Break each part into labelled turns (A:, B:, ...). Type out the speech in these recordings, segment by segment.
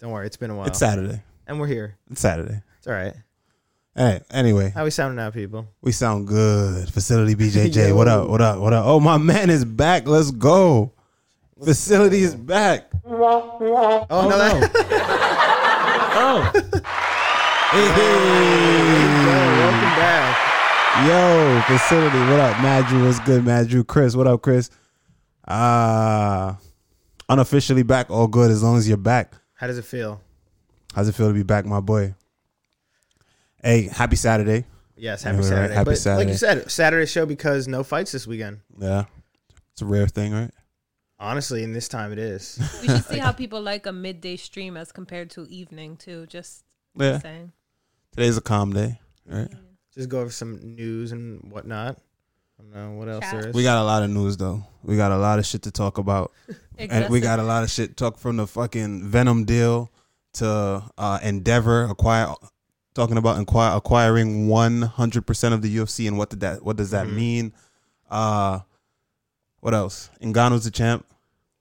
A: It's been a while.
B: It's Saturday.
A: and we're here.
B: It's Saturday.
A: It's all right.
B: Hey, anyway,
A: How we sounding out, people?
B: we sound good. Facility BJJ,
A: Yo.
B: what up? What up? What up? Oh, my man is back. Let's go. Facility is back.
A: Oh, no, that-
B: Oh. Hey.
A: Yo, welcome back.
B: Yo, facility, what up, Madrew? What's good, Madrew? Chris, what up, Chris? Uh unofficially back, all good as long as you're back.
A: How does it feel?
B: How's it feel to be back, my boy? Hey, happy Saturday.
A: Yes, happy
B: Yeah, right.
A: Saturday.
B: Happy
A: but like
B: Saturday.
A: you said, Saturday show because no fights this weekend.
B: Yeah. It's a rare thing, right?
A: Honestly, in this time it is.
C: We should see how people like a midday stream as compared to evening too. Just
B: Yeah.
C: saying.
B: Today's a calm day, right?
A: Just go over some news and whatnot. I don't know what else
C: Chat.
A: there is.
B: We got a lot of news though. We got a lot of shit to talk about. And we
C: Excessive.
B: got a lot of shit talk from the fucking Venom deal to uh, Endeavor acquire talking about inquire, acquiring 100% of the UFC and what did that what does that
A: Mhm.
B: mean? Uh what else? Ngannou's the champ.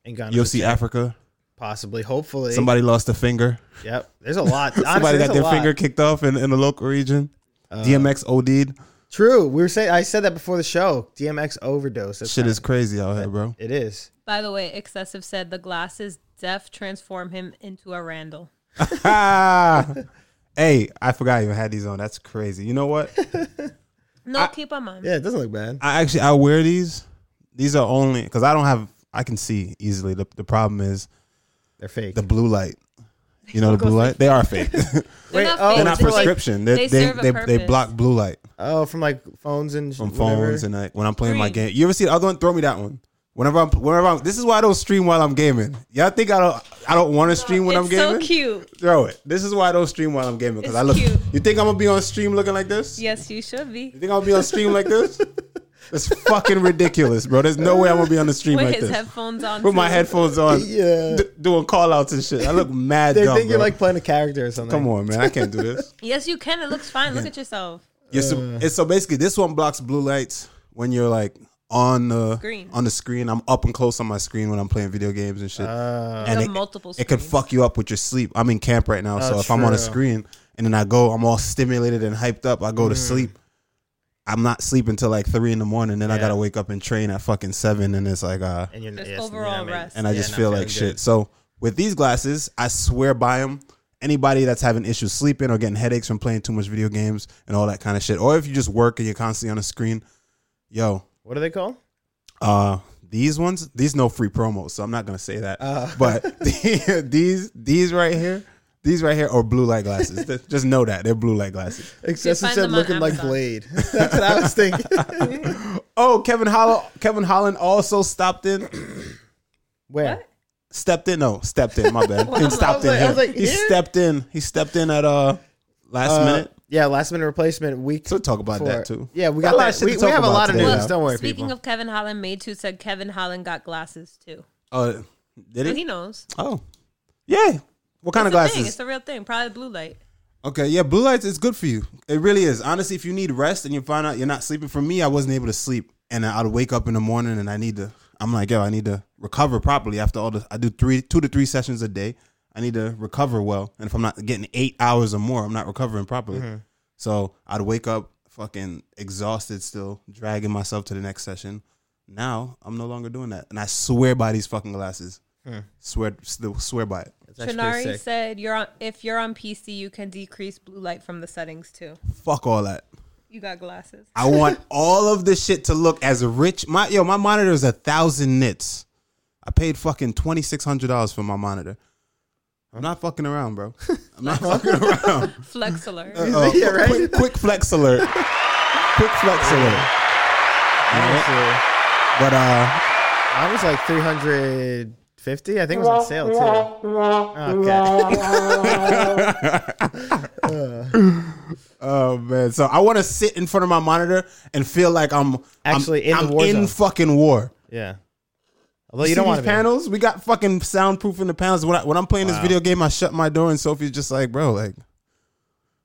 A: and Ghana's
B: UFC
A: a champ.
B: Africa.
A: Possibly, hopefully.
B: Somebody lost a finger.
A: Yep. There's a lot. Honestly,
B: Somebody
A: there's a
B: got their
A: lot.
B: finger kicked off in, in the local region.
A: Uh,
B: DMX OD'd.
A: True. We were saying I said that before the show. DMX overdose. That's
B: Shit
A: not-
B: is crazy out here, bro.
A: It is.
C: By the way, excessive said the glasses deaf transform him into a Randall.
B: Ah. hey, I forgot I even had these on. That's crazy. You know what?
C: No, keep them on.
A: Yeah, it doesn't look bad.
B: I actually I wear these. These are only because I don't have. I can see easily. The, the problem is
A: They're fake.
B: the blue light. You know the blue light. They are fake. They're
C: They're
A: Wait,
C: not
A: oh,
C: fake.
A: They're
B: not
A: It's for, like-
B: prescription. They
C: they
B: they
C: serve a
B: they, they,
C: purpose.
B: block blue light
A: oh, from like phones and
B: from
A: whatever.
B: phones and like when I'm playing my
C: Green.
B: game. You ever see the other one? Throw me that one. Whenever I'm, whenever I'm, this is why I don't stream while I'm gaming. Y'all think I don't, I don't want to stream when I'm
C: it's so
B: gaming?
C: cute.
B: Throw it. This is why I don't stream while I'm gaming because
C: It's
B: I look.
C: cute.
B: You think I'm gonna be on stream looking like this?
C: Yes, you should be.
B: You think I'm gonna be on stream like this? It's fucking ridiculous, bro. There's no way I'm gonna be on the stream
C: With
B: like
C: his
B: this.
C: headphones on.
B: Put my
C: too.
B: headphones on,
A: Yeah.
B: d- doing call outs and shit. I look mad
A: They
B: dumb,
A: think you're
B: bro.
A: like playing a character or something.
B: Come on, man. I can't do this.
C: Yes, you can. It looks fine. Look at yourself.
B: Yeah, so, it's- so basically, this one blocks blue lights when you're like on the
C: Screen.
B: on the screen. I'm up and close on my screen when I'm playing video games and shit. and
A: Ah.
C: You
B: it,
C: have multiple
B: it could
C: screens.
B: fuck you up with your sleep. I'm in camp right now, so
A: Oh,
B: if I'm on a
A: true.
B: screen and then I go, I'm all stimulated and hyped up. I go
A: Mm.
B: to sleep. I'm not sleeping till like three in the morning. Then I
A: Yeah.
B: gotta wake up and train at fucking seven, and it's like uh,
A: And you're
C: Just
A: yes,
C: overall
A: I mean,
C: rest.
B: and I
A: yeah,
B: just
A: not
B: feel
A: feeling
B: like shit.
A: good.
B: So with these glasses, I swear by them. Anybody that's having issues sleeping or getting headaches from playing too much video games and all that kind of shit, or if you just work and you're constantly on a screen, yo,
A: What are they called?
B: uh, these ones, these no free promos, so I'm not gonna say that.
A: Uh.
B: But these, these right here, these right here are blue light glasses. Th- just know that they're blue light glasses.
A: Excessive
C: find
A: said
C: them on
A: looking like
C: Amazon.
A: Blade. That's what I was thinking.
B: Oh, Kevin Holland, Kevin Holland also stopped in,
A: Where?
B: stepped in. No, stepped in. My bad.
C: Wow.
B: He stopped in.
A: I was like- I was
B: Here.
A: like,
B: he
A: here?
B: stepped in. He stepped in at uh last
A: Uh,
B: minute.
A: Yeah, last minute replacement week.
B: So we'll talk about
A: for-
B: that too.
A: Yeah, we got
B: a lot of
A: that.
B: shit
A: We,
B: to
A: we
B: talk
A: have a
B: about
A: lot of
B: today,
A: news.
B: though.
A: Don't worry,
C: Speaking
A: people.
C: of Kevin Holland, May too said Kevin Holland got glasses too.
B: Oh, did
C: So
B: it?
C: he knows.
B: Oh, yeah. What kind
C: It's
B: of
C: a thing.
B: glasses?
C: It's a real thing. Probably blue light.
B: okay, yeah, blue lights is good for you. It really is. Honestly, if you need rest and you find out you're not sleeping, for me, I wasn't able to sleep, and I'd wake up in the morning and I need to. I'm like, yo, I need to recover properly after all the. I do three, two to three sessions a day. I need to recover well, and if I'm not getting eight hours or more, I'm not recovering properly. So I'd wake up fucking exhausted, still dragging myself to the next session. Now I'm no longer doing that, and I swear by these fucking glasses. Swear, still swear by it.
A: It's actually pretty
C: Trinari
A: sick.
C: said you're on if you're on PC you can decrease blue light from the settings too.
B: Fuck all that.
C: You got glasses.
B: I want all of this shit to look as rich. My yo, my monitor is a thousand nits. I paid fucking twenty six hundred dollars for my monitor. I'm not fucking around, bro. I'm not fucking around.
C: Flex alert.
B: Uh,
A: Yeah, right?
B: quick, quick flex alert. quick flex alert.
A: Honestly,
B: But uh,
A: I was like 350. I think it was on sale too. Okay.
B: oh man, so I want to sit in front of my monitor and feel like I'm
A: Actually in
B: I'm,
A: the
B: I'm
A: war
B: in
A: zone.
B: fucking war.
A: Yeah. Although you,
B: You,
A: don't
B: see
A: want
B: these
A: to
B: panels? We got fucking soundproofing the panels. When, I, when I'm playing this video game, I shut my door and Sophie's just like, bro, like,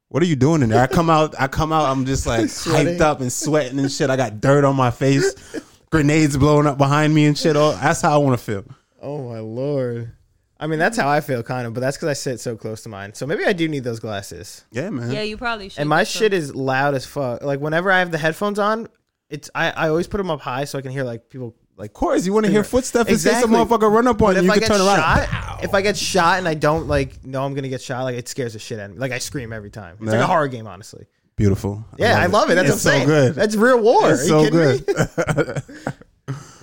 B: what are you doing in there? I come out, I come out, I'm just like hyped
A: Sweating.
B: up and sweating and shit. I got dirt on my face, grenades blowing up behind me and shit. All that's how I want to feel.
A: Oh my lord. I mean, that's how I feel, kind of, but that's because I sit so close to mine. So maybe I do need those glasses.
B: Yeah, man.
C: Yeah, you probably should.
A: And my
C: get
A: shit
C: some.
A: is loud as fuck. Like whenever I have the headphones on, it's I, I always put them up high so I can hear like people like.
B: Of course, you want to hear footsteps in case a motherfucker run up on
A: But
B: you.
A: if
B: You
A: I
B: can
A: get
B: turn around.
A: shot, if I get shot and I don't like know I'm gonna get shot, like it scares the shit out of me. Like I scream every time. It's like
B: Yeah.
A: a horror game, honestly.
B: Beautiful.
A: Yeah, I love it. That's
B: it's
A: what I'm saying.
B: so good.
A: That's real war. Are
B: It's
A: you
B: so
A: kidding me?
B: good,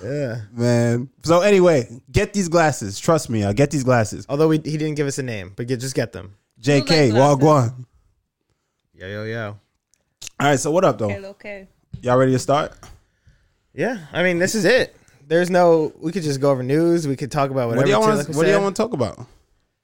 A: Yeah.
B: man. So anyway, get these glasses. Trust me, I'll get these glasses.
A: Although we, he didn't give us a name, but get, just get them.
B: JK,
C: glasses.
B: Wagwan.
A: Yo yo yo.
B: All right, so what up though?
C: Okay, okay.
B: Y'all ready to start?
A: Yeah, I mean this is it. There's no. We could just go over news. We could talk about
B: What
A: whatever.
B: do y'all
A: Taylor
B: want?
A: could
B: What do
A: say.
B: y'all want to talk about?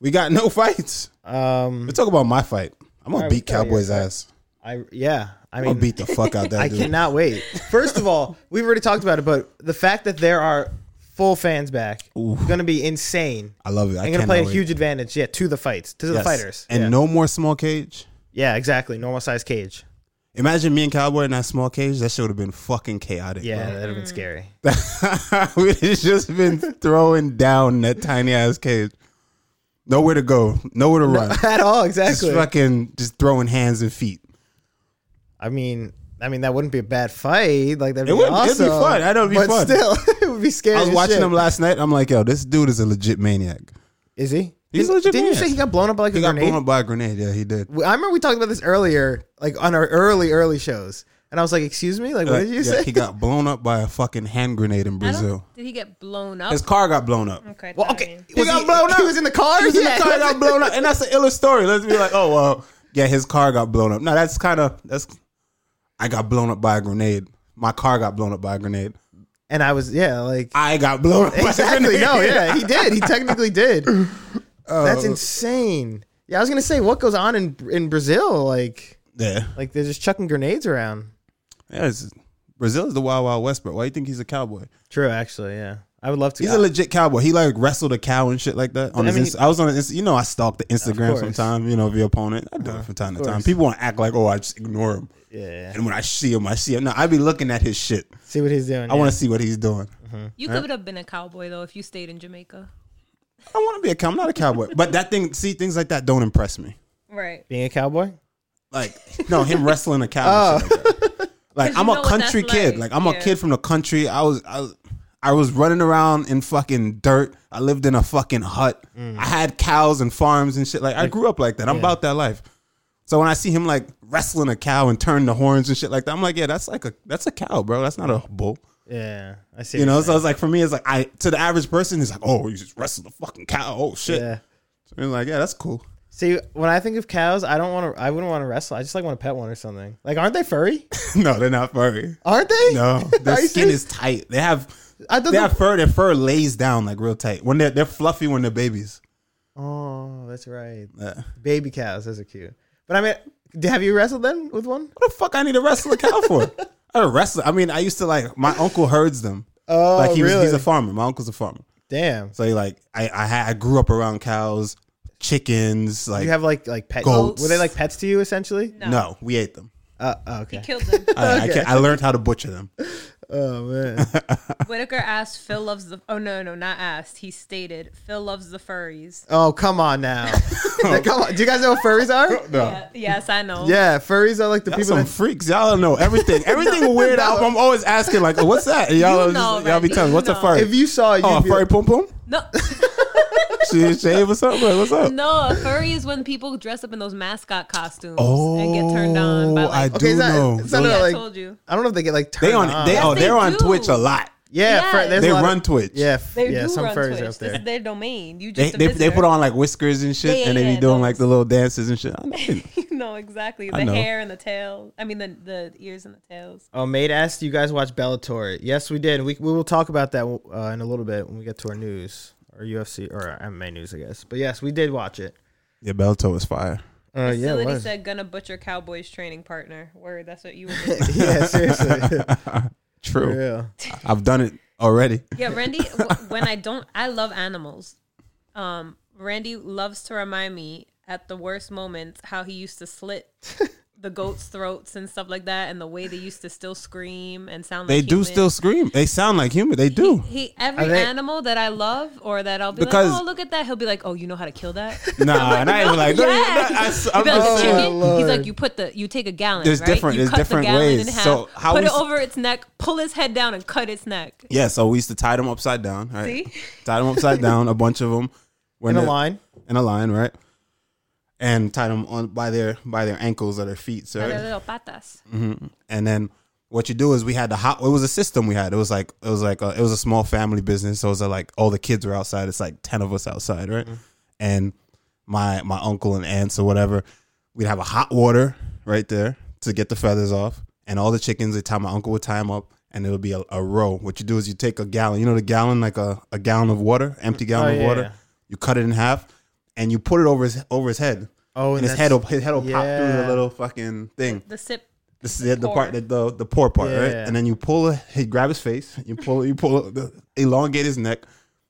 B: We got no fights.
A: Um,
B: We talk about my fight. I'm gonna
A: All right,
B: beat
A: we got
B: Cowboy's
A: your
B: ass.
A: I yeah. I
B: I'm
A: mean,
B: gonna beat the fuck out that
A: I
B: dude.
A: cannot wait. First of all, we've already talked about it, but the fact that there are full fans back
B: Oof.
A: going to be insane.
B: I love it.
A: I'm
B: I
A: going to
B: cannot
A: play a
B: wait.
A: huge advantage. Yeah, to the fights, to the
B: Yes.
A: fighters,
B: and
A: yeah.
B: no more small cage.
A: yeah, exactly. Normal size cage.
B: Imagine me and Cowboy in that small cage. That shit would have been fucking chaotic.
A: Yeah,
B: bro.
A: that'd have been scary.
B: We'd have just been throwing down that tiny ass cage. Nowhere to go, nowhere to run.
A: At all,
B: Just
A: exactly.
B: fucking just throwing hands and feet.
A: I mean, I mean that wouldn't be a bad fight. Like that'd be
B: It would- it'd be
A: awesome.
B: fun. I know it'd be
A: but
B: fun.
A: Still, it would be scary.
B: I was
A: as
B: watching
A: shit.
B: him last night. I'm like, yo, this dude is a legit maniac.
A: Is he?
B: He's
A: Didn't-
B: legit
A: Didn't you
B: mad.
A: say he got blown up by like
B: He
A: a
B: got
A: grenade?
B: blown up by a grenade. Yeah, he did.
A: I remember we talked about this earlier, like on our early early shows, and I was like, "Excuse me, like what did you
B: Uh, Yeah,
A: say?"
B: He got blown up by a fucking hand grenade in
C: I don't,
B: Brazil.
C: did he get blown up?
B: His car got blown up.
C: okay.
A: Well,
C: sorry.
A: okay.
B: He
A: Was
B: got blown up.
A: He was in the car.
B: His
A: Yeah.
B: car got blown up, and that's an iller story. Let's be like, oh well, yeah, his car got blown up. No, that's kind of that's. I got blown up by a grenade. My car got blown up by a grenade.
A: And I was, yeah, like
B: I got blown up. By a
A: exactly.
B: grenade.
A: No, yeah, he did. He technically did.
B: Oh.
A: That's insane. Yeah, I was gonna say what goes on in in Brazil, like
B: yeah.
A: like they're just chucking grenades around.
B: yeah it's, Brazil is the wild wild west, bro. Why do you think he's a cowboy?
A: True, actually, yeah. I would love to.
B: He's a legit cowboy. He like wrestled a cow and shit like that. On
A: I
B: his
A: mean-
B: Insta- I was on his, Insta- you know, I stalk the Instagram
A: course. Uh-huh.
B: sometimes. You know, the opponent. I do it from time to time.
A: course.
B: People want to act like, oh, I just ignore him.
A: yeah.
B: And when I see him, I see him. No, I be looking at his shit.
A: See what he's doing.
B: I want to see what he's doing.
C: You could have been a cowboy though if you stayed in Jamaica.
B: I want to be a cow. I'm not a cowboy. but that thing, see, things like that don't impress me.
C: Right.
A: being a cowboy.
B: Like, no, him wrestling a cow. and shit like, that. Like,
C: Oh. 'Cause you
B: I'm
C: know
B: a
C: what that's
B: country kid.
C: like.
B: Like, I'm
C: Yeah.
B: a kid from the country. I was, I, I was running around in fucking dirt. I lived in a fucking hut.
C: Mm.
B: I had cows and farms and shit. Like, I grew up like that. I'm about that life. So when I see him like wrestling a cow and turn the horns and shit like that, I'm like, yeah, that's like a that's a cow, bro. That's not a bull.
A: Yeah, I see.
B: You
A: what
B: know,
A: you're
B: so it's like for me, it's like I to the average person, it's like, oh, you just wrestled a fucking cow. Oh shit.
A: saying. yeah.
B: And like, yeah, that's cool.
A: See, when I think of cows, I don't want to. I wouldn't want to wrestle. I just like want to pet one or something. Like, aren't they furry?
B: no, they're not furry.
A: Aren't they?
B: No, their
A: Are you
B: skin
A: serious?
B: is tight. They have
A: I thought
B: they have fur. Their fur lays down like real tight. When they're they're fluffy when they're babies. Uh,
A: Oh, that's right.
B: Yeah.
A: Baby cows, those are cute. But I mean, d- have you wrestled then with one?
B: What the fuck? I need to wrestle a cow for? I don't wrestle. I mean, I used to like my uncle herds them.
A: Oh,
B: like he was, he's
A: really?
B: a farmer. My uncle's a farmer.
A: Damn.
B: So he, like I I, had, I grew up around cows, chickens. Like
A: you have like like pet
B: Goats.
A: Were they like pets to you essentially?
B: no. we ate them.
A: Uh, oh,
C: He
A: okay.
C: killed them.
B: I, I, can't, I learned how to butcher them.
A: Oh man.
C: Whitaker asked Phil loves the. Oh no, no, not asked. He stated Phil loves the furries.
A: oh come on now. come on. Do you guys know what furries are?
B: No.
C: Yeah, Uh, yes, I know.
A: Yeah, furries are like the
B: Y'all
A: people.
B: some
A: that,
B: freaks. Y'all don't know everything. Everything weird. out. I'm always asking like, oh, what's that? And y'all
C: You know,
B: y'all be
C: Randy,
B: telling me, what's
C: you
B: a
C: know.
B: furry?
A: if you saw, it, you'd
B: oh, a
A: be
B: furry
A: like-
B: pom pom.
C: No,
B: She shave or something. Like, what's up?
C: no. A furry is when people dress up in those mascot costumes
B: Oh,
C: and get turned on by like.
B: I
A: okay, it's
B: do know.
A: not, it's not
C: Yeah, I
A: like,
C: told you.
A: I don't know if they get like turned
B: They on. They, oh,
C: Yes,
B: they're
C: they
B: on
C: do.
B: Twitch a lot.
A: yeah,
C: Yeah.
A: fur- there's
B: They
A: a lot
B: run
A: of,
B: Twitch.
A: Yeah, f-
C: They
A: yeah.
C: do
A: Some
C: run
A: furries
C: Twitch.
A: are up there.
C: This is their domain. You
B: They,
C: just
B: they, they put on like whiskers and shit,
C: Yeah,
B: and they
C: yeah,
B: be doing
C: those.
B: like the little dances and shit. I mean,
C: no, exactly.
B: I
C: The
B: know.
C: hair and the tail. I mean, the the ears and the tails.
A: Oh, Maid asked, "Do you guys watch Bellator?" Yes, we did. We we will talk about that uh, in a little bit when we get to our news or UFC or our MMA news, I guess. But yes, we did watch it.
B: yeah, Belto was fire.
A: Uh, yeah, it
C: Facility
A: was.
C: said gonna butcher Cowboys training partner. Word, that's what you were. doing.
A: yeah, seriously,
B: True.
A: yeah.
B: I've done it already.
C: yeah, Randy. w- when I don't, I love animals. Um, Randy loves to remind me at the worst moments how he used to slit the goats' throats and stuff like that, and the way they used to still scream and sound.
B: They
C: like
B: do
C: humans.
B: still scream. They sound like human. They do.
C: He every
A: Are they-
C: animal that I love or that I'll be
B: Because-
C: like, oh look at that. He'll be like, oh, you know how to kill that.
B: Nah, and I ain't like. no,
C: Yes.
B: I- I-
C: He'll
B: I'm
C: be like,
B: just
A: Oh,
C: chicken.
B: saying-
A: Lord.
C: He's like, you put the you take a gallon.
B: There's
C: right?
B: different-
C: You
B: there's
C: cut
B: different
C: the gallon
B: ways.
C: In half,
B: So how
C: put
B: we
C: it
B: s-
C: over its neck, pull its head down, and cut its neck.
B: Yeah, so we used to tie them upside down. Right?
C: See?
B: Tie them upside down, a bunch of them.
A: in a line.
B: In a line, right? And tie them on by their by their ankles or their feet, so
C: Their little patas.
B: Mm. And then what you do is we had the hot. It was a system we had. It was like it was like a, it was a small family business. So it was like all the kids were outside. It's like ten of us outside,
A: Mm-hmm.
B: right? And my my uncle and aunts or whatever, we'd have a hot water right there to get the feathers off, and all the chickens. They tie my uncle would tie them up. And it would be a, a row. What you do is you take a gallon, you know, the gallon like a, a gallon of water, empty gallon
A: Oh,
B: of
A: yeah,
B: water.
A: yeah.
B: You cut it in half, and you put it over his over his head.
A: Oh,
B: and
A: and
B: his head will
A: that's-
B: his head will pop through the
A: yeah.
B: little fucking thing.
C: The sip.
B: This is the, the
C: Pour.
B: part that the the poor part, right?
A: Yeah.
B: And then you pull it, he grab his face, you pull it, you pull it, elongate his neck,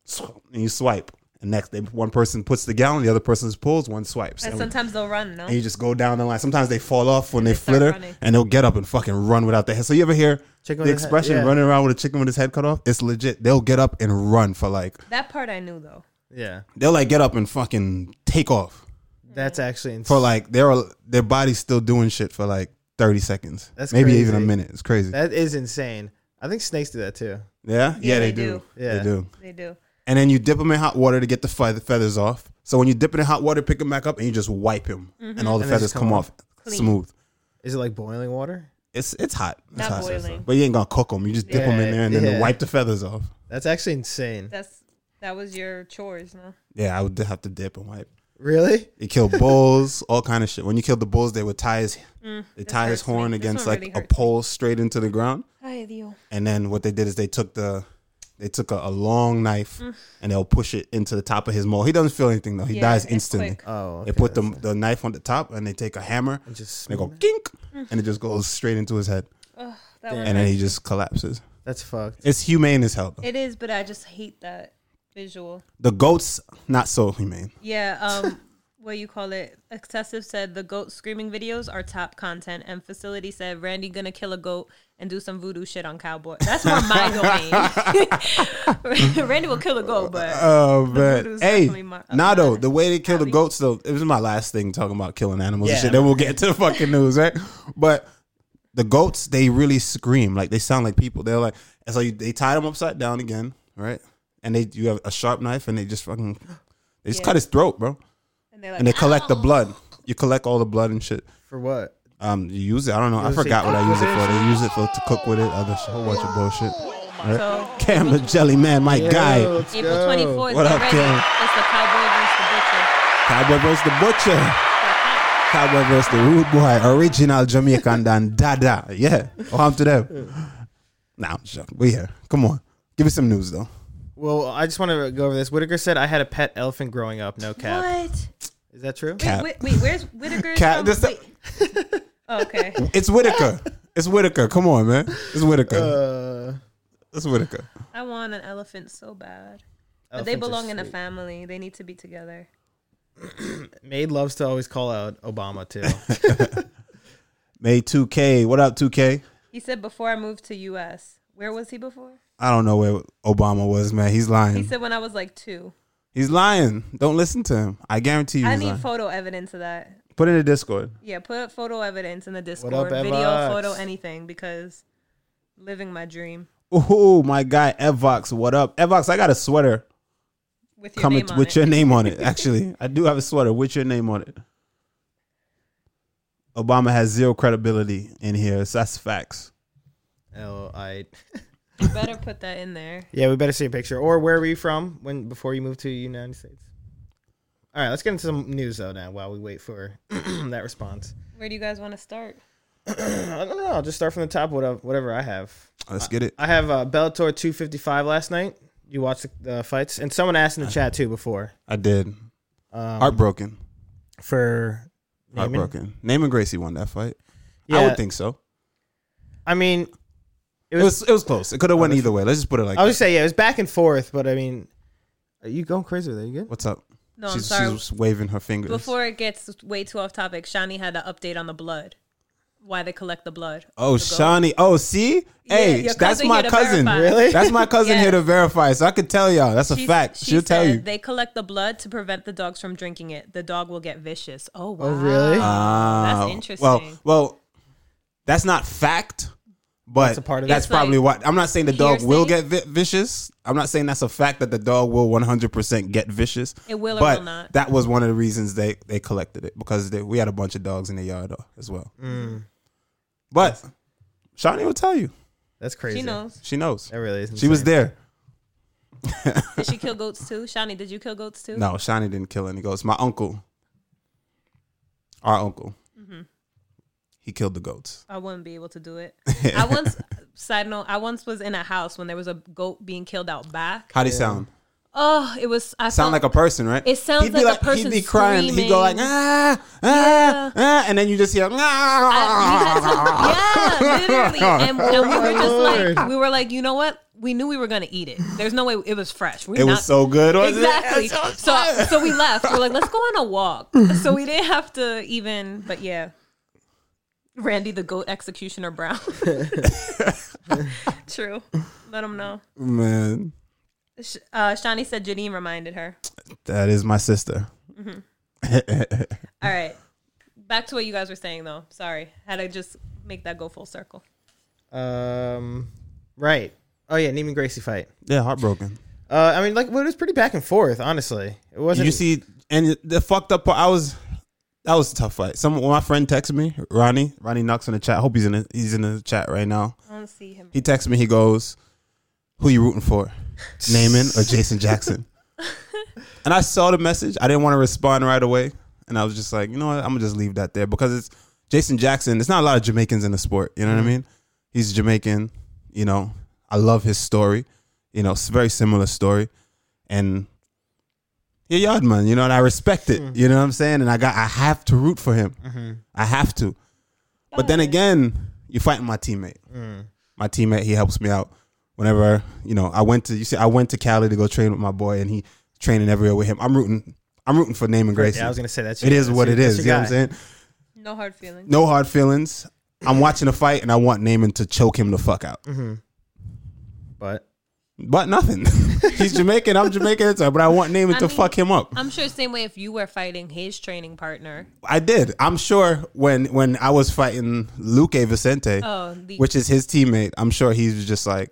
B: sw- and you swipe. And next, they, one person puts the gallon, the other person pulls, one swipes,
C: And
B: and, we-
C: sometimes they'll run. No.
B: and you just go down the line. Sometimes they fall off when they,
C: they start
B: flitter,
C: running.
B: and they'll get up and fucking run without their head. So you ever hear
A: Chicken with
B: the
A: his head-
B: expression
A: yeah.
B: running around with a chicken with his head cut off? It's legit. They'll get up and run for like
C: That part I knew though.
A: Yeah,
C: Mm-hmm.
B: they'll like get up and fucking take off
A: that's actually insane.
B: for like they're their body's still doing shit for like thirty seconds,
A: That's
B: maybe even a
A: crazy.
B: minute. It's crazy.
A: that is insane. I think snakes do that too.
B: Yeah, yeah, they,
C: they
B: do.
C: do.
A: Yeah.
B: They do.
C: They do.
B: And then you dip them in hot water to get the fe- feathers off. So when you dip it in hot water, pick them back up, and you just wipe him, and all
A: And
B: the
A: they
B: feathers
A: just
B: come
A: come
B: off
C: Mm-hmm. Clean.
B: smooth.
A: Is it like boiling water?
B: It's it's hot. It's
C: Not
B: hot.
C: boiling.
B: But you ain't gonna cook them. You just dip them in
A: Yeah,
B: there and then
A: yeah.
B: wipe the feathers off.
A: That's actually insane.
C: That's that was your chores. No.
B: Yeah, I would have to dip and wipe.
A: Really?
B: You kill bulls, all kind of shit. When you kill the bulls, they would tie his they tie his
C: hurts me.
B: horn
C: Mm, This
B: against
C: one
B: like
C: really
B: a
C: hurts me.
B: pole straight into the ground. And then what they did is they took the they took a, a long knife and they'll push it into the top of his mole. He doesn't feel anything though. He
C: Mm. Yeah,
B: dies
C: it's
B: instantly.
C: quick.
A: Oh,
B: They put the, the knife on the top and they take a hammer and
A: just
B: they go kink
C: Mm-hmm.
B: and it just goes straight into his head
C: That one
B: and then he just collapses.
A: that's fucked.
B: It's humane as hell. Though.
C: It is, but I just hate that visual.
B: The goats not so humane.
C: Yeah, um, what you call it? Excessive said the goat screaming videos are top content, and Facility said Randy gonna kill a goat and do some voodoo shit on cowboy. That's more my domain. Randy will kill a goat, but
B: Oh man!
C: voodoo's
B: Hey,
C: definitely my-
B: nah though the way they kill the
C: Hobby.
B: goats though. It was my last thing talking about killing animals and
A: Yeah.
B: shit. Then we'll get to the fucking news, right? But the goats they really scream like they sound like people. They're like and so you, they tie them upside down again, right? And they you have a sharp knife and they just fucking they just
C: Yeah.
B: cut his throat, bro.
C: and they're like, "Ah,
B: And they collect the blood. You collect all the blood and shit.
A: For what?
B: Um, you use it. I don't know. I
A: was gonna
B: forgot
A: say-
B: what I use it for. They use it for to cook with it. Other sh- whole bunch of bullshit.
C: so
B: Cam the jelly man, my guy.
C: April twenty fourth.
B: What up,
C: already.
B: Karen?
C: It's the cowboy versus the butcher.
B: Cowboy versus the butcher. Cowboy versus the rude boy. Original Jamaican dan Dada. Yeah. Oh, I'm to them. Nah, I'm joking. We here. Come on. Give me some news though.
A: Well, I just want to go over this. Whitaker said I had a pet elephant growing up. No cap.
C: What?
A: Is that true?
B: Cap.
C: Wait, wait, where's Whitaker?
B: Cap,
C: from?
B: this-
C: Wait. Oh, okay.
B: It's Whitaker. It's Whitaker. Come on, man. It's Whitaker.
A: Uh,
B: It's Whitaker.
C: I want an elephant so bad. But
A: elephants
C: they
A: are
C: belong in a
A: sweet.
C: family. They need to be together.
A: Maid loves to always call out Obama too.
B: May 2K. What up, 2K?
C: He said before I moved to US. Where was he before?
B: I don't know where Obama was, man. He's
C: He
B: lying.
C: said when I was like two.
B: He's lying. Don't listen to him. I guarantee you.
C: I
B: he's
C: need
B: lying.
C: photo evidence of that.
B: Put it in the Discord.
C: Yeah, put up photo evidence in the Discord,
A: up,
C: video,
A: Evox?
C: photo, anything because living my dream
B: Ooh, my guy Evox. What up, Evox? I got a sweater
C: with your
B: coming
C: name on
B: with
C: it.
B: your name on it. Actually, I do have a sweater with your name on it. Obama has zero credibility in here. So that's facts.
A: oh, I.
C: You better put that in there.
A: Yeah, we better see a picture. Or where were you from when before you moved to the United States? All right, let's get into some news though now while we wait for that response.
C: Where do you guys want to start?
A: I don't know. I'll just start from the top. Whatever, whatever I have.
B: Let's get it.
A: I have uh, Bellator 255 last night. You watched the uh, fights, and someone asked in the chat too before
B: I did. Heartbroken.
A: for. naming.
B: Heartbroken. Naaman Gracie won that fight. I
A: Yeah.
B: would think so.
A: I mean,
B: It was it was close. It could have went either way. Let's just put it like
A: I would
B: that.
A: say yeah, it was back and forth, but I mean, are you going crazy there? You good?
B: What's up?
C: No,
B: she's,
C: I'm sorry.
B: she's waving her fingers.
C: Before it gets way too off topic, Shani had an update on the blood. why they collect the blood.
B: Oh,
C: The goat.
B: Shawnee. Oh, see?
C: Yeah,
B: hey,
C: your
B: that's
C: cousin
B: my
C: here to
B: cousin.
C: verify.
A: Really?
B: That's my cousin
C: Yeah.
B: here to verify. So I could tell y'all. That's a
C: She-
B: fact.
C: she
B: She'll tell
C: said
B: you.
C: They collect the blood to prevent the dogs from drinking it. The dog will get vicious. Oh, wow.
A: really?
B: Ah,
C: That's interesting.
B: Well, well, that's not fact, but that's,
A: a part of
C: It's
B: probably what. I'm not saying the dog will get
C: hearsay?
B: vi- vicious. I'm not saying that's a fact that the dog will 100% get vicious.
C: It will or
B: but
C: will not.
B: That was one of the reasons they they collected it because they, we had a bunch of dogs in the yard uh, as well.
A: Mm.
B: But Shawnee will tell you.
A: That's crazy.
C: she knows.
B: She knows.
A: That really is.
B: She was
A: insane.
B: there.
C: Did she kill goats too? Shani, did you kill goats too?
B: No, Shawnee didn't kill any goats. My uncle, our uncle,
C: Mm-hmm.
B: he killed the goats.
C: I wouldn't be able to do it. I once, side note, I once was in a house when there was a goat being killed out back.
B: How do you sound?
C: Oh, it was. I
B: Sound like a person, right?
C: It sounds
B: He'd be
C: like a person
B: He'd be crying. He'd go like
C: screaming.
B: ah ah
C: Yeah.
B: ah, and then you just hear ah.
C: yeah, literally. And, and we were just like,
A: Lord.
C: we were like, you know what? We knew we were gonna eat it. There's no way it was fresh. We're
B: It
C: not-
B: was so good. wasn't it?
C: exactly.
B: It was
C: So
B: fire.
C: so we left. We're like, let's go on a walk. So we didn't have to even. But yeah, Randy the goat executioner Brown. True. Let him know.
B: man,
C: Sh- Uh, Shawnee said Janine reminded her.
B: that is my sister.
C: All right, back to what you guys were saying though. Sorry, had to just make that go full circle.
A: Um, right. Oh yeah, Neiman Gracie fight.
B: Yeah, heartbroken.
A: Uh, I mean, like, well, it was pretty back and forth. Honestly, it wasn't.
B: you see, and the fucked up part, I was, that was a tough fight. Some my friend texted me, Ronnie, Ronnie Knox in the chat. I hope he's in the, he's in the chat right now.
C: I don't see him.
B: He texts me, he goes, "Who you rooting for, Naaman or Jason Jackson?" and I saw the message. I didn't want to respond right away, and I was just like, you know what, I'm gonna just leave that there because it's Jason Jackson. There's not a lot of Jamaicans in the sport. You know what I mean? He's Jamaican. You know, I love his story. You know, it's a very similar story, and yeah, yard man. You know, and I respect it.
A: Mm-hmm.
B: You know what I'm saying? And I got, I have to root for him. I have to. But then again, you're fighting my teammate.
A: Mm.
B: My teammate, he helps me out. Whenever you know, I went to you see, I went to Cali to go train with my boy, and he training everywhere with him. I'm rooting, I'm rooting for Naaman Gracie.
A: Yeah, I was gonna say that's.
B: it is
A: that's
B: what
A: your-
B: it
A: that's
B: is. You know
A: your
B: what I'm
A: guy.
B: saying?
C: No hard feelings.
B: No hard feelings. I'm watching a fight, and I want Naaman to choke him the fuck out.
A: But
B: But nothing. He's Jamaican. I'm Jamaican. it's all right, But I want Naaman
C: I
B: to
C: mean,
B: fuck him up.
C: I'm sure same way if you were fighting his training partner.
B: I did. I'm sure when when I was fighting Luke Vicente,
C: Oh, the,
B: which is his teammate, I'm sure he was just like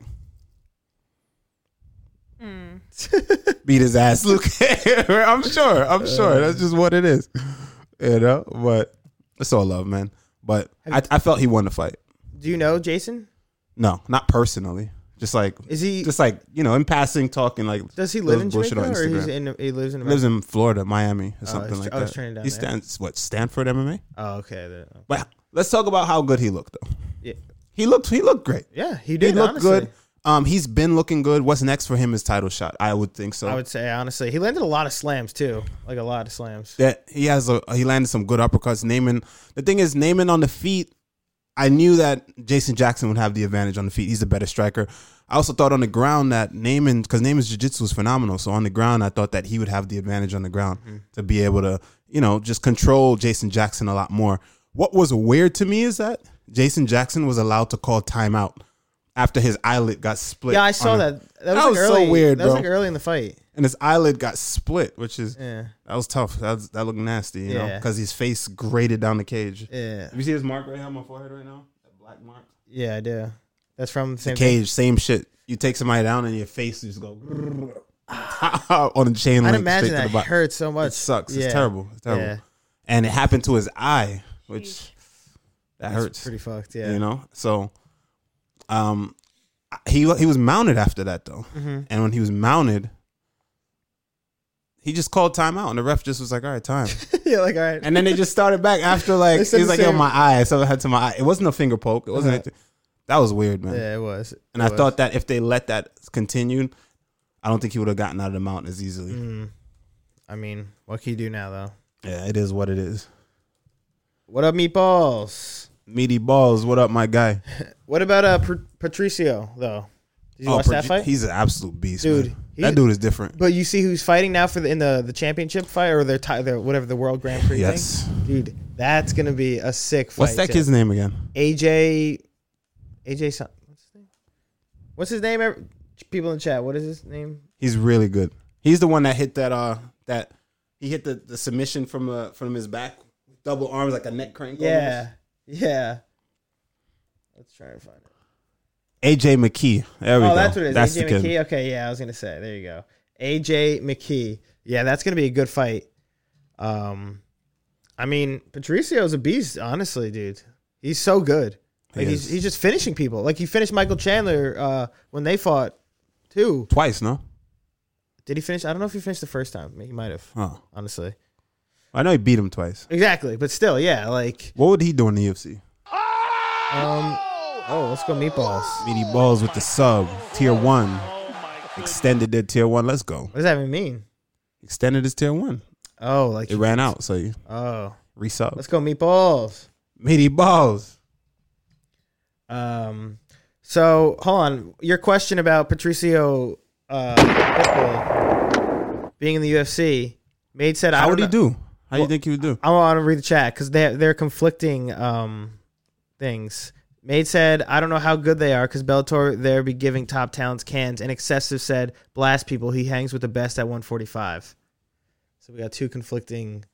C: Hmm.
B: beat his ass, Luke. I'm sure. I'm sure. That's just what it is. You know, but it's all love, man. But I, I felt he won the fight.
A: do you know Jason?
B: No, not personally. Just like
A: Is he?
B: just like you know, in passing, talking like
A: does he live
B: those
A: in
B: bullshit
A: Jamaica
B: on
A: or he's
B: Instagram.
A: in? He lives in.
B: He lives in Florida, Miami, or
A: he's
B: something
A: tra-
B: like
A: oh, he's
B: that.
A: training down
B: he
A: there.
B: stands what Stanford MMA.
A: oh, okay. then.
B: But let's talk about how good he looked, though.
A: Yeah,
B: He looked he looked great.
A: yeah, he
B: He
A: did.
B: looked
A: honestly.
B: good. Um, he's been looking good. What's next for him is title shot. I would think so.
A: I would say honestly, he landed a lot of slams too, like a lot of slams.
B: that he has a he landed some good uppercuts. Naaman. The thing is, Naaman on the feet. I knew that Jason Jackson would have the advantage on the feet. He's the better striker. I also thought on the ground that Naaman, because Naaman's jiu-jitsu is phenomenal. So on the ground, I thought that he would have the advantage on the ground
A: Mm-hmm.
B: to be able to, you know, just control Jason Jackson a lot more. What was weird to me is that Jason Jackson was allowed to call timeout after his eyelid got split.
A: Yeah, I
B: on
A: saw
B: the-
A: that. That was,
B: That
A: like
B: was so
A: early,
B: weird,
A: That was
B: bro.
A: like early in the fight.
B: and his eyelid got split, which is
A: Yeah,
B: that was tough. That was, that looked nasty, you know,
A: Yeah.
B: because his face grated down the cage.
A: yeah,
B: You see his mark right here on my forehead right now, that black mark.
A: yeah. I do. That's from the same. thing.
B: Cage, same shit. You take somebody down and your face just go on the chain
A: I'd
B: link.
A: imagine
B: straight to
A: that
B: the bottom.
A: hurts so much.
B: It sucks.
A: Yeah.
B: It's terrible. It's terrible.
A: Yeah.
B: And it happened to his eye, which that
A: That's
B: hurts.
A: Pretty fucked. Yeah.
B: You know, so um, he he was mounted after that though,
A: Mm-hmm.
B: and when he was mounted, he just called timeout, and the ref just was like, "All right, time."
A: yeah. Like all right.
B: And then they just started back after like
A: They
B: he's
A: said the
B: like yo
A: same-
B: my eye, so I had to my eye. It wasn't a finger poke. It wasn't.
A: Uh-huh.
B: anything. That was weird, man.
A: yeah, it was.
B: and
A: It
B: I
A: was.
B: thought that if they let that continue, I don't think he would have gotten out of the mountain as easily.
A: Mm. I mean, what can you do now though?
B: Yeah, it is what it is.
A: What up, meatballs?
B: Meaty balls, what up, my guy?
A: What about uh Pat- Patricio though? Did you watch
B: Pro-
A: that fight,
B: Oh, He's an absolute beast,
A: dude?
B: man. that
A: He-
B: dude is different.
A: But you see who's fighting now for the in the, the championship fight or their ti- their whatever the world Grand Prix.
B: Yes.
A: thing? dude, that's gonna be a sick fight.
B: What's that
A: too.
B: kid's name again?
A: AJ, AJ, some- what's his name? What's his name? ev- People in chat, what is his name?
B: He's really good. He's the one that hit that uh that he hit the, the submission from uh from his back, double arms like a neck crank.
A: Yeah, yeah. Let's try and find it.
B: almost. AJ McKee. There we
A: oh,
B: go.
A: that's what it is. AJ
B: the
A: McKee.
B: kid.
A: Okay, yeah, I was gonna say. There you go. AJ McKee. Yeah, that's gonna be a good fight. Um, I mean, Patricio's a beast, honestly, dude. He's so good. Like
B: He
A: he's
B: is.
A: he's just finishing people. Like he finished Michael Chandler uh, when they fought too.
B: Twice, no?
A: Did he finish? I don't know if he finished the first time. He might have,
B: Oh.
A: honestly.
B: I know he beat him twice.
A: Exactly, but still, yeah. Like,
B: What would he do in the UFC?
A: um, oh, let's go meatballs.
B: Meaty balls with the sub, tier one. Extended their tier one. Let's go.
A: What does that even mean?
B: Extended his tier one.
A: Oh, like
B: It ran out, so you
A: oh,
B: resub.
A: let's go meatballs.
B: Meaty balls.
A: Um, so hold on. Your question about Patricio uh, Pitbull being in the UFC, Made said,
B: How
A: I
B: would he
A: don't know-
B: do? How do you think he would do?
A: I want to read the chat because they they're conflicting um things. Made said, I don't know how good they are because Bellator there be giving top talents cans. And Excessive said, blast people. He hangs with the best at 145. So we got two conflicting,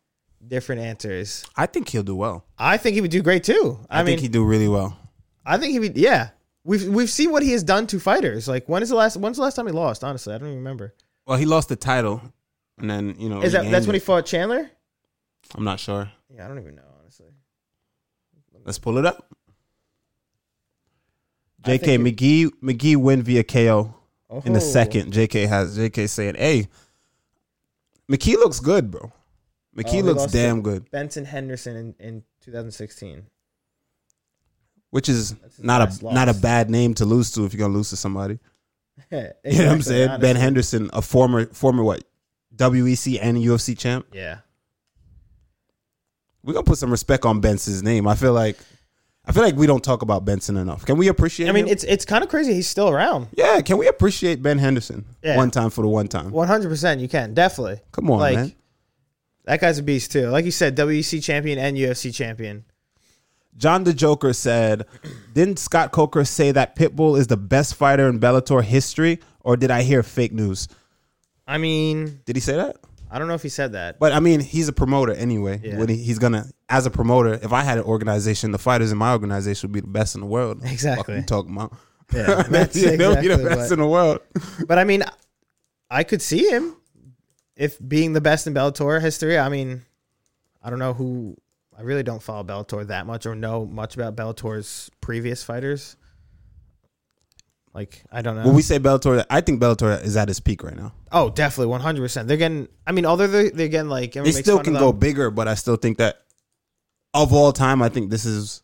A: different answers.
B: I think he'll do well.
A: I think he would do great too. I,
B: I,
A: mean,
B: think he'd do really well.
A: I think he would. Yeah, we've we've seen what he has done to fighters. Like when is the last? When's the last time he lost? Honestly, I don't even remember.
B: Well, he lost the title, and then you know
A: Is that that's when he
B: regained
A: fought Chandler?
B: it. I'm not sure.
A: Yeah, I don't even know honestly.
B: Let's pull it up.
A: I
B: J.K.
A: think
B: McGee McGee win via KO
A: Oh.
B: in the second. J.K. has J.K. saying, "Hey, McGee looks good, bro.
A: Oh, he
B: McGee looks
A: lost to
B: damn good,
A: Benson Henderson in, in 2016.
B: which is
A: his
B: not
A: last
B: a
A: loss.
B: not a bad name to lose to if you're gonna lose to somebody.
A: Exactly,
B: You know what I'm saying?
A: honestly.
B: Ben Henderson, a former former what WEC and UFC champ.
A: Yeah.
B: We're gonna put some respect on Benson's name. I feel like I feel like we don't talk about Benson enough. Can we appreciate?
A: I mean,
B: him?
A: it's it's kind of crazy. He's still around.
B: yeah. Can we appreciate Ben Henderson
A: Yeah.
B: one time for the one time?
A: 100. percent You can definitely.
B: Come on,
A: like
B: man.
A: that guy's a beast too. Like you said, WEC champion and UFC champion.
B: John the Joker said, "Didn't Scott Coker say that Pitbull is the best fighter in Bellator history, or did I hear fake news?
A: I mean,
B: Did he say that?
A: I don't know if he said that.
B: But I mean, he's a promoter anyway.
A: Yeah.
B: When he, he's gonna, as a promoter, if I had an organization, the fighters in my organization would be the best in the world.
A: Exactly.
B: Fuck you talking about?
A: Yeah, that's
B: You know, be the
A: exactly
B: best
A: what-
B: in the world.
A: But I mean, I could see him if being the best in Bellator history. I mean, I don't know who. I really don't follow Bellator that much or know much about Bellator's previous fighters. Like I don't know.
B: When we say Bellator, I think Bellator is at its peak right now.
A: oh, definitely one hundred percent. They're getting. I mean, although they're, they're getting like
B: They still can go bigger, but I still think that of all time, I think this is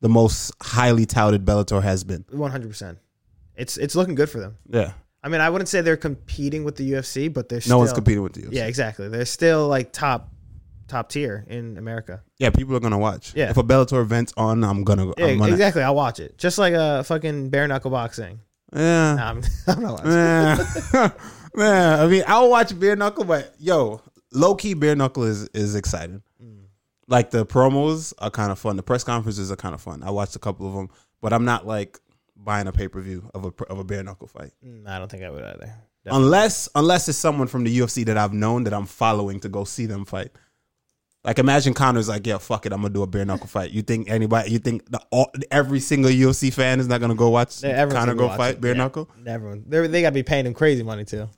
B: the most highly touted Bellator has been.
A: one hundred percent. It's it's looking good for them.
B: Yeah,
A: I mean, I wouldn't say they're competing with the UFC, but they're
B: no one's
A: still-
B: competing with you.
A: Yeah, exactly. They're still like top top tier in America.
B: yeah, people are gonna watch.
A: Yeah.
B: if a Bellator event's on, I'm gonna. go.
A: Yeah,
B: I'm gonna
A: exactly. I'll watch it. Just like a fucking bare knuckle boxing.
B: Yeah.
A: Nah, I'm, I'm not watching.
B: Man, man, I mean, I'll watch bare knuckle, but yo, low key bare knuckle is is exciting.
A: Mm.
B: Like the promos are kind of fun. The press conferences are kind of fun. I watched a couple of them, but I'm not like buying a pay per view of a pr- of a bare knuckle fight
A: Mm, I don't think I would either. Definitely.
B: unless unless it's someone from the UFC that I've known that I'm following to go see them fight. Like imagine Connor's like, yeah, fuck it, I'm gonna do a bare knuckle fight. You think anybody? You think the, all, every single UFC fan is not gonna go watch
A: Yeah, everyone's
B: Connor
A: gonna
B: go
A: watch
B: fight
A: it.
B: bare
A: Yeah.
B: knuckle?
A: Everyone, they they gotta be paying them crazy money too.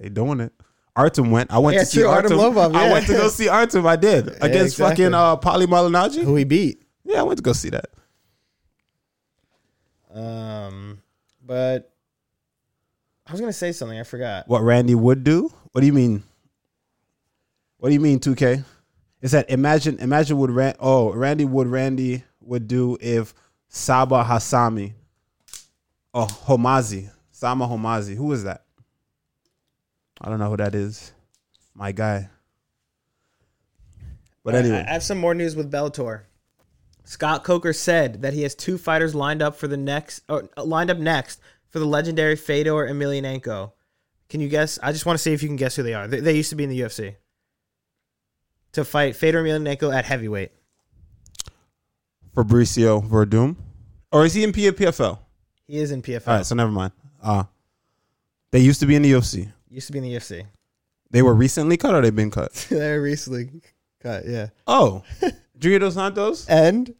B: They doing it. Artem went. I went
A: Yeah,
B: to see
A: true,
B: Artem.
A: Artem Lobov,
B: I
A: yeah.
B: went to go see Artem. I did against
A: exactly.
B: fucking uh, Polly Malignaggi.
A: Who he beat?
B: Yeah, I went to go see that.
A: Um, but I was gonna say something I forgot.
B: What Randy would do? What do you mean? What do you mean? Two K? Is that imagine? Imagine would Ran- oh Randy would Randy would do if Saba Hasami, oh Homazi Sama Homazi. Who is that? I don't know who that is. My guy. But
A: I-
B: anyway,
A: I, I have some more news with Bellator. Scott Coker said that he has two fighters lined up for the next, or uh, lined up next for the legendary Fedor Emelianenko. Can you guess? I just want to see if you can guess who they are. They, they used to be in the UFC to fight Fedor Emelianenko at heavyweight.
B: Fabricio Verdum, or is he in P- PFL?
A: He is in PFL.
B: All right, so never mind. Uh they used to be in the UFC.
A: Used to be in the UFC.
B: They were recently cut, or they've been cut.
A: they were recently cut. Yeah.
B: Oh, Junior Dos Santos.
A: And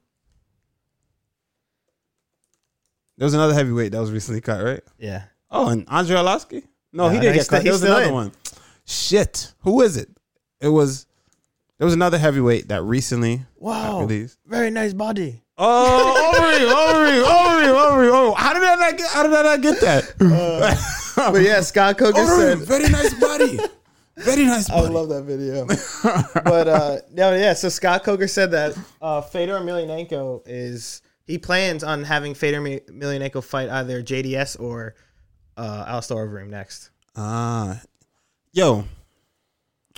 B: There was another heavyweight that was recently cut, right?
A: yeah,
B: Oh, and Andre Arlovsky? No, he
A: No,
B: didn't
A: he's still-
B: get cut. There
A: he's
B: was
A: still
B: another
A: in.
B: one. Shit. Who is it? It was there was another heavyweight that recently
A: Wow.
B: got released.
A: very nice body.
B: Oh, Overeem, Overeem, Overeem, Overeem. Oh, how did I not get? How did I not get that? Uh,
A: But yeah, Scott Coker
B: Overeem,
A: said.
B: very nice body, very nice
A: I
B: body.
A: love that video. but uh, no, yeah. So Scott Coker said that uh, Fedor Emelianenko is he plans on having Fedor Mi- Emelianenko fight either JDS or uh, Alistair Overeem next.
B: Ah, yo. All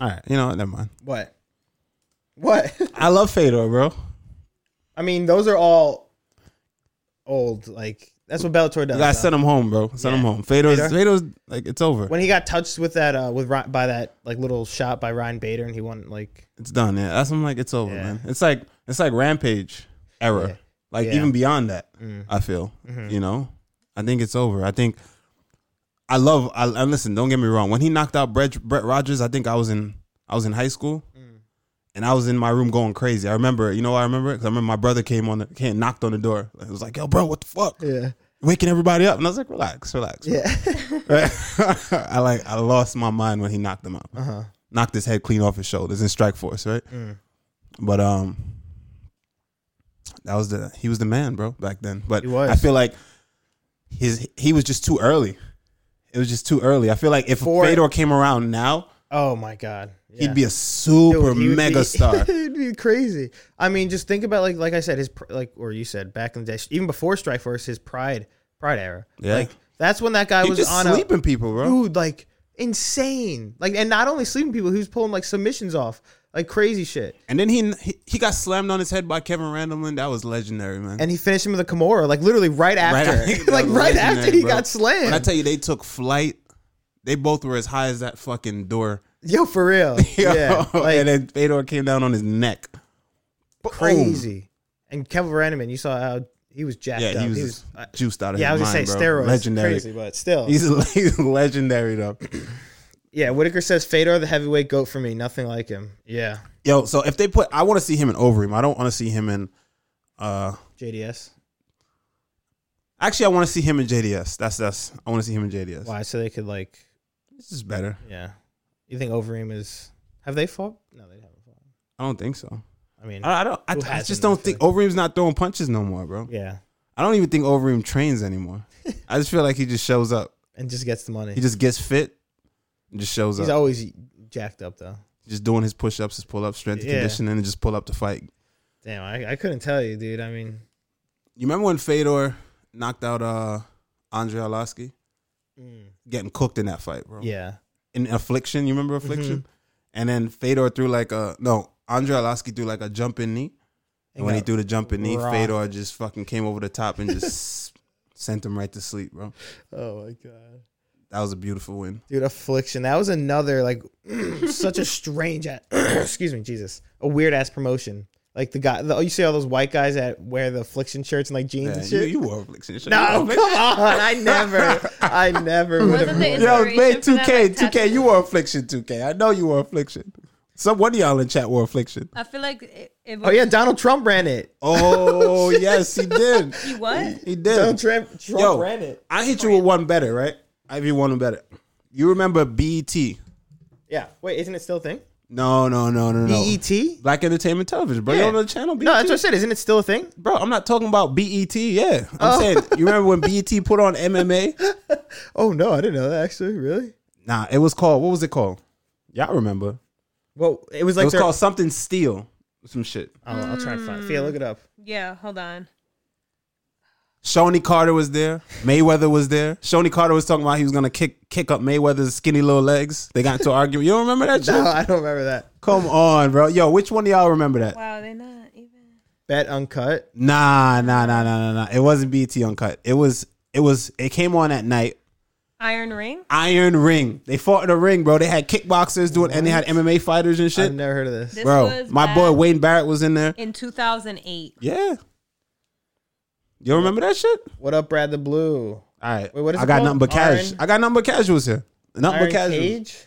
B: right, you know what? Never mind.
A: What? What?
B: I love Fedor, bro.
A: I mean, those are all old. Like that's what Bellator does. though.
B: I send him home, bro. Send him
A: Yeah.
B: home. Fedor's
A: Fedor?
B: Fedor's like it's over.
A: when he got touched with that uh, with Ry- by that like little shot by Ryan Bader, and he won like
B: It's done. Yeah, that's I'm like it's over,
A: Yeah.
B: man. It's like it's like Rampage era.
A: Yeah.
B: Like
A: Yeah. Mm. Mm-hmm.
B: even beyond that, I feel. You know, I think it's over. I think I love. I and listen. Don't get me wrong. When he knocked out Brett, Brett Rogers, I think I was in I was in high school,
A: Mm.
B: and I was in my room going crazy. I remember. You know, why I remember because I remember my brother came on, the, came knocked on the door. It was like, yo, bro, what the fuck?
A: yeah
B: Waking everybody up, and I was like, relax, relax.
A: yeah
B: I like I lost my mind when he knocked him out.
A: Uh-huh.
B: Knocked his head clean off his shoulders in Strike Force, right?
A: Mm.
B: But um, that was the he was the man, bro, back then. But
A: He was.
B: I feel like his he was just too early. It was just too early. I feel like if
A: For-
B: Fedor came around now,
A: oh my god
B: he'd be a super mega star.
A: It'd be crazy. I mean, just think about like like I said his pr- like or you said back in the day, even before Strike Force, his Pride Pride era.
B: Yeah.
A: like that's when that guy
B: He was
A: was
B: just
A: on
B: sleeping people,
A: a
B: bro.
A: dude like insane. Like and not only sleeping people, he was pulling like submissions off like crazy shit.
B: And then he, he he got slammed on his head by Kevin Randleman. That was legendary, man.
A: And he finished him with a Kimura, like literally right after,
B: that
A: like
B: was
A: right
B: legendary,
A: after he
B: bro.
A: got
B: When I
A: slammed.
B: tell you they took flight, they both were as high as that fucking door.
A: Yo, for real. Yeah, like
B: and then Fedor came down on his neck. Boom.
A: crazy. And Kevin Reneman, you saw how he was jacked
B: Yeah,
A: up.
B: he was,
A: I-
B: juiced out of
A: yeah, I was
B: his
A: gonna say
B: mind, bro.
A: steroids,
B: Legendary.
A: crazy, but still,
B: He's, he's legendary though.
A: Yeah, Whitaker says Fedor the heavyweight goat for me. Nothing like him. Yeah,
B: Yo, so if they put, I want to see him in Overeem. I don't want to see him in. uh
A: JDS.
B: Actually, I want to see him in JDS. That's that's. I want to see him in JDS.
A: Why? So they could like,
B: This is better.
A: yeah. You think Overeem is? Have they fought? No, they haven't fought.
B: I don't think so.
A: I mean,
B: I, I don't. I,
A: Who
B: I
A: hasn't,
B: just don't
A: I
B: think
A: feel
B: Overeem's not throwing punches no more, bro.
A: yeah,
B: I don't even think Overeem trains anymore. I just feel like he just shows up.
A: and just gets the money.
B: He just gets fit and just shows
A: He's
B: up.
A: always jacked up though.
B: just doing his push ups, his pull ups, strength and
A: Yeah.
B: conditioning, and just pull up to fight.
A: Damn, I, I couldn't tell you, dude. I mean,
B: You remember when Fedor knocked out uh Andre Arlovsky?
A: mm,
B: Getting cooked in that fight, bro.
A: yeah, Mm-hmm.
B: In Affliction, you remember Affliction? And then Fedor threw like a no, Andre Arlovsky threw like a jumping knee. And when he
A: got
B: threw the jumping knee,
A: rocked.
B: Fedor just fucking came over the top and just sent him right to sleep, bro.
A: Oh my god,
B: That was a beautiful win.
A: dude, affliction. That was another like such a strange. At- excuse me, Jesus, a weird ass promotion. Like the guy, the, you see all those white guys that wear the affliction shirts and like jeans
B: Yeah,
A: and
B: you,
A: shit.
B: you were Affliction. Shut
A: No,
B: up.
A: come on. I never, I never would have.
C: Wasn't the
B: Yo,
C: inspiration
B: made
C: for
B: two
C: that,
B: K,
C: like,
B: two K.
C: tattoo?
B: You were affliction, two K. I know you were affliction. Some one of y'all in chat were affliction.
C: I feel like it, it was,
A: Oh yeah, Donald Trump ran it.
B: Oh yes, he did.
C: what?
B: He
A: Donald
B: did.
A: Trump, Trump
B: Yo,
A: ran it.
B: I hit you with one better, right? I hit you one better. You remember BET?
A: Yeah. Wait, isn't it still a thing? E
B: No, no, no, no, no.
A: BET? No,
B: Black Entertainment Television, bro. You
A: Yeah.
B: don't know the channel BET?
A: that's what I said. Isn't it still a thing?
B: bro, I'm not talking about BET. Yeah, I'm
C: Oh.
B: saying you remember when BET put on MMA?
A: Oh no, I didn't know that actually. Really?
B: Nah, it was called. What was it called? Y'all remember?
A: Well, it was like
B: It was
A: their-
B: called something Steel, some shit.
A: I'll, I'll try and find. Fia, look it up.
C: Yeah, hold on.
B: Shoney Carter was there. Mayweather was there. Shoney Carter was talking about he was gonna kick kick up Mayweather's skinny little legs. They got into an argument. You don't remember that?
A: No,
B: shit?
A: I don't remember that.
B: Come on, bro. Yo, which one of y'all remember that?
C: Wow, they're not even.
A: Bet uncut.
B: Nah, nah, nah, nah, nah, nah. It wasn't BT Uncut. It was it was it came on at night.
C: Iron Ring.
B: Iron Ring. They fought in a ring, bro. They had kickboxers doing, and they had MMA fighters and
A: I've
B: shit.
A: never heard of this.
C: This
B: Bro,
C: was
B: my
C: back
B: boy Wayne Barrett was in there.
C: in 2008.
B: Yeah. You don't remember that shit?
A: What up, Brad the Blue?
B: All right.
A: Wait, what is
B: I
A: it
B: got
A: called?
B: nothing but cash.
A: Iron-
B: I got nothing but casuals here. Nothing
A: Iron
B: but casuals.
A: Cage?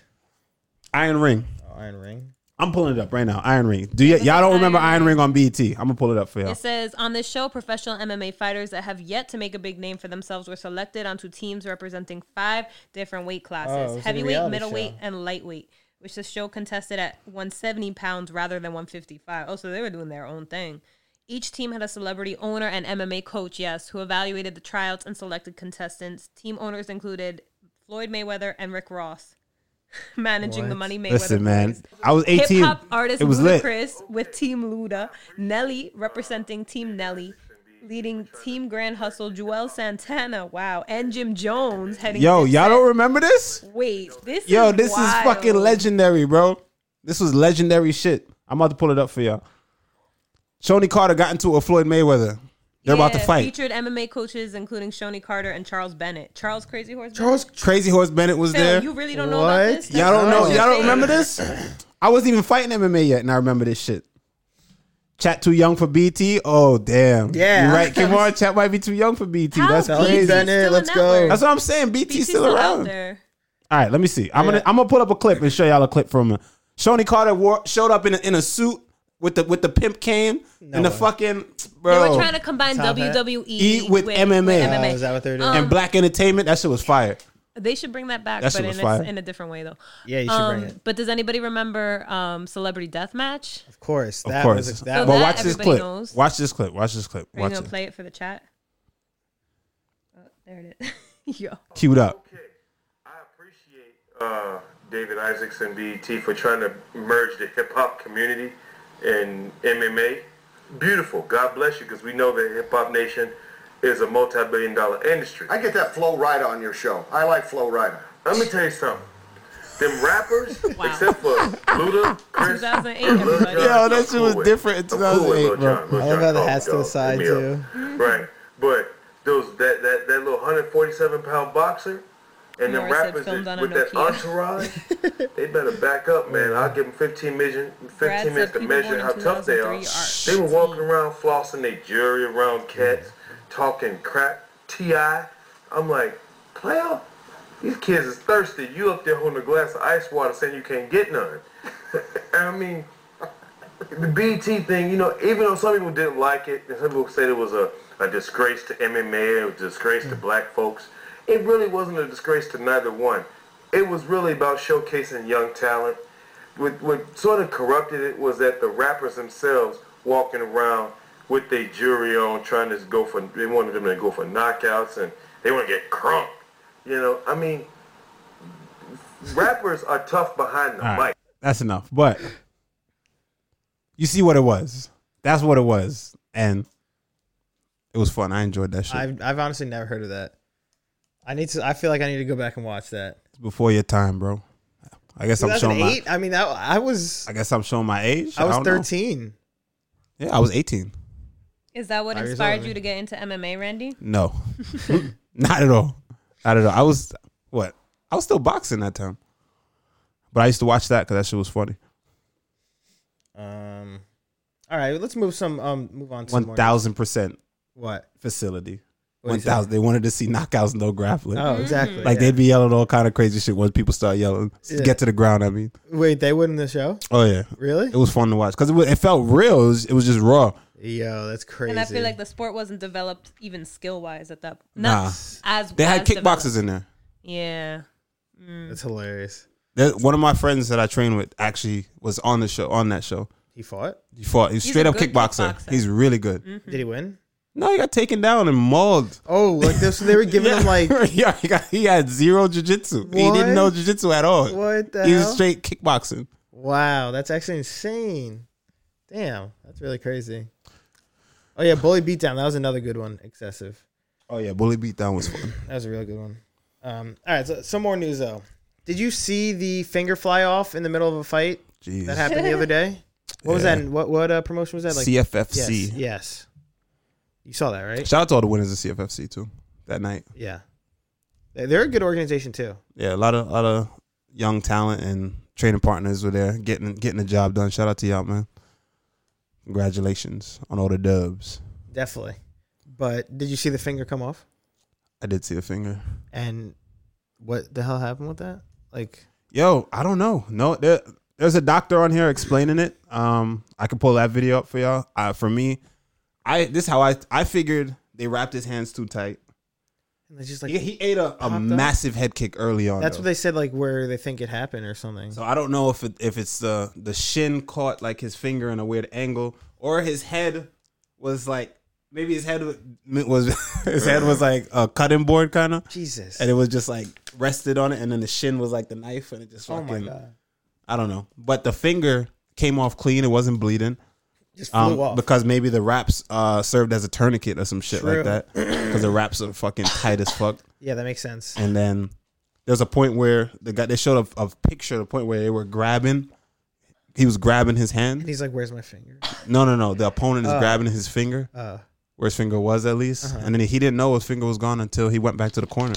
B: Iron Ring.
A: Oh, Iron Ring.
B: I'm pulling it up right now. Iron Ring. Do y- y'all don't
C: Iron
B: remember Iron
C: Ring.
B: Ring on BET? I'm gonna pull it up for y'all.
C: It says on this show, professional MMA fighters that have yet to make a big name for themselves were selected onto teams representing five different weight
A: Oh, it was
C: classes:
A: like a
C: heavyweight,
A: reality
C: middleweight,
A: show.
C: and lightweight. Which the show contested at 170 pounds rather than 155. Oh, so they were doing their own thing. Each team had a celebrity owner and MMA coach, yes, who evaluated the tryouts and selected contestants. Team owners included Floyd Mayweather and Rick Ross, managing the Money Mayweather.
B: Listen, man.
C: boys.
B: I was 18.
C: Hip hop artist
B: it was lit.
C: Ludacris with Team Luda, Nelly representing Team Nelly, leading Team Grand Hustle, Joel Santana, wow, and Jim Jones heading.
B: Yo,
C: Dipset.
B: y'all don't remember this?
C: Wait, this
B: Yo,
C: is
B: this
C: wild.
B: is fucking legendary, bro. This was legendary shit. I'm about to pull it up for y'all. Shoni Carter got into it with Floyd Mayweather. They're about to
C: Yeah,
B: fight.
C: Featured MMA coaches including Shoni Carter and Charles Bennett. Charles Crazy Horse.
B: Charles Crazy Horse Bennett was
C: Bennett?
B: there.
C: Phil, you really don't know about
A: What?
C: this?
B: Y'all don't know.
A: Oh.
B: Y'all don't remember this? I wasn't even fighting MMA yet, and I remember this shit. Chat too young for BT. Oh damn.
A: Yeah.
B: You're right, Kimar. Chat might be too young for BT. That's
A: BT?
B: crazy.
A: Bennett, let's go.
B: That's what I'm saying. BT's,
C: He's
B: still, around.
C: out there.
B: All right, let me see. I'm gonna I'm gonna pull up a clip and show y'all a clip from him. Shoni Carter wore, showed up in a, in a suit with the with the pimp cane and the fucking
C: They
B: bro
C: were trying to combine E
A: Top hat.
C: WWE
B: Eat with MMA.
A: Oh,
C: MMA.
A: is that what they're doing?
B: and black entertainment. That shit was fire.
C: They should bring that back,
B: That
C: but
B: shit
C: in
B: was
C: a,
B: fire.
C: in a different way though.
A: yeah, you should
C: Um,
A: bring it.
C: But does anybody remember um, Celebrity Deathmatch?
A: Of course. That
B: of course.
A: was that
C: So
B: but
A: was
C: that
B: watch this
C: everybody
B: clip.
C: knows.
B: Watch this clip. Watch this clip.
C: Are you
B: Watch
C: gonna
B: it.
C: play it for the chat? Oh, there it is. Yo,
B: Queued up.
D: Okay. I appreciate uh, David Isaacs and BET for trying to merge the hip hop community and MMA. Beautiful. God bless you because we know that Hip Hop Nation is a multi billion dollar industry.
E: I get that Flow Rider on your show. I like Flow Rider.
D: Let me tell you something. Them rappers,
C: Wow.
D: except for Luda, Chris,
C: 2008,
D: and Lil
C: everybody.
D: Jon,
B: Yo, that
D: I'm
B: shit was
D: cool with-
B: different in
D: I'm cool with Lil
B: 2008, bro.
D: Jon. Lil
A: I love
D: Jon
A: how the
D: Paul,
A: hat's to the
D: dog. Hit
A: side,
D: me up.
A: too.
D: Mm-hmm. Right, but those that that that little 147 pound boxer. And the
C: Morris had
D: rappers
C: filmed
D: that-
C: on a
D: with that
C: Nokia.
D: entourage, they better back up, man. I'll give them 15 million, 15
C: said
D: minutes to
C: people born
D: measure
C: in
D: how tough they are.
C: 2003
D: They
C: are
D: were walking around flossing their jewelry around cats, talking crap. Ti, I'm like, player, these kids is thirsty. You up there holding a glass of ice water saying you can't get none. I mean, the BT thing, you know, even though some people didn't like it, and some people said it was a, a disgrace to MMA, it was a disgrace
B: Mm.
D: to black folks, it really wasn't a disgrace to neither one. It was really about showcasing young talent. What, what sort of corrupted it was that the rappers themselves walking around with their jewelry on, trying to go for, they wanted them to go for knockouts, and they want to get crunk. You know, I mean, rappers are tough behind the
B: All
D: mic.
B: right, that's enough. But you see what it was. That's what it was, and it was fun. I enjoyed that shit.
A: I've I've honestly never heard of that. I need to I feel like I need to go back and watch that.
B: It's before your time, bro. I guess I'm showing my.
A: 2008? I mean that I was
B: I guess I'm showing my age.
A: I was
B: don't know.
A: 13.
B: Yeah, I was 18.
C: is that what
A: Five years
C: inspired
A: old,
C: you to get into MMA, Randy?
B: No, not at all. Not at all. I was what? I was still boxing that time, but I used to watch that because that shit was funny.
A: Um All right, let's move some um move on to some
B: One
A: more.
B: thousand percent
A: What?
B: facility.
A: What'd
B: One
A: you say?
B: thousand. They wanted to see knockouts, no grappling.
A: Oh, exactly.
B: Like
A: yeah.
B: they'd be yelling all kind of crazy shit once people start yelling.
A: Yeah.
B: Get to the ground. I mean,
A: Wait, they win the show?
B: oh yeah,
A: Really?
B: it was fun to watch because it, wa- it felt real. It was, it was just raw.
A: Yo, that's crazy.
C: And I feel like the sport wasn't developed even skill wise at that.
B: Nah.
C: Not as
B: They had
C: as developed.
B: kickboxers in there.
C: Yeah.
A: that's hilarious.
B: There- One of my friends that I trained with actually was on the show on that show.
A: He fought?
B: He fought. He's,
C: He's
B: straight
C: a
B: up
C: good
B: kickboxer.
C: kickboxer. Mm.
B: He's really good.
C: Mm-hmm.
A: Did he win?
B: No, he got taken down and mauled.
A: Oh, like this they were giving him like
B: yeah, he, got, he had zero jujitsu. He
A: What?
B: didn't know jujitsu at all.
A: What the
B: he
A: hell?
B: was straight kickboxing.
A: Wow, that's actually insane. Damn, that's really crazy. Oh yeah, bully beatdown. That was another good one. Excessive.
B: Oh yeah, bully beatdown was fun.
A: That was a really good one. Um, all right, so some more news though. Did you see the finger fly off in the middle of a fight
B: Jeez.
A: that happened the other day? What was
B: Yeah.
A: that? What what uh, promotion was that? yes,
B: CFFC.
A: yes. You saw that, right?
B: Shout out to all the winners of CFFC too that night.
A: Yeah. They- They're a good organization too.
B: Yeah, a lot of lot of young talent and training partners were there getting getting the job done. Shout out to y'all, man. Congratulations on all the dubs.
A: Definitely. But did you see the finger come off?
B: I did see a finger.
A: And what the hell happened with that? Like,
B: Yo, I don't know. No, there, there's a doctor on here explaining it. Um, I could pull that video up for y'all. Uh, for me, I this how I I figured they wrapped his hands too tight.
A: and they just like
B: He, he ate a, a
A: up?
B: massive head kick early on.
A: that's
B: though.
A: what they said. Like where they think it happened or something.
B: So I don't know if it, if it's the the shin caught like his finger in a weird angle, or his head was like maybe his head wa- was his head was like a cutting board kind of,
A: Jesus.
B: and it was just like rested on it, and then the shin was like the knife, and it just
A: oh
B: fucking
A: my god.
B: I don't know, but the finger came off clean; it wasn't bleeding
A: Just flew
B: um,
A: off.
B: because maybe the wraps uh, served as a tourniquet or some shit
A: True.
B: like that because the wraps are fucking tight as fuck.
A: yeah, that makes sense.
B: And then there's a point where the guy they showed a, a picture, the point where they were grabbing. He was grabbing his
A: And
B: hand.
A: he's like, "Where's my finger?"
B: No, no, no. The opponent is
A: Oh.
B: grabbing his finger,
A: Uh, Uh-huh.
B: where his finger was at least, and then he didn't know his finger was gone until he went back to the corner.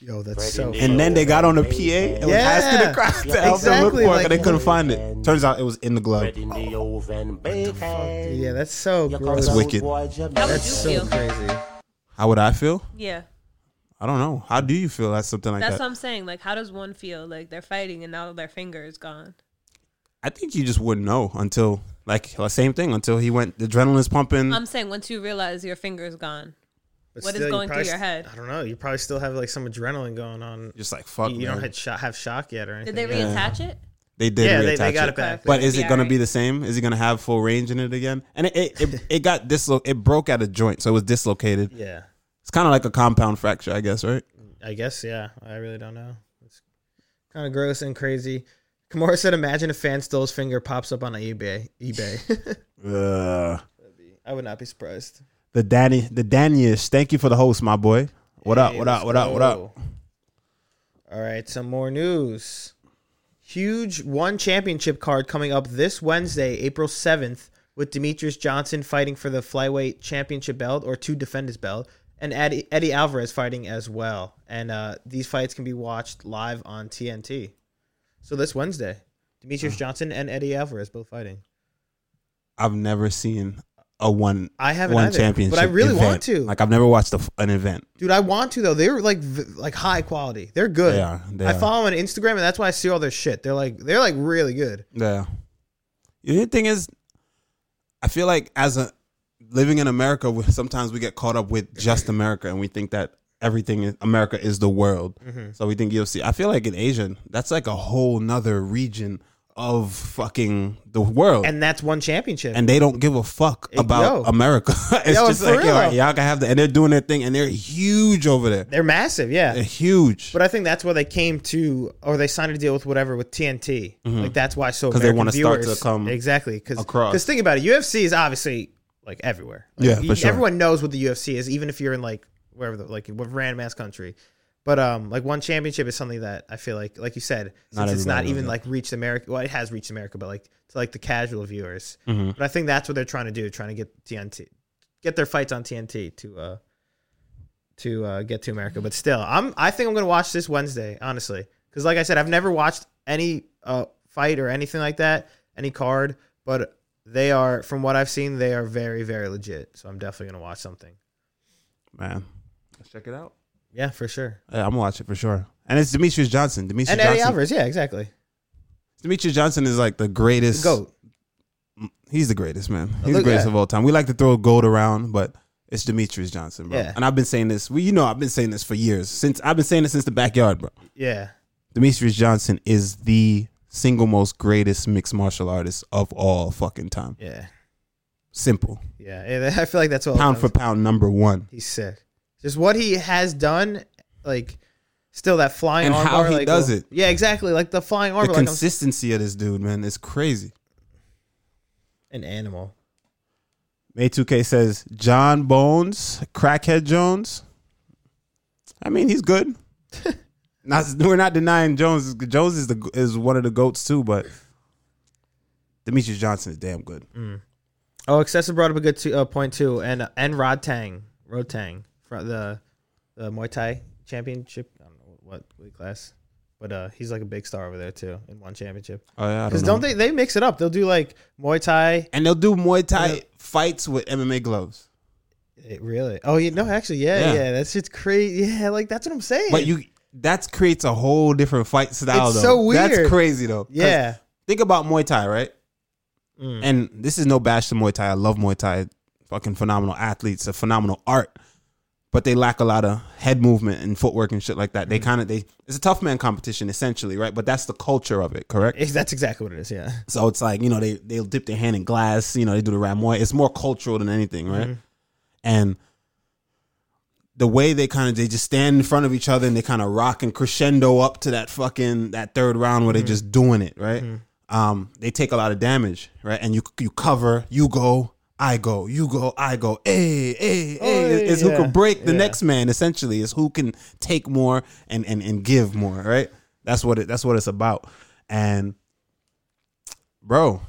A: yo, that's so.
F: Brady
A: fu-
B: And then they got on the PA and was
A: Yeah.
B: asking the crowd to help them look for
A: Exactly,
B: it,
A: like-
B: but they couldn't find it. Turns out it was in the glove.
F: Bread in the oven, bacon.
A: Yeah, that's so
F: Here
A: gross.
F: comes
B: That's
F: old
B: wicked.
F: boy Jimmy.
C: How would
A: That's
C: you
A: so
C: feel?
A: crazy.
B: How would I feel?
C: Yeah.
B: I don't know. How do you feel at something like
C: That's
B: that?
C: what I'm saying. Like, how does one feel? Like they're fighting and now their finger is gone.
B: I think you just wouldn't know until, like, the same thing. Until he went, the adrenaline's pumping.
C: I'm saying once you realize your finger is gone.
A: But
C: What is
A: you
C: going through
A: probably
C: your
A: st-
C: head?
A: I don't know. You probably still have like some adrenaline going on.
B: just like fuck.
A: you don't
B: man.
A: have shock, have shock yet or anything.
C: Did they reattach it?
B: They did.
A: yeah, they,
B: reattach
A: they got
B: it.
A: it back.
B: But
C: It'd
B: is
C: be
B: it going to
C: alright.
B: be the same? Is it going to have full range in it again? And it it, it, it got dislo- It broke at a joint, so it was dislocated.
A: yeah,
B: It's kind of like a compound fracture, I guess, right?
A: I guess. Yeah, I really don't know. It's kind of gross and crazy. Kimura said, "Imagine if fan stole his finger pops up on eBay. eBay.
B: Uh,
A: I would not be surprised."
B: the Danny, the Danish. Thank you for the host, my boy. What up?
A: Hey,
B: What
A: let's
B: up? What up? What up?
A: go. All right, some more news. Huge one championship card coming up this Wednesday, April 7th, with Demetrius Johnson fighting for the flyweight championship belt or to defend his belt, and Eddie, Eddie Alvarez fighting as well. And uh, these fights can be watched live on TNT. So this Wednesday, Demetrius Johnson and Eddie Alvarez both fighting.
B: I've never seen a one.
A: I haven't
B: one
A: either,
B: championship,
A: but I really
B: event.
A: want to.
B: Like I've never watched a f an event.
A: Dude, I want to though. They're like v- like high quality. They're good.
B: They are, they
A: I
B: are.
A: follow them on Instagram, and that's why I see all their shit. They're like they're like really good.
B: Yeah. The other thing is, I feel like as a living in America, we- sometimes we get caught up with just America, and we think that everything in America is the world.
A: Mm-hmm.
B: So we think UFC. I feel like in Asia, that's like a whole nother region of fucking the world. And-
A: and that's one championship.
B: they don't give a fuck about
A: yo.
B: America. it's
A: Yo,
B: just
A: for
B: like,
A: real.
B: all right, y'all can have that. And they're doing their thing, and they're huge over there.
A: they're massive,
B: They're
A: yeah.
B: huge.
A: But I think that's why they came to, or they signed a deal with whatever with TNT. Like that's why so
B: Mm-hmm. 'Cause they
A: American
B: wanna start
A: viewers-
B: to come
A: exactly because
B: across.
A: Because think about it, UFC is obviously like everywhere. Like,
B: Yeah,
A: you-
B: for sure.
A: Everyone knows what the UFC is, even if you're in like wherever, the, like what random ass country. But um, like one championship is something that I feel like, like you said,
B: Not
A: since it's
B: everybody
A: not
B: knows
A: even
B: it.
A: like reached America. Well, it has reached America, but like to like the casual viewers. But I think that's what they're trying to do, trying to get TNT, get their fights on TNT to uh to uh, get to America. But still, I'm I think I'm gonna watch this Wednesday, honestly, because like I said, I've never watched any uh, fight or anything like that, any card. But they are, from what I've seen, they are very very legit. So I'm definitely gonna watch something.
B: Man, let's check it out.
A: Yeah, for sure.
B: Yeah, I'm gonna watch it for sure. And it's Demetrius Johnson. Demetrius
A: And Eddie
B: Johnson.
A: Alvarez, yeah, exactly.
B: Demetrius Johnson is like the greatest.
A: Goat.
B: He's the greatest man. He's the
A: Look,
B: greatest
A: yeah.
B: of all time. We like to throw gold around, but it's Demetrius Johnson, bro.
A: Yeah.
B: And I've been saying this. Well, you know, I've been saying this for years. Since I've been saying this since the backyard, bro.
A: Yeah,
B: Demetrius Johnson is the single most greatest mixed martial artist of all fucking time.
A: yeah,
B: Simple.
A: yeah. And I feel like that's all. it
B: Pound
A: comes
B: for pound, number one.
A: He's sick. Just what he has done, like still that flying
B: And
A: arm
B: how
A: bar,
B: he
A: like,
B: does it.
A: Yeah, exactly. Like the flying arm
B: The
A: bar, like I'm
B: consistency of this dude, man, is crazy.
A: an animal.
B: May 2K says John Bones, Crackhead Jones. I mean, he's good. not, we're not denying Jones. Jones is the is one of the goats too, but Demetrius Johnson is damn good.
A: Oh, excessive brought up a uh, good two, uh, point too, and and Rod Tang, Rod Tang, fro- the the Muay Thai championship. I don't know what weight class, but uh, he's like a big star over there too in one championship.
B: Oh yeah, I
A: Because don't, they they mix it up? They'll do like Muay Thai.
B: And they'll do Muay Thai
A: Yeah.
B: fights with MMA gloves.
A: It really? Oh, you know, actually, yeah, yeah,
B: Yeah.
A: That shit's crazy. Yeah, like that's what I'm saying.
B: But you that creates a whole different fight style.
A: It's
B: though.
A: so weird.
B: That's crazy though. 'Cause
A: yeah,
B: Think about Muay Thai, right? And this is no bash to Muay Thai. I love Muay Thai. Fucking phenomenal athletes, a phenomenal art. But they lack a lot of head movement and footwork and shit like that. They kind of they it's a tough man competition essentially, right? But that's the culture of it, correct?
A: Eh, that's exactly what it is. Yeah,
B: So it's like, you know, they they'll dip their hand in glass, you know, they do the ramoy. It's more cultural than anything, right? And the way they kind of they just stand in front of each other and they kind of rock and crescendo up to that fucking that third round where
A: Mm-hmm.
B: they just doing it, right? Um, they take a lot of damage, right? And you you cover, you go, I go, you go, I go, hey, hey, hey.
A: Oy,
B: It's who
A: Oh, yeah,
B: can break the
A: yeah.
B: next man essentially. It's who can take more and and and give more, right? That's what it that's what it's about. And bro,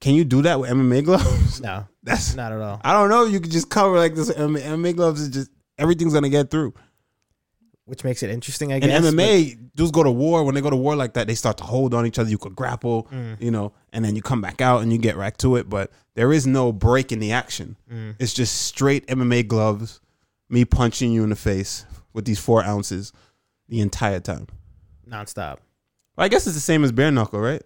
B: can you do that with MMA gloves?
A: no,
B: That's
A: not at all.
B: I don't know. You could just cover like this. MMA, MMA gloves is just everything's gonna get through.
A: Which makes it interesting, I
B: In
A: guess. but-
B: MMA, dudes go to war. When they go to war like that, they start to hold on each other. You could grapple, you know, and then you come back out and you get right to it. But there is no break in the action. It's just straight MMA gloves, me punching you in the face with these four ounces the entire time.
A: nonstop.
B: Well, I guess it's the same as bare knuckle, right?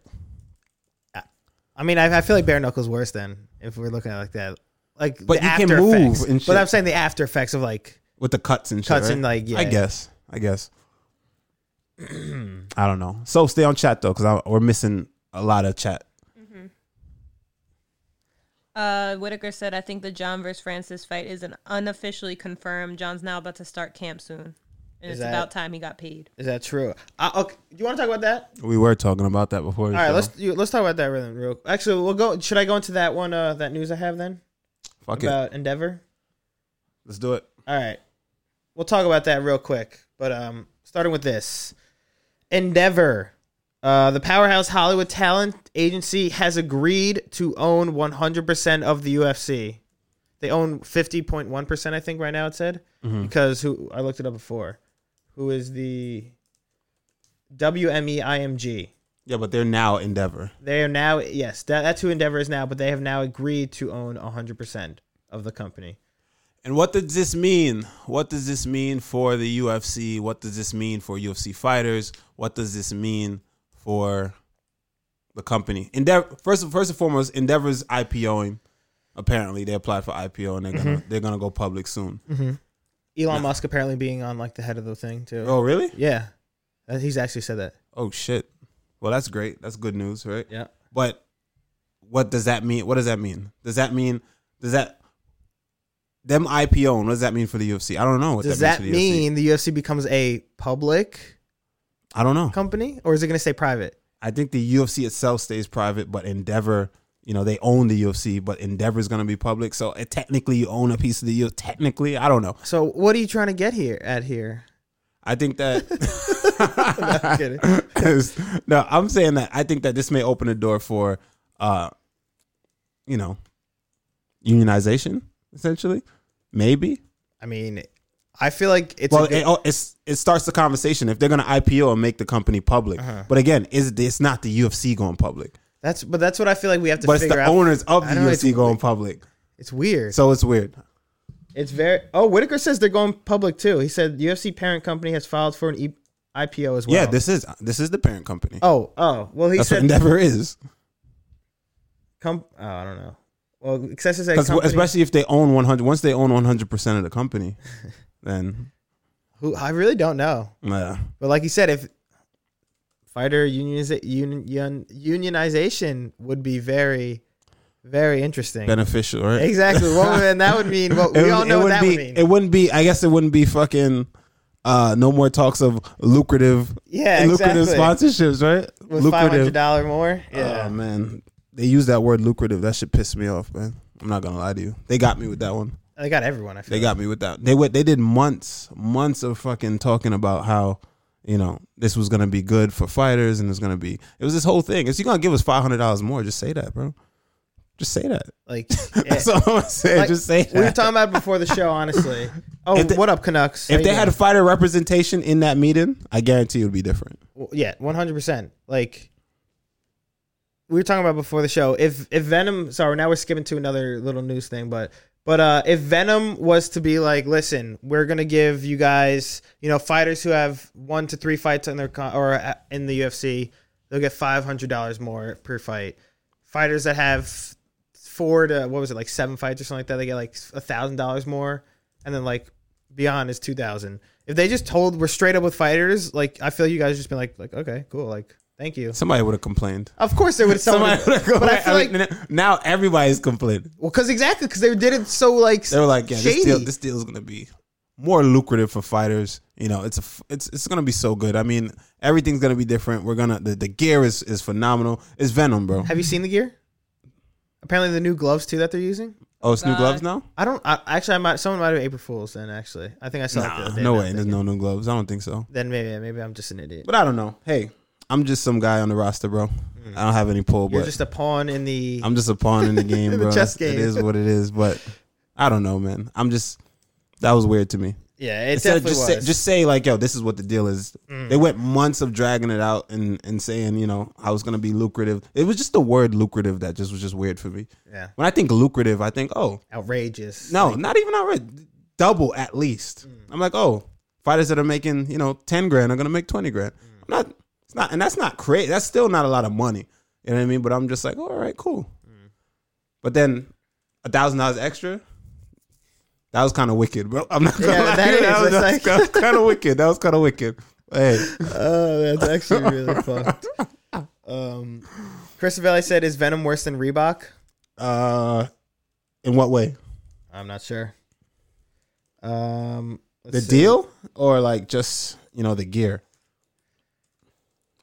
A: I mean, I, I feel like bare knuckles worse than if we're looking at it like that. Like,
B: But
A: the
B: you can
A: after
B: move
A: effects.
B: and
A: But
B: shit.
A: I'm saying the after effects of like
B: with the cuts and shit,
A: Cuts
B: right?
A: and, like, yeah.
B: I guess, I guess. I don't know. So stay on chat though, because we're missing a lot of chat.
C: Uh, Whitaker said, "I think the John versus Francis fight is an unofficially confirmed. John's now about to start camp soon,
A: Is
C: and it's
A: that-
C: about time he got paid."
A: Is that true? Uh, okay, you want to talk about that?
B: We were talking about that before.
A: All right, let's you, let's talk about that rhythm real. Actually, we'll go. Should I go into that one? Uh, that news I have then
B: fuck it.
A: about Endeavor.
B: Let's do it.
A: All right, we'll talk about that real quick. But um, starting with this, Endeavor, uh, the powerhouse Hollywood talent agency has agreed to own 100% of the UFC. They own 50.1%, I think, right now. It said because who I looked it up before. Who is the E WME IMG?
B: Yeah, but they're now Endeavor.
A: They are now yes, that, that's who Endeavor is now, but they have now agreed to own 100% of the company.
B: And what does this mean? What does this mean for the UFC? What does this mean for UFC fighters? What does this mean for the company? Endeavor first first and foremost, Endeavor's IPOing. Apparently, they applied for IPO and they're gonna
A: Mm-hmm.
B: they're gonna go public soon.
A: Elon Musk apparently being on like the head of the thing too.
B: Oh, really?
A: Yeah. Uh, He's actually said that.
B: Oh shit. Well, that's great. That's good news, right?
A: Yeah.
B: But what does that mean? What does that mean? Does that mean does that them IPO? What does that mean for the UFC? I don't know. What
A: Does that,
B: means for the UFC.
A: mean the UFC becomes a public
B: I don't know.
A: company or is it going to stay private?
B: I think the UFC itself stays private, but Endeavor, you know, they own the UFC, but Endeavor is going to be public. So it, technically, you own a piece of the UFC. Technically, I don't know.
A: So what are you trying to get here at here?
B: I think that.
A: I'm kidding.
B: no, I'm saying that I think that this may open the door for, uh, you know, unionization essentially. Maybe.
A: I mean, I feel like it's
B: well,
A: a good-
B: it, oh, it's it starts the conversation if they're going to IPO and make the company public.
A: Uh-huh.
B: But again, is it's not the UFC going public,
A: that's but that's what I feel like we have to
B: but it's
A: figure
B: the
A: out.
B: owners of
A: I
B: the
A: know, it's
B: UFC going public.
A: It's weird.
B: So it's weird.
A: It's very. Oh, Whitaker says they're going public too. He said UFC parent company has filed for an e- IPO as well.
B: Yeah, this is this is the parent company.
A: Oh, oh. Well, he
B: That's what
A: said.
B: Endeavor is,
A: com- oh, I don't know. Well, excessive said
B: 'Cause
A: company.
B: especially if they own one hundred. Once they own one hundred percent of the company, then
A: who I really don't know.
B: yeah,
A: But like you said, if fighter unioniza- union, unionization would be very, very interesting.
B: beneficial, right?
A: exactly. What would, and that would mean. What, we
B: It-
A: all
B: it
A: know what that
B: be,
A: would mean.
B: It wouldn't be. I guess it wouldn't be fucking. Uh, no more talks of lucrative,
A: Yeah,
B: lucrative
A: exactly.
B: sponsorships, right?
A: With five hundred dollar more.
B: Oh
A: Yeah.
B: man, they use that word lucrative. That shit pissed me off, man. I'm not gonna lie to you. They got me with that one.
A: they got everyone. I feel.
B: They got me with that. They went. They did months, months of fucking talking about how you know this was gonna be good for fighters and it's gonna be. It was this whole thing. If you're gonna give us five hundred dollars more, just say that, bro. Just say that.
A: Like,
B: That's all I'm saying.
A: Like,
B: Just say
A: we were
B: that.
A: talking about it before the show, honestly. Oh,
B: If they-
A: what up, Canucks? How
B: if
A: you
B: they had
A: doing?
B: fighter representation in that meeting, I guarantee it would be different.
A: Well, yeah, one hundred percent. Like we were talking about before the show, if if Venom, sorry, now we're skipping to another little news thing, but but uh, if Venom was to be like, listen, we're gonna give you guys, you know, fighters who have one to three fights in their con- or uh, in the UFC, they'll get five hundred dollars more per fight. Fighters that have four to what was it like seven fights or something like that, they get like a thousand dollars more, and then like beyond is 2000 if they just told we're straight up with fighters like i feel you guys just been like like okay cool like thank you
B: Somebody would have complained.
A: of course they would someone
B: Somebody would have
A: but i feel like well
B: like now everybody's complaining.
A: because exactly because they did it so like
B: They were like, yeah,
A: shady.
B: this deal, this deal is gonna be more lucrative for fighters. You know, it's a, f- it's, it's gonna be so good. I mean, everything's gonna be different. We're gonna, the, the gear is is phenomenal. It's Venom, bro.
A: have you seen the gear apparently the new gloves too that they're using
B: Oh, it's new
C: God.
B: gloves now.
A: i don't I, actually i might someone might have april fools then actually i think i saw it the
B: Nah,
A: other day,
B: no
A: now
B: way.
A: I'm
B: There's
A: thinking.
B: no new gloves. I don't think so.
A: then maybe maybe i'm just an idiot
B: But I don't know. Hey, I'm just some guy on the roster, bro. I don't have any pull,
A: Hmm. you're
B: but
A: just a pawn in the
B: I'm just a pawn in the game,
A: In the
B: bro.
A: chess
B: It
A: game.
B: is what it is. But I don't know, man. I'm just that was weird to me.
A: yeah it
B: Instead of
A: definitely
B: just
A: was. Mm.
B: say, just say like, yo, this is what the deal is. They went months of dragging it out and and saying, you know, how it's gonna be lucrative. It was just the word lucrative that just was just weird for me.
A: yeah
B: When I think lucrative, I think, oh,
A: outrageous
B: no, not even outright. Double at least.
A: Mm.
B: I'm like, oh, fighters that are making you know ten grand are gonna make twenty grand.
A: Mm.
B: I'm not. It's not, and that's not crazy. That's still not a lot of money. You know what I mean? But I'm just like, all right, cool.
A: Mm.
B: But then a thousand dollars extra. That was kind of wicked, bro. I'm not gonna
A: Yeah,
B: lie.
A: that is,
B: That was,
A: it's like-
B: kind of wicked. That was kind of wicked. Hey,
A: Oh, that's actually really fucked. Um, Chris Valley said, "Is Venom worse than Reebok?"
B: uh, in what way?
A: I'm not sure. Um, let's
B: The
A: see.
B: deal or like just you know the gear?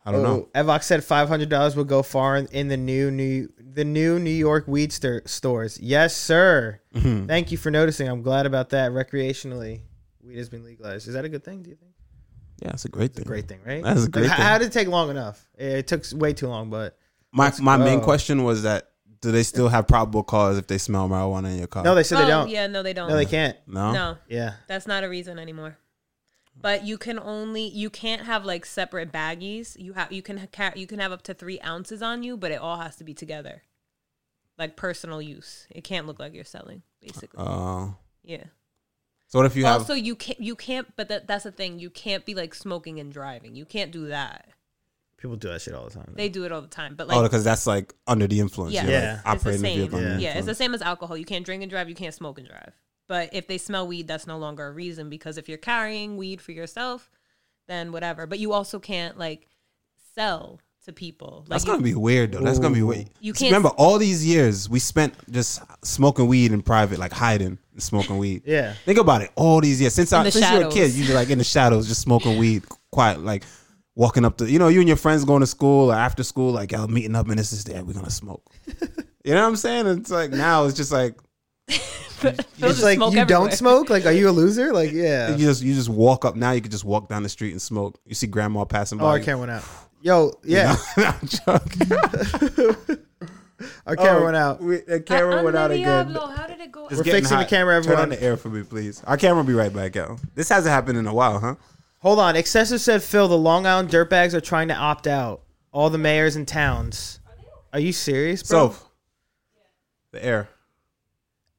B: I don't know.
A: Oh, Evox said five hundred dollars will go far in, in the new new the new New York weed ster- stores. Yes, sir.
B: Mm-hmm.
A: Thank you for noticing. I'm glad about that. Recreationally, weed has been legalized. Is that a good thing? Do you think?
B: Yeah, it's a great thing.
A: Great thing, right?
B: That is a
A: Like,
B: great
A: h-
B: thing.
A: How did it take long enough? It took s- way too long, but
B: My my main
A: go.
B: question was that do they still have probable cause if they smell marijuana in your car?
A: no, they said
C: oh,
A: they don't.
C: yeah, no, they don't.
A: No, they can't.
B: no.
C: No,
A: Yeah.
C: that's not a reason anymore. But you can only you can't have like separate baggies. You have you can ha- ca- you can have up to three ounces on you, but it all has to be together, like personal use. It can't look like you're selling, basically.
B: Uh,
C: yeah.
B: so what if you have?
C: also, you can't you can't. But that, that's the thing. You can't be like smoking and driving. You can't do that.
A: People do that shit all the time.
C: They do it all the time. But like
B: oh, because that's like under the influence.
C: Yeah.
B: You're, like,
A: Yeah. It's the
C: it's the
B: operating the
C: same.
B: vehicle under
C: Yeah.
B: the
C: it's the
B: influence.
C: same as alcohol. You can't drink and drive. You can't smoke and drive. But if they smell weed, that's no longer a reason because if you're carrying weed for yourself, then whatever. But you also can't like sell to people. Like
B: That's
C: you-
B: gonna be weird though. That's gonna be weird.
C: You
B: You
C: can't-
B: can't remember all these years we spent just smoking weed in private, like hiding and smoking weed.
A: Yeah.
B: Think about it. All these years since I
C: the
B: since you were a kid,
C: shadows.
B: you were like in the shadows, just smoking weed, quiet, like walking up to you know you and your friends going to school or after school, like y'all meeting up and this is there. We're gonna smoke. you know what I'm saying? It's like now it's just like
C: They'll
A: it's
C: just
A: like
C: smoke
A: you
C: everywhere.
A: don't smoke. Like, are you a loser? Like, yeah.
B: you just you just walk up now. You can just walk down the street and smoke. You see grandma passing by.
A: Oh, our camera went out. Yo, yeah,
B: I'm joking.
A: our camera went out.
B: Oh, We, the
C: Uh,
B: camera went out again.
C: Diablo, How did it go?
B: It's
A: We're
B: getting
A: fixing the camera, everyone.
B: Turn on the air for me, please. Our camera will be right back out. This hasn't happened in a while, huh?
A: Hold on. Excessive said, Phil, the Long Island dirtbags are trying to opt out. All the mayors and towns. Are you serious, bro?
B: So, the air.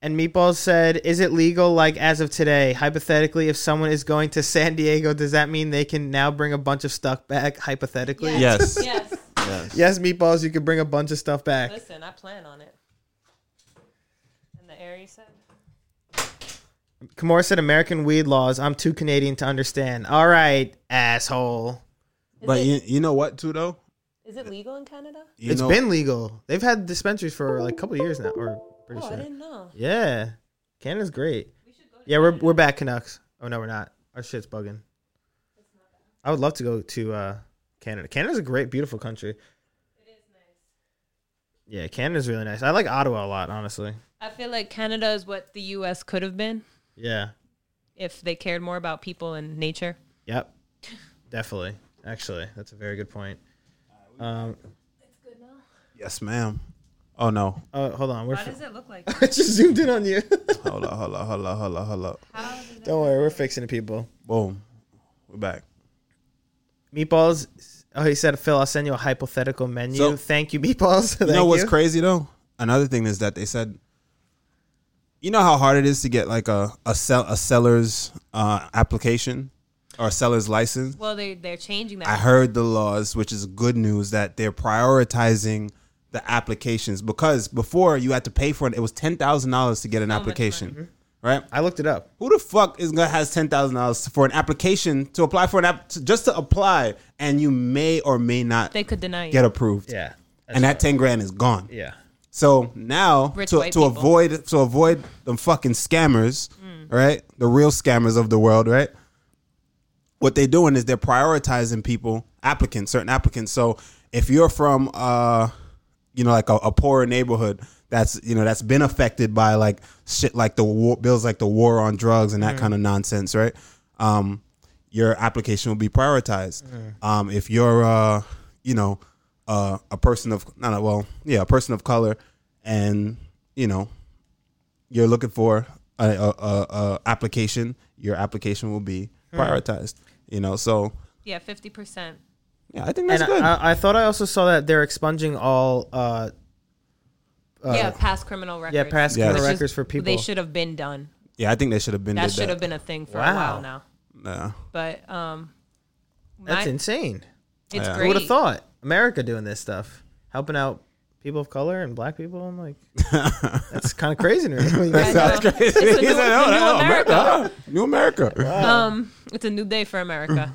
A: and Meatballs said, is it legal, like, as of today? Hypothetically, if someone is going to San Diego, does that mean they can now bring a bunch of stuff back, hypothetically?
C: Yeah.
B: Yes.
C: Yes.
A: Yes, Meatballs, you can bring a bunch of stuff back.
C: Listen, I plan on it. And the Aries said.
A: Kimura said, American weed laws. I'm too Canadian to understand. All right, asshole.
B: But
C: it-
B: you, you know what, too, though?
C: Is it legal in Canada?
B: You
A: It's
B: know-
A: been legal. They've had dispensaries for, like, a couple of years now, or pretty
C: Oh, I
A: sure.
C: didn't know.
A: Yeah. Canada's great. yeah, we're we're back Canucks. Oh no, we're not. Our shit's bugging. I would love to go to uh, Canada. Canada's a great, beautiful country. It is nice. Yeah, Canada's really nice. I like Ottawa a lot, honestly.
C: I feel like Canada is what the U.S. could have been
A: Yeah.
C: if they cared more about people and nature.
A: Yep. Definitely. Actually, that's a very good point. Um,
B: Yes, ma'am. Oh no!
A: Oh, hold on. We're
C: Why
A: fi-
C: does it look like?
A: I just zoomed in on you.
B: Hold up! Hold up! Hold up! Hold up! Hold up!
A: Don't worry, we're fixing it, people.
B: Boom! We're back.
A: Meatballs. Oh, he said, Phil, I'll send you a hypothetical menu.
B: So-
A: Thank you, Meatballs. Thank
B: You know what's crazy though? Another thing is that they said, you know how hard it is to get like a a, sell, a seller's uh, application or a seller's license.
C: Well, they they're changing that.
B: I heard the laws, which is good news that they're prioritizing the applications because before you had to pay for it. It was ten thousand dollars to get an
C: much
B: application, right?
A: I looked it up.
B: Who the fuck is gonna has ten thousand dollars for an application to apply for an app to- just to apply, and you may or may not
C: they could deny you.
B: get approved.
A: Yeah.
B: and that ten grand is gone.
A: Yeah.
B: So now
C: Rich
B: to,
C: white
B: to
C: people.
B: avoid to avoid the fucking scammers,
C: Mm.
B: right? The real scammers of the world, right? What they're doing is they're prioritizing people, applicants, certain applicants. So if you're from uh you know like a, a poorer neighborhood that's you know that's been affected by like shit like the war, bills like the war on drugs and that kind of nonsense, right? Um your application will be prioritized. Um, if you're, uh, you know, uh, a person of not a, well, yeah, a person of color, and you know, you're looking for a, a, a, a application, your application will be
C: Hmm.
B: prioritized. You know, so
C: yeah, fifty percent.
B: yeah, I
A: And
B: think that's good.
C: uh,
A: I, I- I thought I also saw that they're expunging all uh,
C: yeah, past criminal records.
A: yeah past
B: Uh, Yeah.
A: criminal
B: Which
C: Which is-
A: records for people.
C: They should have been done.
B: yeah, I think they should have been.
C: That
B: did
C: should have been a thing for a
A: Wow.
C: while now.
B: Nah.
C: But um,
A: That's
C: my-
A: insane.
C: it's
A: Who
C: great.
A: would have thought America doing this stuff, helping out people of color and black people? I'm like, that's kind of crazy to me. When you
C: I
A: guys-
C: know. It's a new,
B: He
C: it's
B: said,
C: a
B: "Oh,
C: new
B: no,
C: America.
B: New America.
C: Um, it's a new day for America.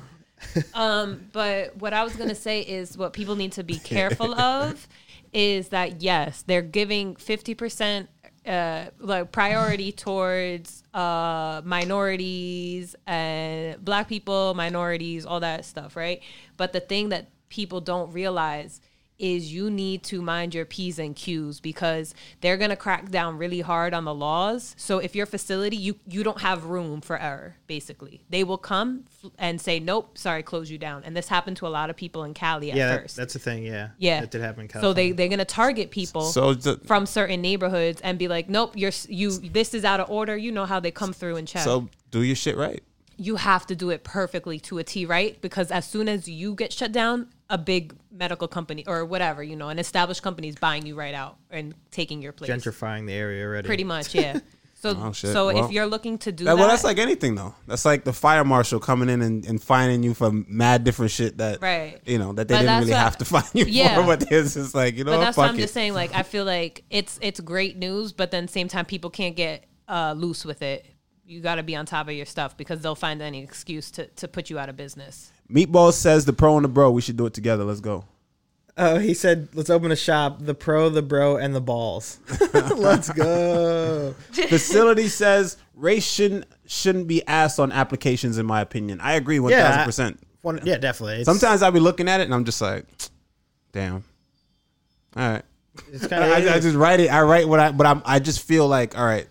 C: um, but what I was gonna say is what people need to be careful of is that yes, they're giving fifty percent uh, like priority towards uh, minorities and black people, minorities, all that stuff, right? But the thing that people don't realize is you need to mind your P's and Q's because they're gonna crack down really hard on the laws. So if your facility, you you don't have room for error. Basically, they will come f- and say, "Nope, sorry, close you down." And this happened to a lot of people in Cali at
A: yeah, that-
C: first.
A: that's a thing. Yeah,
C: yeah,
A: that did happen. In
C: So they
A: California.
C: they're gonna target people
B: So the-
C: from certain neighborhoods and be like, "Nope, you're s- you this is out of order." You know how they come through and check
B: so do your shit right.
C: you have to do it perfectly to a T, right? Because as soon as you get shut down, a big medical company or whatever, you know, an established company is buying you right out and taking your place.
A: gentrifying the area already.
C: Pretty much, yeah. So,
B: Oh, shit.
C: so
B: Well,
C: if you're looking to do
B: That-
C: that,
B: well, that's like anything though. That's like the fire marshal coming in and, and finding you for mad different shit that
C: Right.
B: you know that they
C: But
B: didn't
C: that's
B: really
C: what-
B: have to find you
C: Yeah.
B: for. But it's just like you know,
C: but that's what
B: oh, fuck
C: I'm
B: it.
C: just saying. Like, I feel like it's it's great news, but then same time, people can't get uh, loose with it. You got to be on top of your stuff because they'll find any excuse to to put you out of business.
B: Meatball says the pro and the bro. We should do it together. Let's go.
A: Oh, he said, "Let's open a shop: the pro, the bro, and the balls." Let's go.
B: Facility says race shouldn't shouldn't be asked on applications. In my opinion, I agree one
A: Yeah,
B: thousand
A: I-
B: percent.
A: One, yeah, definitely. It's,
B: Sometimes I'll be looking at it and I'm just like, damn. All right.
A: it's
B: I,
A: kind
B: I
A: of
B: just write it. I write what I, but I'm, I just feel like, all right.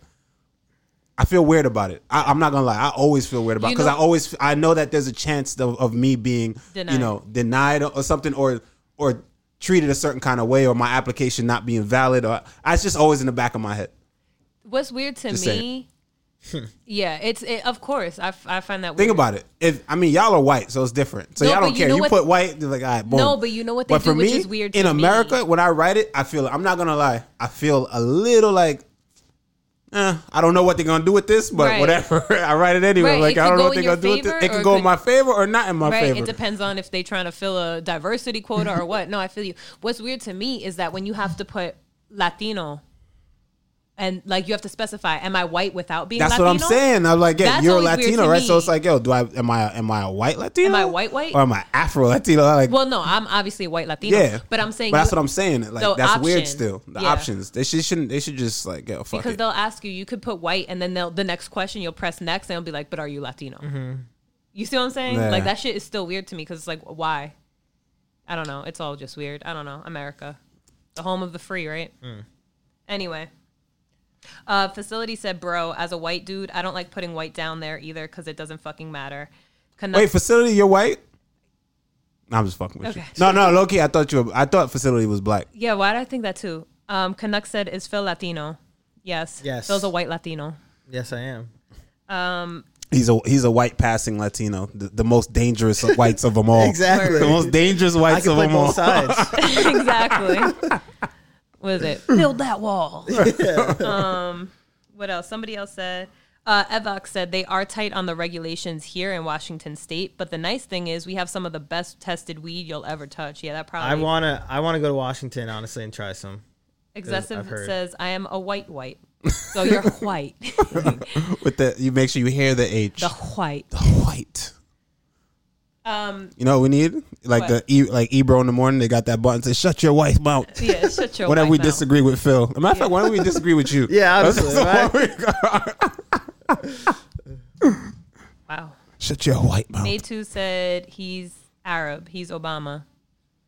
B: I feel weird about it. I, I'm not gonna lie. I always feel weird about
C: You
B: because
C: know-
B: I always I know that there's a chance of, of me being you
C: Denied.
B: know denied or something or or treated a certain kind of way or my application not being valid or it's just always in the back of my head.
C: What's weird to
B: Just saying.
C: me, yeah, it's it, of course I, f- I find that
B: Think
C: weird.
B: about it. If I mean y'all are white, so it's different. So
C: No,
B: y'all
C: but
B: don't
C: you
B: care.
C: know
B: You
C: what-
B: put white, they're like all right, boom.
C: No, but you know what they
B: But
C: do,
B: for
C: which
B: me,
C: is weird
B: in
C: to me.
B: America when I write it, I feel I'm not gonna lie. I feel a little like, eh, I don't know what they're gonna do with this, but
C: Right.
B: whatever. I write it anyway.
C: Right,
B: Like
C: it
B: I don't
C: could
B: know
C: go
B: what they're
C: in
B: gonna do
C: your
B: with it.
C: favor
B: It could
C: or
B: go
C: could-
B: in my favor or not in my
C: right it
B: favor.
C: depends on if they're trying to fill a diversity quota or what no i feel you what's weird to me is that when you have to put latino and like you have to specify am i white without being
B: That's
C: latino
B: what I'm saying. I'm like, yeah,
C: That's
B: you're a
C: always weird
B: Latino,
C: to
B: right? So
C: me.
B: it's like, yo, do I am I am I a white Latino?
C: Am I white white?
B: Or am I Afro Latino? Like,
C: well no i'm obviously a white latino
B: yeah.
C: but i'm saying
B: But that's
C: you-
B: what I'm saying. Like
C: the
B: that's weird.
C: option.
B: Still, the
C: Yeah.
B: options they should, shouldn't. They should just like, yo, fuck
C: because
B: it.
C: they'll ask you you could put white and then they'll the next question you'll press next and they'll be like but are you latino you see what i'm saying
B: Mm-hmm. Yeah.
C: like that shit is still weird to me because it's like why i don't know it's all just weird i don't know america the home of the free right
B: Mm.
C: anyway uh, facility said bro as a white dude i don't like putting white down there either because it doesn't fucking matter Canuck-
B: Wait, facility, you're white? No, I'm just fucking with
C: Okay.
B: you. No, no, Loki, I thought you were I thought facility was black.
C: yeah why do i think that too Um, Canuck said, "Is Phil Latino?" Yes.
A: Yes.
C: Phil's a white Latino.
A: Yes, I am.
B: He's a he's a white passing Latino, the, the most dangerous of whites of them all.
A: Exactly.
B: the most dangerous
A: I
B: whites
A: can
B: of
A: play
B: them all.
A: both sides.
C: exactly. What is it? Build that wall. um, what else? Somebody else said. Uh, Evox said they are tight on the regulations here in Washington State, but the nice thing is we have some of the best tested weed you'll ever touch. Yeah, that probably.
A: I wanna I wanna go to Washington honestly and try some. I've
C: Excessive
A: heard.
C: says I am a white white, so you're white,
B: With the you make sure you hear the H.
C: the white.
B: white. Um, you know what we need like the
C: what?
B: e, like Ebro in the morning. They got that button to shut your wife mouth.
C: Yeah, shut your.
B: Whenever
C: white
B: we
C: mouth.
B: disagree with Phil, matter of fact, why don't we disagree with you?
A: Yeah, honestly,
B: That's
A: right?
B: why we-
C: Wow.
B: shut your white mouth.
C: Natu said he's Arab. He's Obama.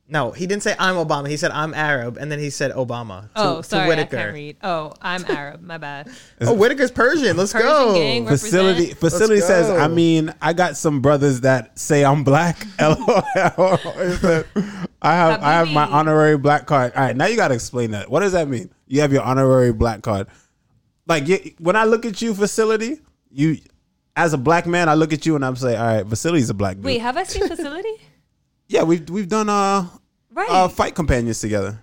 A: No, he didn't say I'm Obama. He said I'm Arab, and then he said Obama. To,
C: Oh,
A: to
C: sorry, I
A: Whitaker.
C: can't read. Oh, I'm Arab. My bad.
A: Oh, Whitaker's Persian. Let's
C: Persian
A: go.
C: gang represent.
B: Facility facility
A: Let's
B: says,
A: go.
B: I mean, I got some brothers that say I'm black. LOL. It's a- I have I have my
C: Habibi.
B: honorary black card. All right, now you gotta explain that. What does that mean? You have your honorary black card. Like you, when I look at you, facility, you as a black man, I look at you and I'm saying, all right, facility's a black dude.
C: Wait, have I seen Facility?
B: yeah, we've we've done uh,
C: Right.
B: uh fight companions together.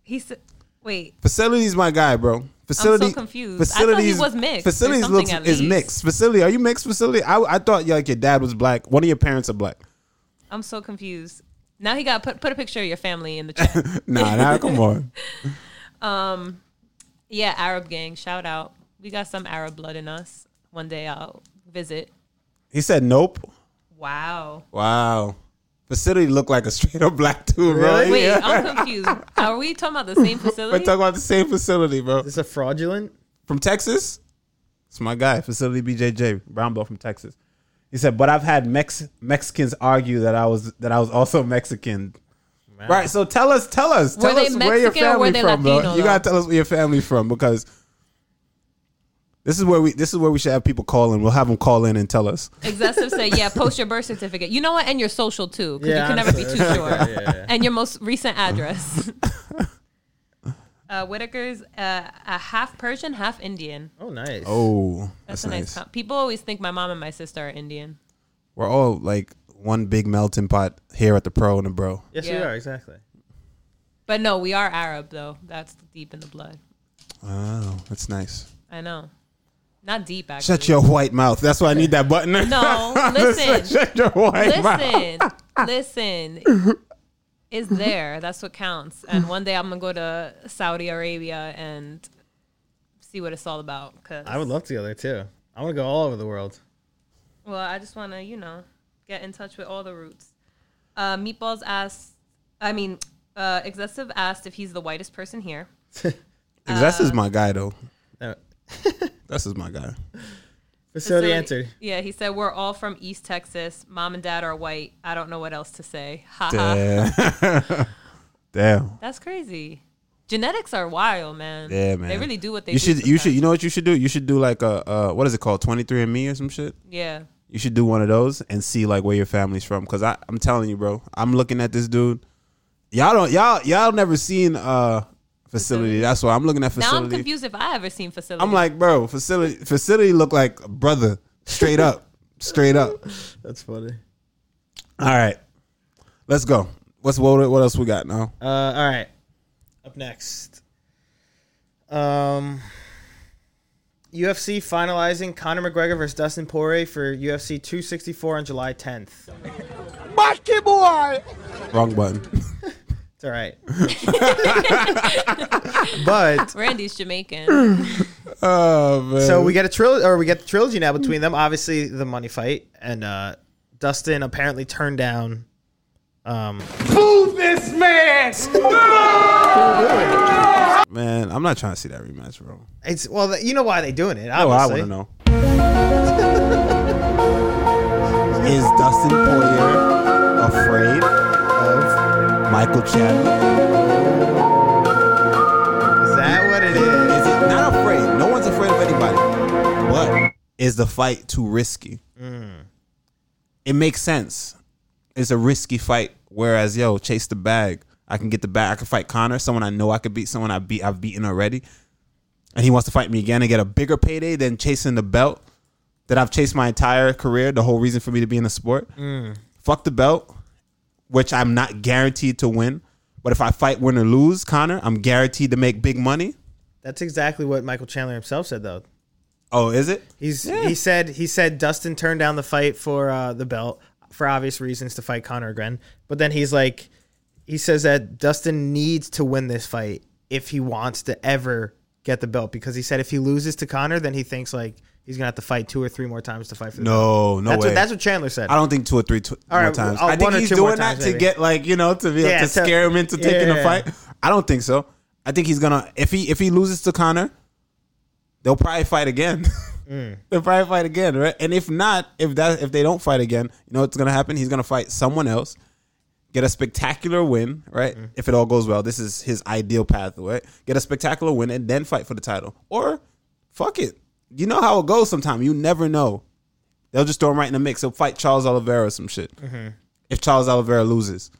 C: he said. Wait.
B: Facility's my guy, bro. Facility,
C: confused. I thought he was mixed or
B: Facilities
C: something
B: looks
C: at
B: is
C: least.
B: mixed. Facility, are you mixed? Facility, I, I thought yeah, like your dad was black. One of your parents are black.
C: I'm so confused. Now he got put put a picture of your family in the chat.
B: Nah, nah, come on.
C: yeah, Arab gang. Shout out. We got some Arab blood in us. One day I'll visit.
B: He said nope.
C: Wow.
B: Wow. Facility looked like a straight up black dude, bro.
A: Really?
C: Wait,
B: Yeah.
C: I'm confused. Are we talking about the same
B: We're
C: facility?
B: talking about the same facility, bro.
A: Is this a fraudulent?
B: From Texas. It's my guy, Facility BJJ, brown belt from Texas. He said, but I've had Mex- Mexicans argue that I was that I was also Mexican. Right. So tell us, tell us, tell
C: they
B: us where your
C: Mexican or
B: family
C: were they
B: from, bro.
C: Latino,
B: You
C: though?
B: gotta tell us where your family from because this is where we this is where we should have people call in. We'll have them call in and tell us.
C: Excessive say, yeah, post your birth certificate. You know what? And your social too, because
A: Yeah,
C: you can never be
A: I'm
C: too
A: sorry.
C: sure.
A: Yeah, yeah.
C: And your most recent address. uh, Whitaker's uh, a half Persian, half Indian.
A: Oh, nice.
B: Oh,
C: That's,
B: that's,
C: a nice.
B: nice.
C: com- People always think my mom and my sister are Indian.
B: We're all like one big melting pot here at the pro and the bro.
A: yes, we
C: Yeah.
A: are exactly.
C: But no, we are Arab though. That's deep in the blood.
B: Oh, that's nice.
C: I know. Not deep actually.
B: Shut your white mouth. That's why I need that button.
C: No, listen.
B: Shut your white mouth.
C: listen, listen. Is there? That's what counts. And one day I'm gonna go to Saudi Arabia and see what it's all about. Cause
A: I would love to go there too. I want to go all over the world.
C: Well, I just want to, you know, get in touch with all the roots. Uh, Meatballs asked, I mean, uh, Excessive asked if he's the whitest person here.
B: That's
C: um,
B: is my guy though.
A: No.
B: That's is my guy.
A: Facility
C: So-
A: answered.
C: Yeah, he said, We're all from East Texas. Mom and dad are white. I don't know what else to say. Ha ha.
B: Damn. Damn.
C: That's crazy. Genetics are wild, man.
B: Yeah, man.
C: They really do what they
B: you
C: do.
B: should. You should.
C: sometimes.
B: You know what you should do? You should do like a uh, what is it called? Twenty three and Me or some shit.
C: Yeah.
B: You should do one of those and see like where your family's from. Cause I, I'm telling you, bro. I'm looking at this dude. Y'all don't. Y'all y'all never seen uh facility. That's why I'm looking at
C: Now I'm
B: facility.
C: confused if I ever seen facility.
B: I'm like, bro, facility facility look like a brother, straight up, straight up.
A: That's funny.
B: All right, let's go. What's what? What else we got now?
A: Uh, all right. Up next. Um, UFC finalizing Conor McGregor versus Dustin Poirier for UFC 264 on July 10th.
B: Wrong button.
A: It's all right. but
C: Randy's Jamaican.
B: oh man.
A: so we get a trilogy, or we get the trilogy now between them. Obviously, the money fight, and uh, Dustin apparently turned down. Um,
B: man, I'm not trying to see that rematch, bro.
A: it's well, you know why they doing it.
B: Oh, I
A: Obviously.
B: want to know. Is Dustin Poirier afraid of Michael Chapman?
A: Is that what it is?
B: Is it not afraid? No one's afraid of anybody. But is the fight too risky? It makes sense. It's a risky fight. Whereas, yo, chase the bag. I can get the back. I can fight Connor, someone I know I could beat, someone I beat I've beaten already. And he wants to fight me again and get a bigger payday than chasing the belt that I've chased my entire career, the whole reason for me to be in the sport. Fuck the belt, which I'm not guaranteed to win. But if I fight win or lose Connor, I'm guaranteed to make big money.
A: That's exactly what Michael Chandler himself said, though.
B: Oh, is it?
A: He's
B: Yeah.
A: he said he said Dustin turned down the fight for uh, the belt for obvious reasons to fight Conor again, but then he's like, he says that Dustin needs to win this fight if he wants to ever get the belt because he said if he loses to Conor, then he thinks like he's gonna have to fight two or three more times to fight for the belt.
B: No, no
A: that's
B: way.
A: what that's what Chandler said.
B: I don't think two or three tw-
A: All
B: more
A: right,
B: times.
A: uh,
B: I think
A: one or
B: he's
A: two more
B: doing that
A: times,
B: to
A: maybe.
B: get like you know to be
A: Yeah,
B: to
A: so-
B: scare him into taking the
A: yeah.
B: fight. I don't think so. I think he's gonna if he if he loses to Connor, they'll probably fight again.
A: Mm.
B: they'll probably fight again, right? And if not, if that if they don't fight again, you know what's gonna happen? He's gonna fight someone else, get a spectacular win, right?
A: Mm.
B: If it all goes well, this is his ideal path, right? Get a spectacular win and then fight for the title, or fuck it. You know how it goes. Sometimes you never know. They'll just throw him right in the mix. He'll fight Charles Oliveira or some shit.
A: Mm-hmm.
B: If Charles Oliveira loses,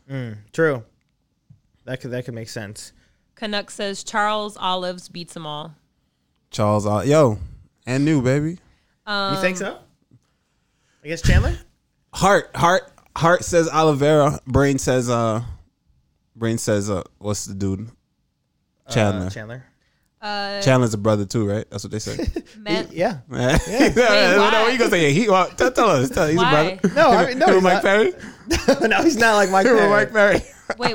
A: True. That could that could make sense.
C: Canuck says Charles Olives beats them all.
B: Charles, Ol- yo, and new baby.
A: you think so? I guess Chandler.
B: Heart, heart, heart says Oliveira. Brain says, uh, brain says, uh, what's the dude? Chandler.
A: Uh, Chandler.
C: Uh,
B: Chandler's a brother too, right? That's what they say.
C: Matt,
A: Yeah.
B: yeah. no, what you gonna say? He, well, tell, tell us. Tell, he's
C: Why?
B: a brother.
A: No, I
B: Him
A: mean,
B: and-
A: no,
B: him and
A: he's
B: Mike
A: not.
B: Perry.
A: no, he's not like Mike.
B: Him and
A: Perry.
B: Mike Perry.
C: wait,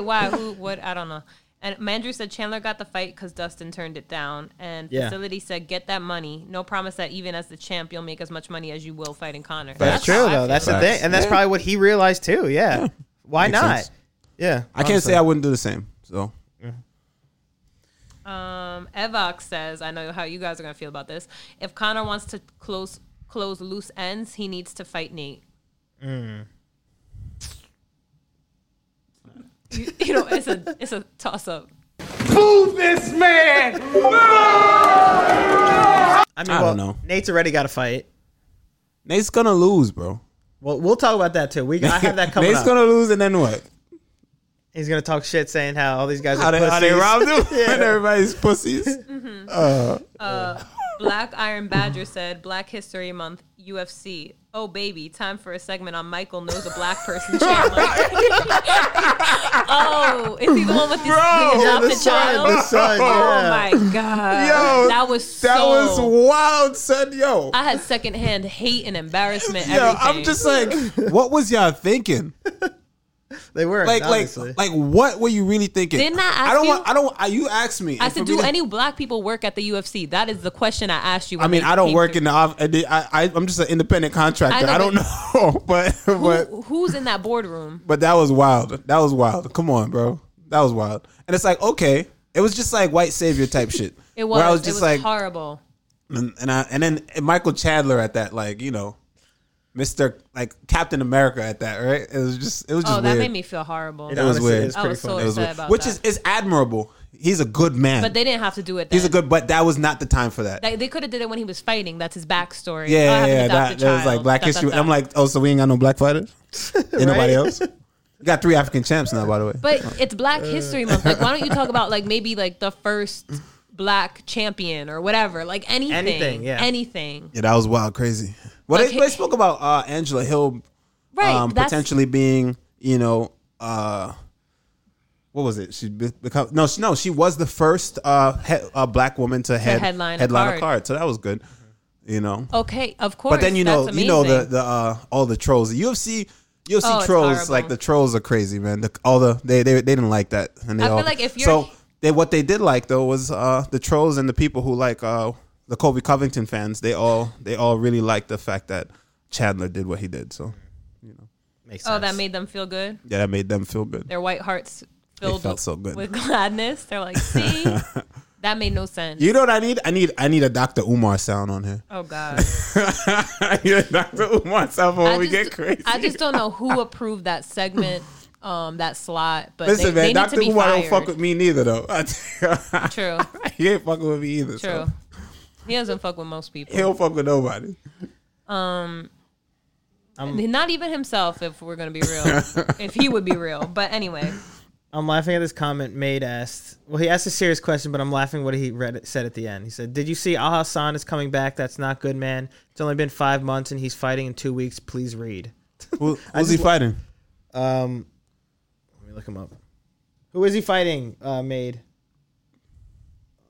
C: why? Who? What? I don't know. And Mandrew said Chandler got the fight because Dustin turned it down. And
A: Yeah.
C: Facility said, "Get that money. No promise that even as the champ, you'll make as much money as you will fighting Connor."
A: That's,
C: how
A: true
C: I
A: though.
C: feel.
A: That's the
B: Facts.
A: thing, and that's
B: Yeah.
A: probably what he realized too. Yeah. Why
B: Makes
A: not?
B: sense.
A: Yeah.
B: I can't say I wouldn't do the same. So
C: Um, Evox says, I know how you guys are gonna feel about this. If Connor wants to close close loose ends, he needs to fight Nate.
B: Mm.
C: You, you know, it's a it's a toss up.
A: I mean,
B: I
A: well,
B: don't know.
A: Nate's already got a fight.
B: Nate's gonna lose, bro.
A: Well, we'll talk about that too. We I have that coming
B: Nate's
A: up.
B: gonna lose, and then what?
A: He's gonna talk shit, saying how all these guys are
B: How they, how they
A: pussies.
B: robbed him? And everybody's pussies.
C: Black Iron Badger said, Black History Month, UFC. Oh baby, time for a segment on Michael knows a black person. Chandler. oh, is he the one with this the
A: Yeah,
C: adopted
A: the son,
C: child?
A: the son,
C: Oh
A: yeah.
C: my god,
B: Yo,
C: that was
B: That
C: so
B: was wild, son. Yo,
C: I had secondhand hate and embarrassment.
B: yo,
C: everything.
B: I'm just like, what was y'all thinking?
A: They were
B: Like,
A: like,
B: like,
A: obviously.
B: like, what were you really thinking?
C: Didn't I ask
B: don't
C: you?
B: want. I don't. I, you asked me.
C: I
B: and
C: said,
B: for me
C: do
B: to-
C: any black people work at the UFC? That is the question I asked you.
B: I
C: when
B: mean,
C: they
B: I don't
C: came
B: work
C: to-
B: in the. off- I, did- I, I, I'm just an independent contractor. I,
C: I know,
B: don't know, but but
C: Who, who's in that boardroom?
B: But that was wild. That was wild. Come on, bro. That was wild. And it's like, okay. It was just like white savior type shit.
C: It was.
B: Where I was
C: it
B: just
C: was
B: like,
C: horrible.
B: and, and I and then Michael Chandler at that, like you know, Mister like Captain America at that, right? It was just, it was just
C: Oh, that
B: weird.
C: made me feel horrible.
A: It
B: It was
A: Honestly,
B: weird.
A: it's
C: I
A: pretty
C: was Oh, so
A: funny.
B: It was
C: upset
B: weird.
C: about
B: Which
C: that.
B: is is admirable. He's a good man.
C: but they didn't have to do it. Then.
B: He's a good, but that was not the time for that.
C: They, they could have did it when he was fighting. That's his backstory.
B: yeah,
C: Oh, I
B: yeah,
C: have an
B: yeah. That,
C: adopted
B: that was like
C: child.
B: Black
C: Da, da,
B: History.
C: da.
B: I'm like, oh, so we ain't got no black fighters. ain't nobody else. We got three African champs now, by the way.
C: But it's Black History Month. Like, why don't you talk about like maybe like the first black champion or whatever? Like anything,
A: Anything, yeah.
C: anything.
B: yeah, that was wild, crazy. Well,
C: Like,
B: they,
C: he-
B: they spoke about uh, Angela Hill
C: Right.
B: um,
C: that's-
B: potentially being, you know, uh, what was it? She be- become no, she, no, she was the first uh, he, uh black woman to head
C: headline a
B: a
C: card.
B: card, so that was good, you know.
C: Okay, of course.
B: but then you know,
C: that's
B: you know the
C: amazing.
B: the uh, all the trolls, the UFC. UFC
C: Oh, it's
B: trolls, like
C: horrible.
B: the trolls are crazy, man. The, all the they, they they didn't like that, and they
C: I feel
B: all
C: like if you're-
B: so they what they did like though was uh the trolls and the people who like uh the Kobe Covington fans. They all they all really liked the fact that Chandler did what he did. So
A: Makes
C: Oh, that
A: sense.
C: made them feel good.
B: yeah, that made them feel good.
C: Their white hearts filled
B: felt
C: with,
B: so good.
C: with gladness. They're like, see, that made no sense.
B: You know what I need? I need I need a Dr. Umar sound on here.
C: oh God,
B: I need a Dr. Umar sound when
C: I
B: we
C: just,
B: get crazy.
C: I just don't know who approved that segment, um, that slot. But
B: Listen, man,
C: they, they need
B: Dr.
C: to be
B: Umar
C: fired.
B: don't fuck with me neither though.
C: True.
B: he ain't fucking with me either.
C: True.
B: So.
C: He doesn't fuck with most people.
B: He don't fuck with nobody.
C: Not even himself, if we're gonna be real. if he would be real. But anyway,
A: I'm laughing at this comment Maid asked. Well, he asked a serious question, but I'm laughing what he read, said at the end. He said, Did you see Al Hassan is coming back? That's not good, man. It's only been five months and he's fighting in two weeks. Please read.
B: Who, who's he fighting?
A: Um, let me look him up. Who is he fighting, uh, Maid?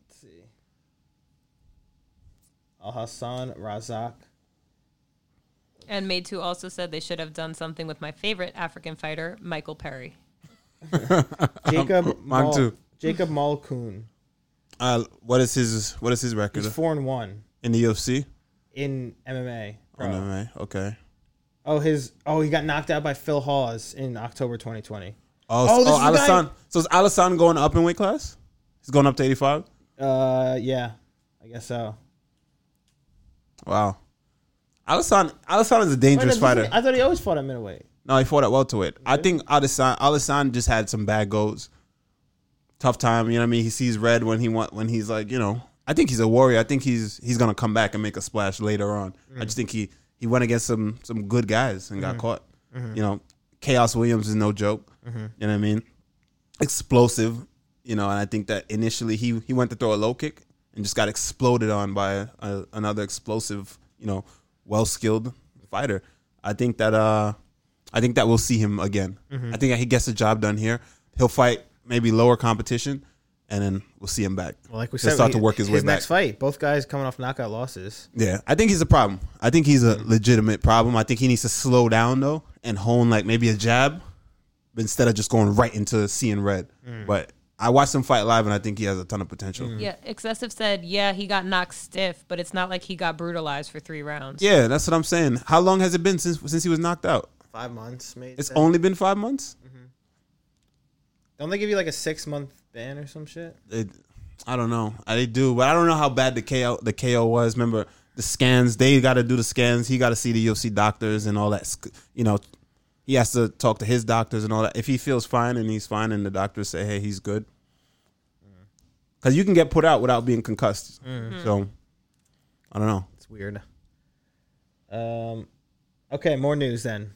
A: Let's see. Al Hassan Razak.
C: And May Two also said they should have done something with my favorite African fighter, Michael Perry.
A: Jacob
B: Um, mine
A: Mal-
B: too.
A: Jacob Malcoon.
B: Uh, what is his What is his record
A: He's four and one
B: in the UFC?
A: in MMA.
B: Oh,
A: pro.
B: no, man. Okay.
A: Oh, his oh, he got knocked out by Phil Hawes in October 2020. Oh,
B: Oh, oh,
A: this
B: oh
A: is the guy-
B: Alisson. So is Alisson going up in weight class? He's going up to 85?
A: Uh, yeah, I guess so.
B: Wow. Alisson, Alisson is a dangerous fighter.
A: I thought he always fought at middleweight.
B: No, he fought at welterweight. I think Alisson, Alisson just had some bad goals. Tough time, you know what I mean? He sees red when he want, when he's like, you know, I think he's a warrior. I think he's he's gonna come back and make a splash later on. I just think he he went against some some good guys and got caught. You know, Chaos Williams is no joke. You know what I mean? Explosive, you know, and I think that initially he he went to throw a low kick and just got exploded on by a, another explosive, you know, well skilled fighter. I think that uh I think that we'll see him again.
A: Mm-hmm.
B: I think he gets the job done here. He'll fight maybe lower competition, and then we'll see him back.
A: Well, like we
B: He'll
A: said,
B: start
A: he-
B: to work his, way
A: his next
B: back.
A: fight. Both guys coming off knockout losses.
B: Yeah, I think he's a problem. I think he's a legitimate problem. I think he needs to slow down though and hone like maybe a jab instead of just going right into seeing red. But I watched him fight live, and I think he has a ton of potential.
C: Yeah, excessive said, yeah, he got knocked stiff, but it's not like he got brutalized for three rounds.
B: Yeah, that's what I'm saying. How long has it been since since he was knocked out?
A: Five months, maybe.
B: It's only been five months.
A: Don't they give you like a six month ban or some shit?
B: it, I don't know. I they do, but I don't know how bad the KO the KO was. Remember the scans? They got to do the scans. He got to see the UFC doctors and all that. sc- You know, he has to talk to his doctors and all that. If he feels fine and he's fine, and the doctors say, "Hey, he's good," because you can get put out without being concussed. So I don't know.
A: It's weird. Um, okay, more news then.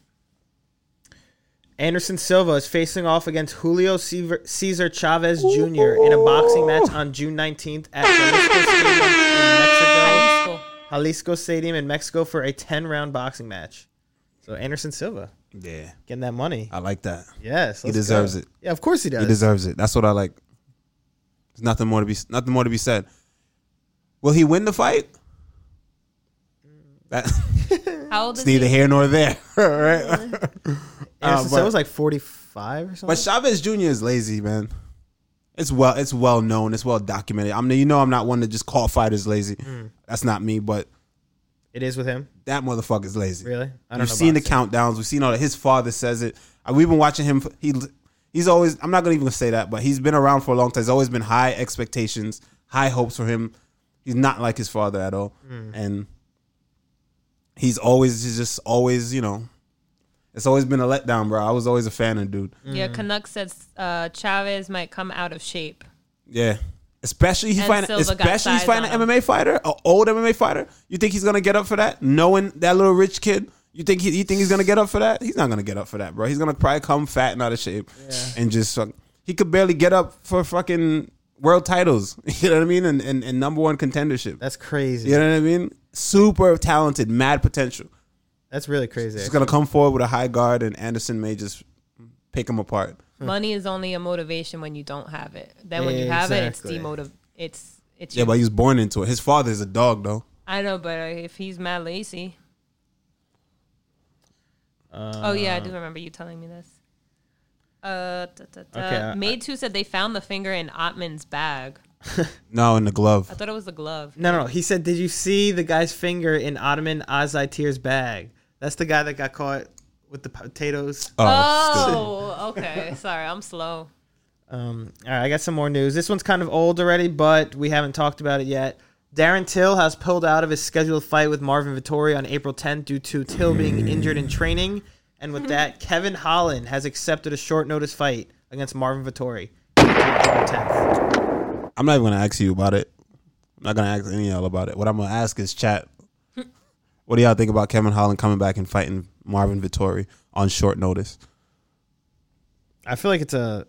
A: Anderson Silva is facing off against Julio Seaver- Cesar Chavez Jr. in a boxing match on June 19th at Jalisco Stadium in Mexico.
C: Peaceful.
A: Jalisco Stadium in Mexico for a 10 round boxing match. So Anderson Silva
B: Yeah,
A: getting that money.
B: I like that.
A: Yes. let's
B: Uh, deserves it.
A: Yeah, of course he does.
B: He deserves it. That's what I like. There's nothing more to be nothing more to be said. Will he win the fight? That.
C: How old is
B: It's neither
C: he?
B: here nor there, right?
A: Anderson
B: Uh, but-
A: Silva's like 45 or something.
B: But Chavez Jr. is lazy, man. It's well, it's well known, it's well documented. I'm, you know, I'm not one to just call fighters lazy. That's not me, but
A: it is with him.
B: that motherfucker's lazy.
A: Really? I don't
B: We've
A: know
B: seen the
A: boxing.
B: countdowns. We've seen all that. His father says it. Uh, We've been watching him. for- He, he's always. I'm not gonna even say that, but he's been around for a long time. There's always been high expectations, high hopes for him. He's not like his father at all,
A: Hmm.
B: and he's always he's just always you know. It's always been a letdown, bro. I was always a fan of dude.
A: Mm.
C: Yeah, Canuck says uh, Chavez might come out of shape.
B: Yeah. Especially he's
C: And
B: fighting,
C: Silva got
B: especially he's
C: size
B: fighting an
C: on him.
B: MMA fighter, an old MMA fighter. You think he's gonna get up for that? Knowing that little rich kid, you think he, you think he's gonna get up for that? He's not gonna get up for that, bro. He's gonna probably come fat and out of shape, and just fuck. He could barely get up for fucking world titles. You know what I mean? And and, and number one contendership.
A: That's crazy.
B: you know what I mean? Super talented, mad potential.
A: That's really crazy.
B: He's gonna come forward with a high guard, and Anderson may just pick him apart.
C: Money is only a motivation when you don't have it. Then when you have
A: Exactly.
C: it, it's demotiv. It's it's.
B: Yeah,
C: your-
B: but he was born into it. His father's a dog, though.
C: I know, but uh, if he's mad lazy.
A: Uh,
C: oh yeah, I do remember you telling me this. Uh, da, da, da.
A: Okay, I-
C: Maid two said they found the finger in Ottman's bag.
B: No, in the glove.
C: I thought it was a glove.
A: No, no, no. He said, "Did you see the guy's finger in Ottoman Azaitir's bag?" That's the guy that got caught with the potatoes.
C: Oh, okay. Sorry, I'm slow.
A: Um, all right, I got some more news. This one's kind of old already, but we haven't talked about it yet. Darren Till has pulled out of his scheduled fight with Marvin Vittori on April 10th due to Till being injured in training. And with that, Kevin Holland has accepted a short notice fight against Marvin Vittori. April 10th.
B: I'm not even gonna ask you about it. I'm not gonna ask any of y'all about it. What I'm gonna ask is chat. what do y'all think about Kevin Holland coming back and fighting Marvin Vittori on short notice?
A: I feel like it's a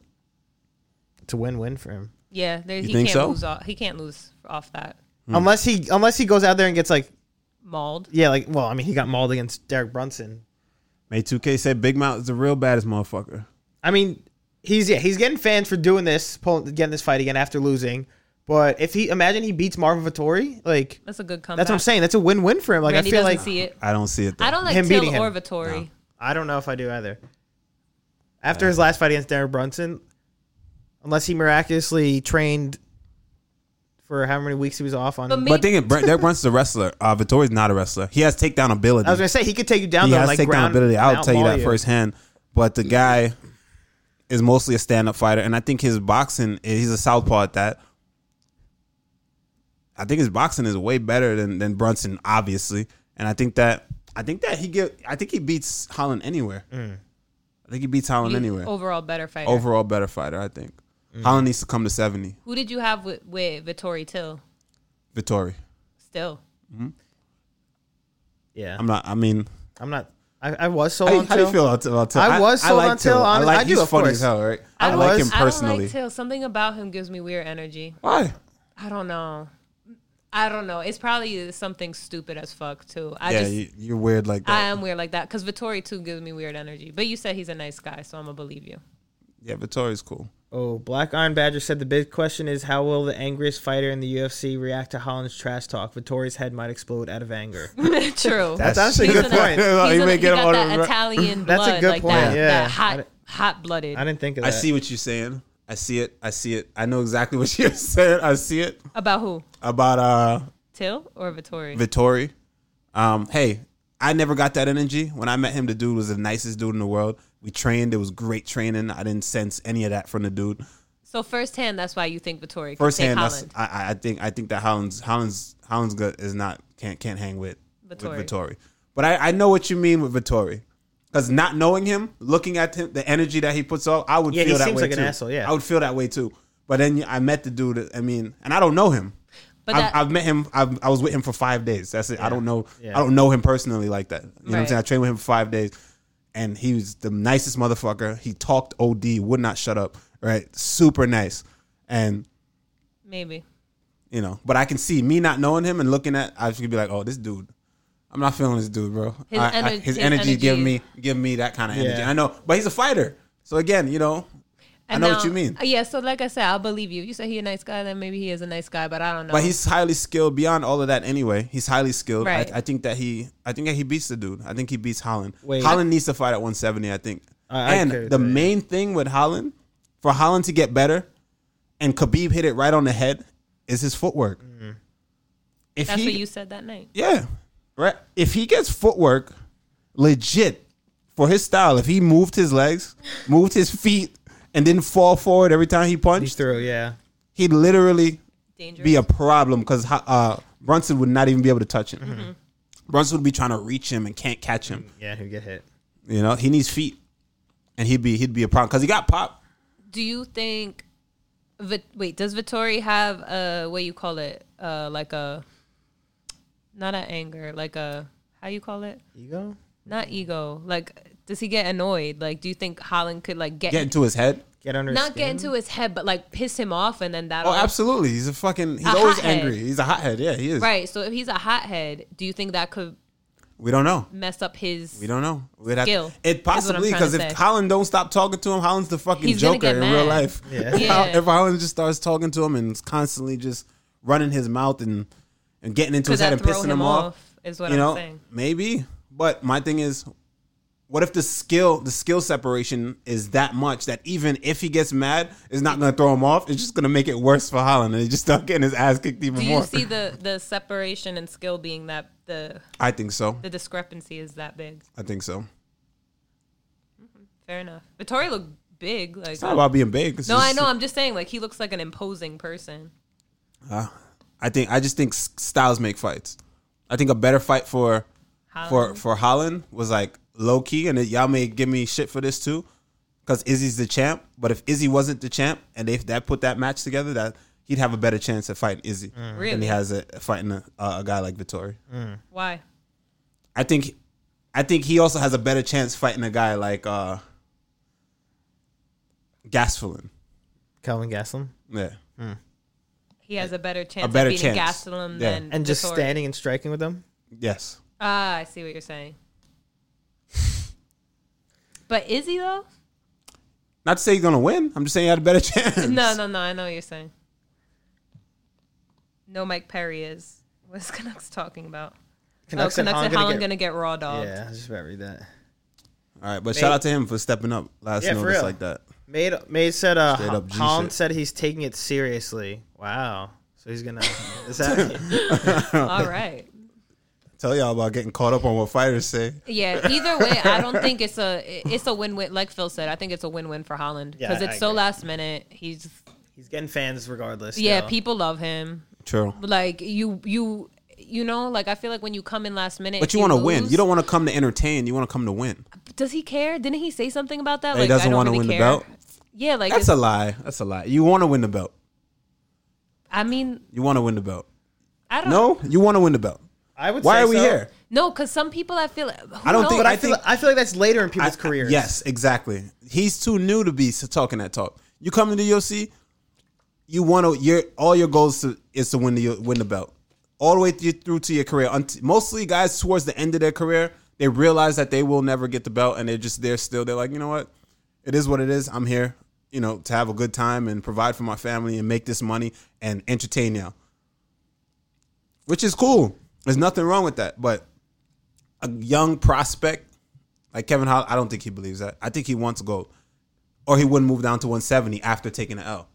A: it's a win-win for him.
C: Yeah, there, he
B: think
C: can't
B: so?
C: lose. Off, he can't lose off that
A: Unless he unless he goes out there and gets like
C: mauled.
A: yeah like well I mean he got mauled against Derek Brunson.
B: May 2K said Big Mouth is the real baddest motherfucker.
A: I mean he's yeah he's getting fans for doing this pulling getting this fight again after losing. But if he imagine he beats Marvin Vittori like
C: That's a good comeback.
A: that's what I'm saying that's a win-win for him. Like
C: Randy
A: I feel
C: doesn't
A: like
C: see it.
B: I don't see it. Though.
C: I don't like
A: Him
C: Till
A: beating him.
C: or Vittori.
A: I don't know if I do either. After his last fight against Derek Brunson, unless he miraculously trained for how many weeks he was off on.
C: But me-
B: But thinking Brent, Derek Brunson's a wrestler. Uh, Vittori's not a wrestler. He has takedown ability.
A: I was gonna say he could take you down.
B: he
A: though,
B: has
A: like,
B: takedown
A: ground
B: ability.
A: and
B: I'll tell you
A: outmaul
B: that firsthand. But the guy is mostly a stand-up fighter, and I think his boxing. He's a southpaw at that. I think his boxing is way better than than Brunson, obviously, and I think that I think that he get I think he beats Holland anywhere. I think he beats Holland
C: You-
B: anywhere.
C: Overall better fighter.
B: Overall, better fighter, I think. Holland needs to come to seventy.
C: Who did you have with, with Vittori Till?
B: Vittori.
C: Still.
A: Yeah,
B: I'm
A: I'm,
B: not. I mean,
A: not. I, I was sold
B: how,
A: on
B: how do you
A: Till.
B: feel about, about Till?
A: I was sold on Till, honest- I do,
B: he's
A: of
B: funny
A: course.
B: as hell, right?
A: I
B: I, like
A: was-
B: him
C: I don't
B: personally.
C: like Till. Something about him gives me weird energy.
B: Why?
C: I don't know. I don't know. It's probably something stupid as fuck too. I
B: yeah,
C: just
B: you, you're weird like that.
C: I am weird like that because Vittori too gives me weird energy. But you said he's a nice guy, so I'm gonna believe you.
B: yeah, Vittori's cool.
A: Oh, Black Iron Badger said the big question is how will the angriest fighter in the UFC react to Holland's trash talk? Vittori's head might explode out of anger.
C: True.
A: That's actually a
C: He's
A: good
C: gonna-
A: point.
B: Yeah,
C: he's
B: you
C: gonna-
B: may
C: he
B: get him
C: got
B: out
C: that
B: of-
C: Italian
A: That's a
C: blood,
A: good
C: like
A: point,
C: that,
A: yeah.
C: that
A: I
C: hot,
A: di-
C: hot blooded.
A: I didn't think of that.
B: I see what you're saying. I see it. I see it. I know exactly what you're saying. I see it
C: About who?
B: about uh
C: Till or Vittori?
B: Vittori. Um, hey, I never got that energy when I met him. The dude was the nicest dude in the world. We trained. It was great training. I didn't sense any of that from the dude.
C: so firsthand, that's why you think Vittori. could take
B: Firsthand, that's,
C: Holland.
B: I- I, I think I think that Holland's Holland's Holland's good is not can't can't hang with Vittori.
C: Vittori.
B: With Vittori. But I, I know what you mean with Vittori. Because not knowing him, looking at him, the energy that he puts off, I would
A: Yeah,
B: feel
A: he
B: that
A: seems
B: way
A: like an
B: too.
A: asshole, yeah.
B: I would feel that way too. But then I met the dude. I mean, and I don't know him.
C: But
B: I've,
C: that-
B: I've met him. I've, I was with him for five days. That's it. I don't know.
A: Yeah.
B: I don't know him personally like that. You know what I'm
C: Right.
B: saying? I trained with him for five days, and he was the nicest motherfucker. He talked OD, would not shut up. Right, super nice, and
C: Maybe.
B: you know. But I can see me not knowing him and looking at. I could be like, oh, this dude. I'm not feeling this dude, bro.
C: His
B: I- I-
C: ener-
B: his,
C: his
B: energy
C: energy
B: give
C: is-
B: me give me that kind of energy.
A: Yeah.
B: I know, but he's a fighter. So again, you know, I
C: And
B: know what
C: now-
B: you mean.
C: uh, Yeah, so like I said, I'll believe you. You say he's a nice guy, then maybe he is a nice guy, but I don't know.
B: But he's highly skilled beyond all of that. Anyway, he's highly skilled.
C: Right.
B: I, I think that he, I think that he beats the dude. I think he beats Holland.
A: Wait.
B: Holland needs to fight at 170. I think.
A: I- I
B: and
A: agree with
B: the
A: that, yeah.
B: main thing with Holland, for Holland to get better, and Khabib hit it right on the head, is his footwork.
A: Mm-hmm.
B: If
C: that's
B: he,
C: what you said that night.
B: yeah, right. If he gets footwork, legit for his style. If he moved his legs, moved his feet, and didn't fall forward every time he
A: He's
B: punched,
A: through, yeah.
B: he literally
C: Dangerous.
B: be a problem because uh, Brunson would not even be able to touch him.
C: Mm-hmm.
B: Brunson would be trying to reach him and can't catch him.
A: Yeah, he'll get hit.
B: You know, he needs feet, and he'd be he'd be a problem because he got popped.
C: Do you think? Vit- Wait, does Vittori have a what you call it? Uh, like a not an anger, like a how you call it?
A: Ego?
C: Not ego. Like, does he get annoyed? Like, do you think Holland could like get,
B: Get into his head.
A: Get under his
C: not get
A: skin?
C: into his head, but like piss him off, and then that?
B: Oh, absolutely. He's a fucking. He's
C: Uh-huh. A
B: always
C: hothead.
B: angry. He's a hothead. Yeah, he is.
C: Right. So if he's a hothead, do you think that could
B: We don't know.
C: mess up his?
B: We don't know. We'd have
C: Skill, is what
B: it
C: I'm
B: possibly
C: trying to
B: because if
C: say.
B: Holland don't stop talking to him, Holland's the fucking
C: He's gonna
B: Joker
C: get
B: in real
C: mad.
B: life.
A: Yeah.
B: If Hol-
C: Yeah.
B: If Holland just starts talking to him and is constantly just running his mouth and and getting into
C: Could
B: his head
C: that
B: and
C: throw
B: pissing
C: him,
B: him
C: off,
B: off,
C: Is what
B: you
C: I'm
B: know,
C: saying.
B: maybe. But my thing is, what if the skill the skill separation is that much that even if he gets mad, it's not going to throw him off. It's just going to make it worse for Holland, and he just start getting his ass kicked even
C: Do
B: more.
C: you see the the separation and skill being that the
B: I think so.
C: the discrepancy is that big?
B: I think so.
C: Fair enough. Vittori looked big. Like
B: It's not about being big. It's
C: no, I
B: just-
C: know. I'm just saying. Like he looks like an imposing person.
B: I think I just think s- styles make fights. I think a better fight for for
C: Holland.
B: for Holland was like low key, and y'all may give me shit for this too, because Izzy's the champ. But if Izzy wasn't the champ, and if that put that match together, that he'd have a better chance at fighting Izzy than
C: Really?
B: he has at fighting a, a guy like Vittori.
C: Why?
B: I think I think he also has a better chance fighting a guy like uh Gastelum.
A: Kelvin Gastelum,
B: Yeah.
C: He has a better chance
B: better
C: of beating
B: chance.
C: Gastelum
B: Yeah.
C: than
A: and just
C: Vettori.
A: standing and striking with them.
C: Oh,
B: Yes.
C: Ah, I see what you're saying. But is he though?
B: Not to say he's gonna win. I'm just saying he had a better chance.
C: No, no, no. I know what you're saying. No, Mike Perry is. What's Canucks talking about?
A: Canucks
C: oh,
A: and
C: Canucks and
A: Hong
C: Holland gonna get raw dogged.
A: Yeah, I just about read that.
B: All right, but shout out to him for stepping up last
A: Yeah, for
B: notice
A: real.
B: like that.
A: Made made said uh
B: Straight up G
A: Holland
B: shit.
A: said he's taking it seriously. Wow. So he's gonna is that
C: All right.
B: Tell y'all about getting caught up on what fighters say.
C: Yeah. Either way, I don't think it's a it's a win win. Like Phil said, I think it's a win win for Holland
A: Yeah,
C: because
A: I-
C: it's
A: I
C: so
A: agree.
C: last minute. He's
A: he's getting fans regardless.
C: yeah.
A: still.
C: People love him.
B: True.
C: Like you you you know. Like I feel like when you come in last minute,
B: But
C: if
B: you want to win.
C: lose-
B: You don't want to come to entertain. You want to come to win.
C: Does he care? Didn't he say something about that?
B: he doesn't
C: I don't
B: wanna
C: really
B: win the
C: care.
B: belt?
C: Yeah, like
B: That's
C: it's,
B: a lie. That's a lie. You want to win the belt.
C: I mean,
B: You want to win the belt.
C: I don't
B: No, you want to win the belt.
A: I would
B: Why
A: say
B: are we
A: so.
B: here?
C: no, because some people I feel
B: I don't think-
A: But I,
B: I
A: feel
B: think-
A: I feel like that's later in people's
B: I-
A: careers.
B: Yes, exactly. He's too new to be s- talking that talk. You come to the UFC, you want to. Your all your goals to, is to win the win the belt, all the way through, through to your career. Unt- mostly guys towards the end of their career, they realize that they will never get the belt, and they're just there still. They're like, you know what, it is what it is. I'm here, you know, to have a good time and provide for my family and make this money and entertain y'all, which is cool. There's nothing wrong with that, but. A young prospect like Kevin Holland, I don't think he believes that. I think he wants gold, or he wouldn't move down to 170 after taking an L.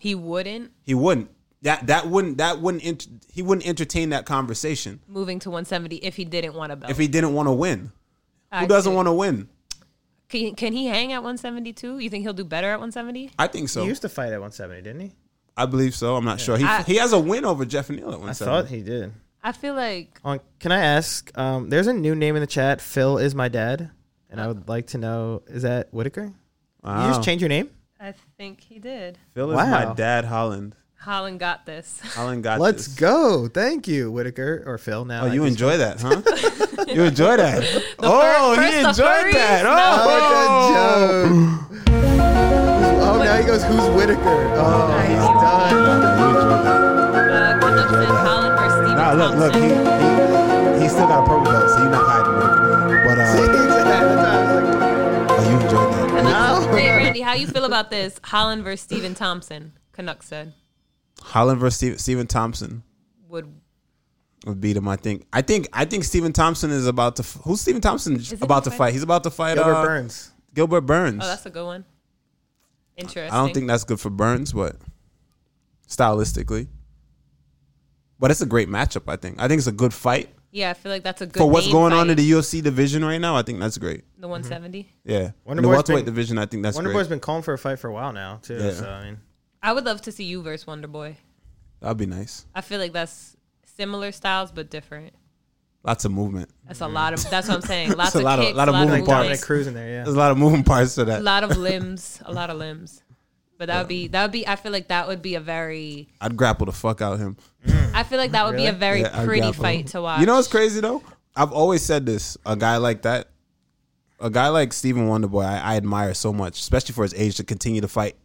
C: he wouldn't
B: He wouldn't. That that wouldn't that wouldn't ent- he wouldn't entertain that conversation
C: moving to 170 if he didn't want a belt.
B: if he didn't want to win.
C: I
B: Who doesn't
C: see.
B: want to win?
C: Can, can he hang at 172? You think he'll do better at 170?
B: I think
A: He
B: so.
A: used to fight at 170, didn't he?
B: I believe so. I'm not sure. He
C: I-
B: he has a win over Jeff Neal at
A: I
B: 170.
A: thought he did.
C: I feel like
A: On, can I ask? Um, there's a new name in the chat. Phil is my dad, and I would like to know is that Whitaker?
B: Wow.
A: You just change your name?
C: I think he did.
B: Phil is
A: Wow.
B: my dad. Holland.
C: Holland got this.
B: Holland got
A: Let's
B: this.
A: go. Thank you, Whitaker or Phil. Now
B: Oh,
A: I
B: you
A: just-
B: enjoy that, huh? you enjoy that. oh,
C: fir-
B: he
C: first the
B: enjoyed
C: furries,
B: that.
C: now
B: Oh,
A: Oh, good joke. oh, now he goes. Who's Whitaker? Oh, he's done.
C: Uh, Clifton, Holland versus Steven
B: Nah, look, look, he,
C: Thompson.
B: he, he still got a purple belt, so you're not hiding it. But
A: He's
B: uh,
A: at the top. He's like,
B: oh, you enjoyed that.
C: Canucks-
A: No.
C: Hey, Randy, how you feel about this? Holland versus Steven Thompson, Canucks said.
B: Holland versus Steven, Steven Thompson
C: Would oh,
B: would beat him. I think. I think. I think Steven Thompson is about to. f- Who's Steven Thompson
C: it
B: about to
C: fight?
B: fight? He's about to fight
A: Gilbert
B: uh,
A: Burns.
B: Gilbert Burns.
C: Oh, that's a good one. Interesting.
B: I don't think that's good for Burns, but stylistically, but it's a great matchup. I think. I think it's a good fight
C: Yeah, I feel like that's a good
B: for what's
C: main
B: going on
C: fight,
B: in the Mm-hmm. UFC division right now. I think that's great.
C: the 170.
B: Yeah,
A: Wonder
B: the
A: Boy's
B: welterweight
A: been-
B: division. I think that's
A: Wonder
B: great.
A: Boy's been calling for a fight for a while now too.
B: Yeah.
A: So I mean,
C: I would love to see you versus Wonder Boy.
B: That'd be nice.
C: I feel like that's similar styles but different.
B: Lots of movement.
C: That's a lot of. That's what I'm saying. Lots
B: a
C: of
B: lot of-
C: kicks,
B: lot of moving parts.
A: Dominic
C: movements,
A: Cruz in there. Yeah.
B: There's a lot of moving parts to that.
C: a lot of limbs, a lot of limbs. But that would be that would be. I feel like that would be a very.
B: I'd grapple the fuck out of him.
C: I feel like that would be a
A: Really?
C: very
B: Yeah, I'd
C: pretty
B: grapple.
C: fight to watch.
B: You know what's crazy though? I've always said this. A guy like that, a guy like Steven Wonderboy, I, I admire so much, especially for his age to continue to fight.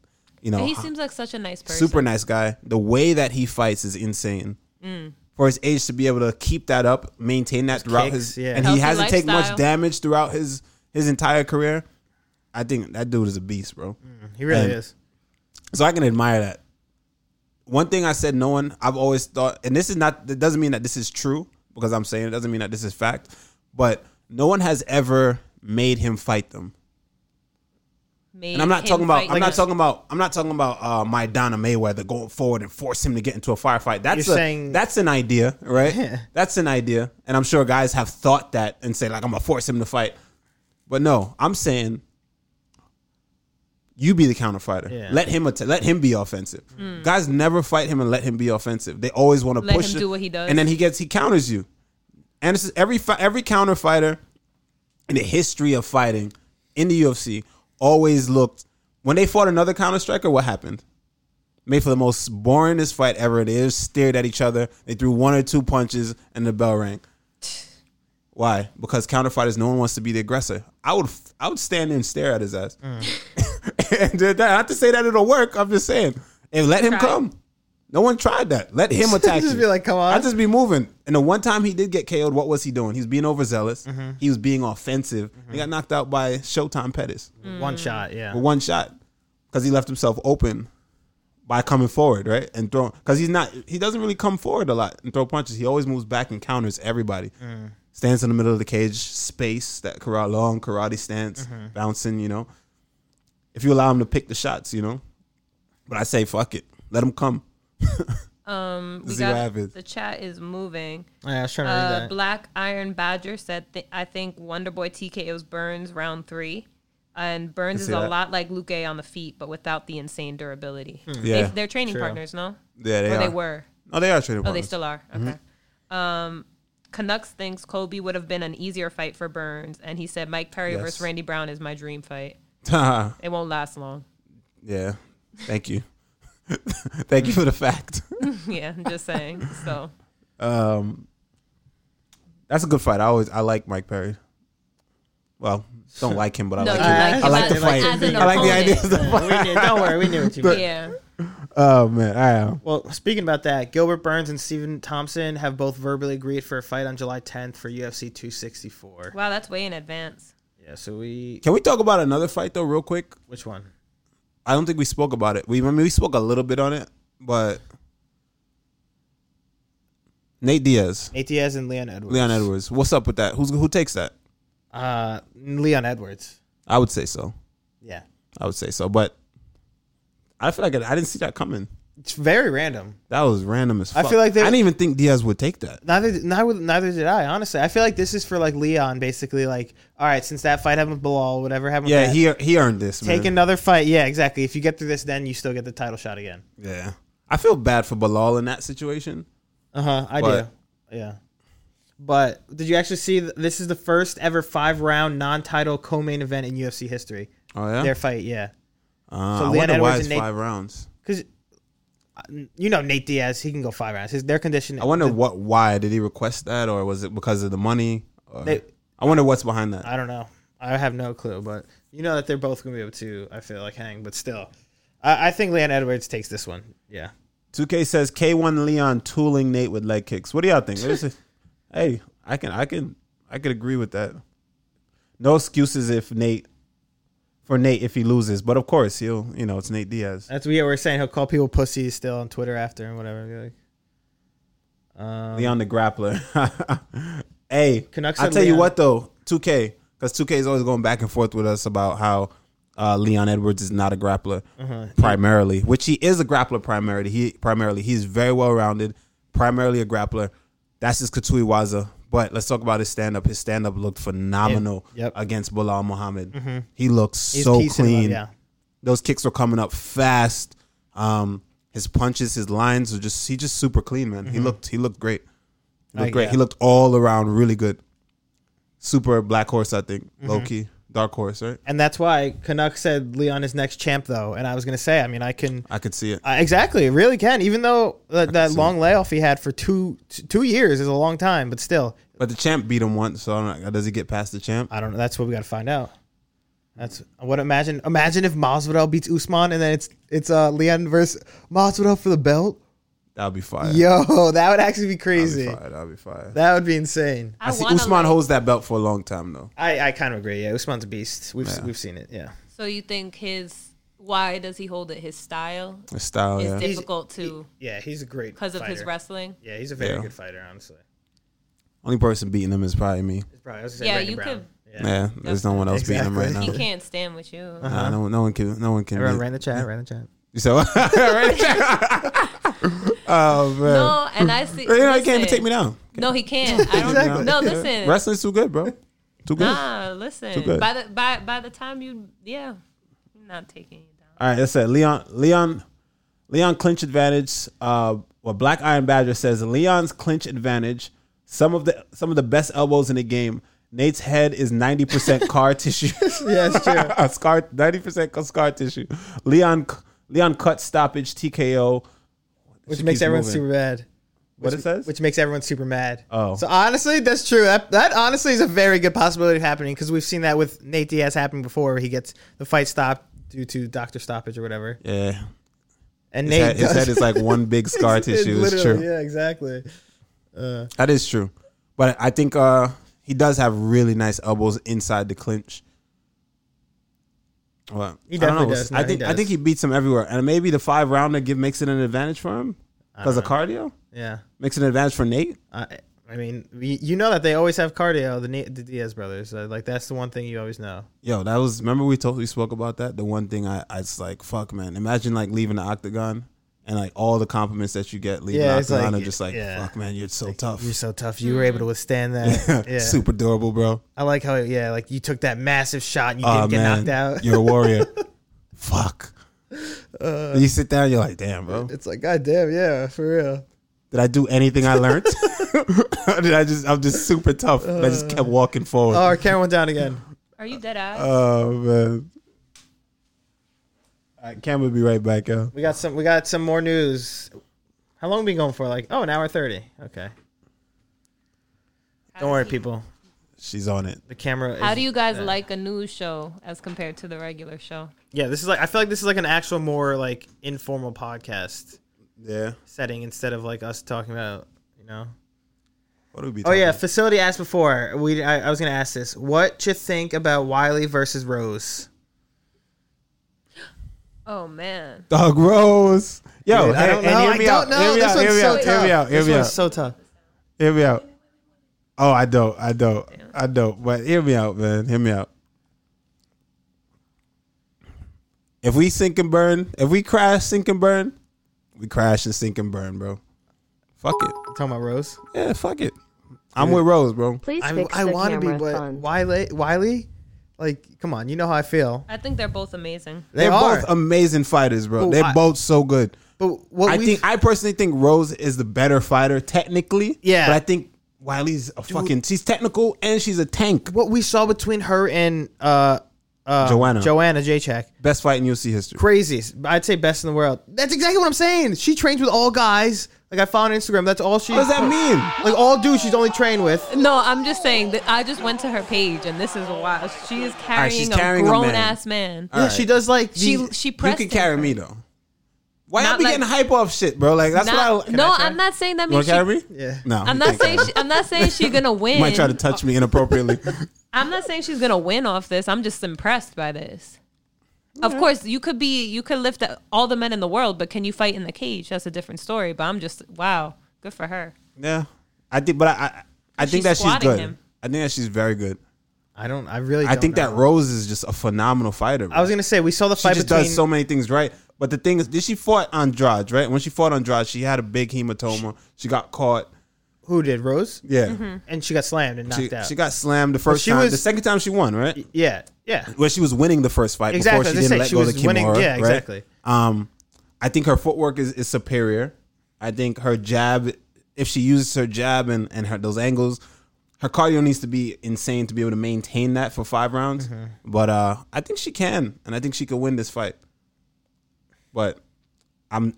B: You know,
C: He seems like such a nice person.
B: super nice guy. The way that he fights is insane.
C: Mm.
B: For his age to be able to keep that up, maintain that throughout
A: kicks,
B: his,
A: yeah.
B: and
C: Healthy
B: he hasn't taken much
C: lifestyle.
B: damage throughout his his entire career. I think that dude is a beast, bro.
A: He really
B: And-
A: is.
B: So I can admire that. One thing I said, no one, I've always thought, and this is not, it doesn't mean that this is true because I'm saying it doesn't mean that this is fact, but no one has ever made him fight them.
C: Made
B: And I'm not
C: him
B: talking about,
C: fight
B: I'm not
C: him.
B: talking about, I'm not talking about uh, Maidana Mayweather going forward and force him to get into a firefight. That's
A: You're
B: a,
A: saying-
B: that's an idea, right? That's an idea, and I'm sure guys have thought that and say like, I'm gonna force him to fight, but no, I'm saying you be the counter fighter.
A: Yeah.
B: Let him att- let him be offensive. Guys never fight him and let him be offensive. They always want to
C: Let
B: push
C: him do what he does.
B: and then he gets he counters you. And this is every fi- every counter fighter in the history of fighting in the UFC always looked when they fought another counter striker. What happened? Made for the most boringest fight ever. They just stared at each other. They threw one or two punches, and the bell rang. Why? Because counter fighters, no one wants to be the aggressor. I would, I would stand there and stare at his ass and did that. Not to say that it'll work. I'm just saying, and let him
C: Try.
B: come. No one tried that. Let him attack
A: Just
B: you.
A: be like, come on.
B: I just be moving. And the one time he did get KO'd, what was he doing? He was being overzealous. He was being offensive. He got knocked out by Showtime Pettis
A: One shot, yeah.
B: with one shot because he left himself open by coming forward, right? And throwing because he's not he doesn't really come forward a lot and throw punches. He always moves back and counters everybody. Stands in the middle of the cage, space that karate long karate stance, bouncing. You know, if you allow him to pick the shots, you know. But I say fuck it, let him come.
C: Um, We
B: See what happens.
C: The chat is moving.
A: Yeah, I was trying to read
C: Uh,
A: that.
C: Black Iron Badger said, th- I think Wonderboy TKO's Burns round three. And Burns is
B: see
C: a
B: that.
C: lot like Luke on the feet, but without the insane durability.
B: Hmm. Yeah.
C: They, they're training
A: True.
C: partners, no?
B: Yeah, they are.
C: or Oh,
B: Mm-hmm.
C: they were.
B: No, they are trading.
C: Oh, they still are. Okay. Um, Canucks thinks Kobe would have been an easier fight for Burns, and he said Mike Perry
B: Yes.
C: versus Randy Brown is my dream fight.
B: yeah.
C: It won't last long.
B: Thank you. Thank you for the fact.
C: yeah, I'm just saying. So
B: That's a good fight. I always I like Mike Perry. Well, don't like him, but I
C: No,
B: like
C: you
B: him.
A: like
B: I
A: him
B: like the
A: as-
B: fight.
A: as an
B: I like the idea. Of the fight.
A: we knew, don't worry, we knew what you meant.
C: yeah,
B: Oh man, I am.
A: Well, speaking about that, Gilbert Burns and Stephen Thompson have both verbally agreed for a fight on July 10th for UFC 264.
C: wow, that's way in advance.
A: Yeah, so we
B: Can we talk about another fight though, real quick?
A: which one?
B: I don't think we spoke about it. We I mean, we spoke a little bit on it, but Nate Diaz,
A: Nate Diaz and Leon Edwards.
B: Leon Edwards, what's up with that? Who's who takes that?
A: Uh, Leon Edwards.
B: I would say so.
A: Yeah,
B: I would say so, but I feel like I, I didn't see that coming.
A: it's very random.
B: That was random as
A: I
B: fuck.
A: feel like they-
B: I didn't even think Diaz would take that.
A: Neither, neither, neither did I. Honestly, I feel like this is for like Leon, basically. Like, all right, since that fight happened with Bilal, whatever happened.
B: Yeah,
A: with that,
B: he he earned this.
A: take
B: man.
A: another fight. Yeah, exactly. If you get through this, then you still get the title shot again.
B: Yeah, I feel bad for Balal in that situation.
A: Uh huh. I
B: But-
A: do. Yeah. But did you actually see? th- This is the first ever five round non title co main event in UFC history.
B: Oh yeah,
A: Their fight, yeah.
B: uh,
A: so
B: I
A: Leon
B: wonder
A: Edwards
B: why it's
A: and Nate-
B: five rounds.
A: Because uh, you know Nate Diaz, he can go five rounds. His their condition.
B: I wonder what why did he request that, or was it because of the money? Or,
A: They-
B: I wonder what's behind that.
A: I don't know. I have no clue, but you know that they're both gonna be able to. I feel like hang, but still, I, I think Leon Edwards takes this one. Yeah.
B: Two K says K one Leon tooling Nate with leg kicks. What do y'all think? What is it? hey, I can I can I could agree with that. No excuses if Nate for Nate if he loses, but of course he'll you know it's Nate Diaz.
A: That's what we were saying. He'll call people pussies still on Twitter after and whatever. Be like,
B: Leon the grappler. hey,
A: Canucks
B: I'll
A: said
B: tell you
A: Leon.
B: what though, 2K, because 2K is always going back and forth with us about how uh, Leon Edwards is not a grappler
A: Uh-huh.
B: primarily, which he is a grappler primarily. He primarily he's very well rounded, primarily a grappler. That's his Katui Waza. But let's talk about his stand up. His stand up looked phenomenal
A: Yeah. Yep. Mm-hmm.
B: against Bilal Muhammad. He looked
A: He's
B: so
A: piecing him up,
B: clean
A: yeah.
B: those kicks were coming up fast. Um, his punches, his lines were just he just super clean, man. He looked he looked great. He looked
A: Like,
B: great.
A: Mm-hmm. yeah.
B: He looked all around really good. Super black horse, I think.
A: Mm-hmm.
B: Low key. Dark horse, right?
A: And that's why Canuck said Leon is next champ though. And I was gonna say, I mean, I can.
B: I could see it.
A: I Uh, exactly, really can. Even though that, that long layoff he had for two t- two years is a long time, but still,
B: But the champ beat him once, so I don't know. Does he get past the champ?
A: I don't know. That's what we got to find out. That's what imagine. Imagine if Masvidal beats Usman, and then it's it's uh Leon versus Masvidal for the belt.
B: That'll be fire.
A: Yo, that would actually be
B: That'll be
A: crazy.
B: fire. That'll be fire.
A: That would be insane.
B: I, see
C: wanna
B: Usman
C: like-
B: holds that belt for a long time though.
A: I, I kind of agree. Yeah, Usman's a beast. We've we've seen it. Yeah,
C: So you think his why does he hold it? His style
B: His style,
C: is
B: yeah.
C: difficult to
A: yeah, he's a great
C: because of his
A: fighter.
C: wrestling.
A: Yeah, he's a very
B: Yeah.
A: good fighter. Honestly,
B: Only person beating him is probably me.
A: it's probably, I was gonna say
C: Yeah,
A: Randy
C: you
A: Brown. Yeah,
B: Yeah, there's no one else beating him right now.
A: Exactly.
C: He can't stand with you.
B: Nah, no, no one can. No one can.
A: everyone
B: beat-
A: ran the chat. Ran the chat.
B: You said what? oh man.
C: No, and I see.
B: You know, he can't even
C: listen.
B: take me down.
C: No, he can't. I don't.
A: Exactly.
C: No, listen.
B: Wrestling's too good, bro. Too good.
C: Nah,
B: good.
C: listen. By the by, by the time you, yeah, I'm not taking you down.
B: All right, that's it. Leon, Leon, Leon clinch advantage. Uh, well, Black Iron Badger says Leon's clinch advantage. Some of the some of the best elbows in the game. Nate's head is ninety percent car tissue.
A: Yeah, it's true.
B: scar ninety percent scar tissue. Leon, Leon cut stoppage TKO.
A: which
B: She
A: makes
B: keeps
A: everyone
B: moving.
A: super mad.
B: What
A: which,
B: it says?
A: which makes everyone super mad.
B: Oh.
A: so honestly, that's true. That, that honestly is a very good possibility of happening because we've seen that with Nate Diaz happen before. Where he gets the fight stopped, due to doctor stoppage or whatever.
B: Yeah.
A: And
B: His
A: Nate
B: head, his
A: does-
B: head is like one big scar tissue. It's
A: literally,
B: true.
A: Yeah, exactly.
B: That is true. But I think uh, he does have really nice elbows inside the clinch. Well,
A: He
B: I don't
A: definitely
B: know.
A: does. No,
B: I
A: he
B: think I
A: does.
B: think he beats him everywhere, and maybe the five rounder give makes it an advantage for him because of cardio
A: Yeah.
B: makes it an advantage for Nate.
A: I I mean, we- you know that they always have cardio, the, Na- the Diaz brothers. Uh, like that's the one thing you always know.
B: Yo, that was remember we told we spoke about that. The one thing I I was like, fuck, man. Imagine like leaving the octagon and like all the compliments that you get leaving
A: Yeah,
B: the
A: it's
B: octagon
A: like,
B: are just like,
A: yeah.
B: fuck, man, you're so tough,
A: You're so tough. You were able to withstand that. Yeah.
B: super durable, bro.
A: I like how yeah, like you took that massive shot and you
B: Oh
A: didn't get
B: man,
A: knocked out.
B: you're a warrior. Fuck.
A: Uh,
B: Then you sit down, you're like, damn, bro.
A: It's like god damn, yeah, for real.
B: Did I do anything I learned? Did I just? I'm just super tough. and I
A: Uh,
B: just kept walking forward.
A: Oh, our camera went down again.
C: Are you dead eyes?
B: Oh man. All right, Cam will be right back, yo.
A: We got some we got some more news. How long we been going for? Like, oh, an hour thirty. Okay. Don't worry, people.
B: She's on it.
A: The camera is
C: How do you guys like a news show as compared to the regular show?
A: Yeah, this is like I feel like this is like an actual more like informal podcast
B: Yeah.
A: setting instead of like us talking about, you know.
B: What would be?
A: Oh yeah, facility asked before. We I, I was gonna ask this. What you think about Wiley versus Rose?
C: Oh man.
B: Dog Rose. Yo,
A: I don't
B: and- and
A: know.
B: hear
A: I
B: me
A: don't
B: out,
A: know.
B: Hear me
A: This
B: out.
A: one's
B: Hear me
A: so
B: out. Hear me
A: tough.
B: out. Hear
A: This
B: me
A: one's
B: out.
A: so tough.
B: Hear me out. Oh, I don't. I don't. I don't. But hear me out, man. Hear me out. If we sink and burn, if we crash, sink and burn, we crash and sink and burn, bro. Fuck it.
A: Talking about Rose.
B: Yeah, fuck it. I'm with Rose, bro.
G: Please
A: I,
G: fix
A: I
G: the
A: want to be,
G: camera
A: but
G: fun.
A: Wiley, Wiley, like, come on, you know how I feel.
C: I think they're both amazing.
A: They
B: They're
A: are,
B: both amazing fighters, bro.
A: But
B: They're
A: I-
B: both so good.
A: but what
B: I
A: we
B: think I personally think Rose is the better fighter technically.
A: Yeah.
B: But I think Wiley's a fucking she's technical and she's a tank.
A: what we saw between her and uh, uh,
B: Joanna.
A: Joanna Jacek,
B: Best fight in UFC history.
A: crazy. I'd say best in the world. That's exactly what I'm saying. She trains with all guys. Like I found on Instagram. That's all she.
B: What does that mean?
A: Like all dudes she's only trained with.
C: No, I'm just saying that I just went to her page and this is wild. She is
B: right,
C: carrying
B: she's
C: a
B: carrying a
C: grown
B: man.
C: ass man.
A: Yeah, she does like
C: She
A: the-
C: she
B: You
C: pressed.
B: can
C: him.
B: carry me though. Why y'all
C: Not
B: be
C: like-
B: getting hype off shit, bro? Like that's
C: Not-
B: what I
C: no,
B: Can I try?
C: I'm not saying that
B: You wanna
C: means she,
B: carry me?
A: Yeah.
B: No,
C: I'm
B: you
C: not
B: can't
C: saying
B: carry
C: she,
B: me.
C: I'm not saying she's gonna win.
B: You might try to touch me inappropriately.
C: I'm not saying she's gonna win off this. I'm just impressed by this. Of course, you could be you could lift all the men in the world, but can you fight in the cage? That's a different story. But I'm just wow, good for her.
B: yeah, I think, but I, I, I think
C: she's
B: that she's
C: squatting
B: good.
C: him.
B: I think that she's very good.
A: I don't. I really.
B: I
A: don't
B: think
A: know.
B: that Rose is just a phenomenal fighter.
A: I was gonna say we saw the
B: she
A: fight
B: just
A: between.
B: does so many things right. But the thing is, did she fought Andrade right? When she fought Andrade, she had a big hematoma. She got caught.
A: who did Rose?
B: Yeah,
C: Mm-hmm.
A: And she got slammed and knocked
B: she,
A: out.
B: she got slammed the first
A: she
B: time.
A: was-
B: the second time she won, right?
A: Yeah. Yeah.
B: where she was winning the first fight
A: Exactly,
B: before she
A: as I
B: didn't
A: said,
B: let
A: she
B: go
A: was
B: of the Kimura.
A: winning- yeah,
B: right?
A: exactly.
B: Um, I think her footwork is, is superior. I think her jab, if she uses her jab and, and her those angles, her cardio needs to be insane to be able to maintain that for five rounds.
A: Mm-hmm.
B: But uh, I think she can, and I think she could win this fight. But I'm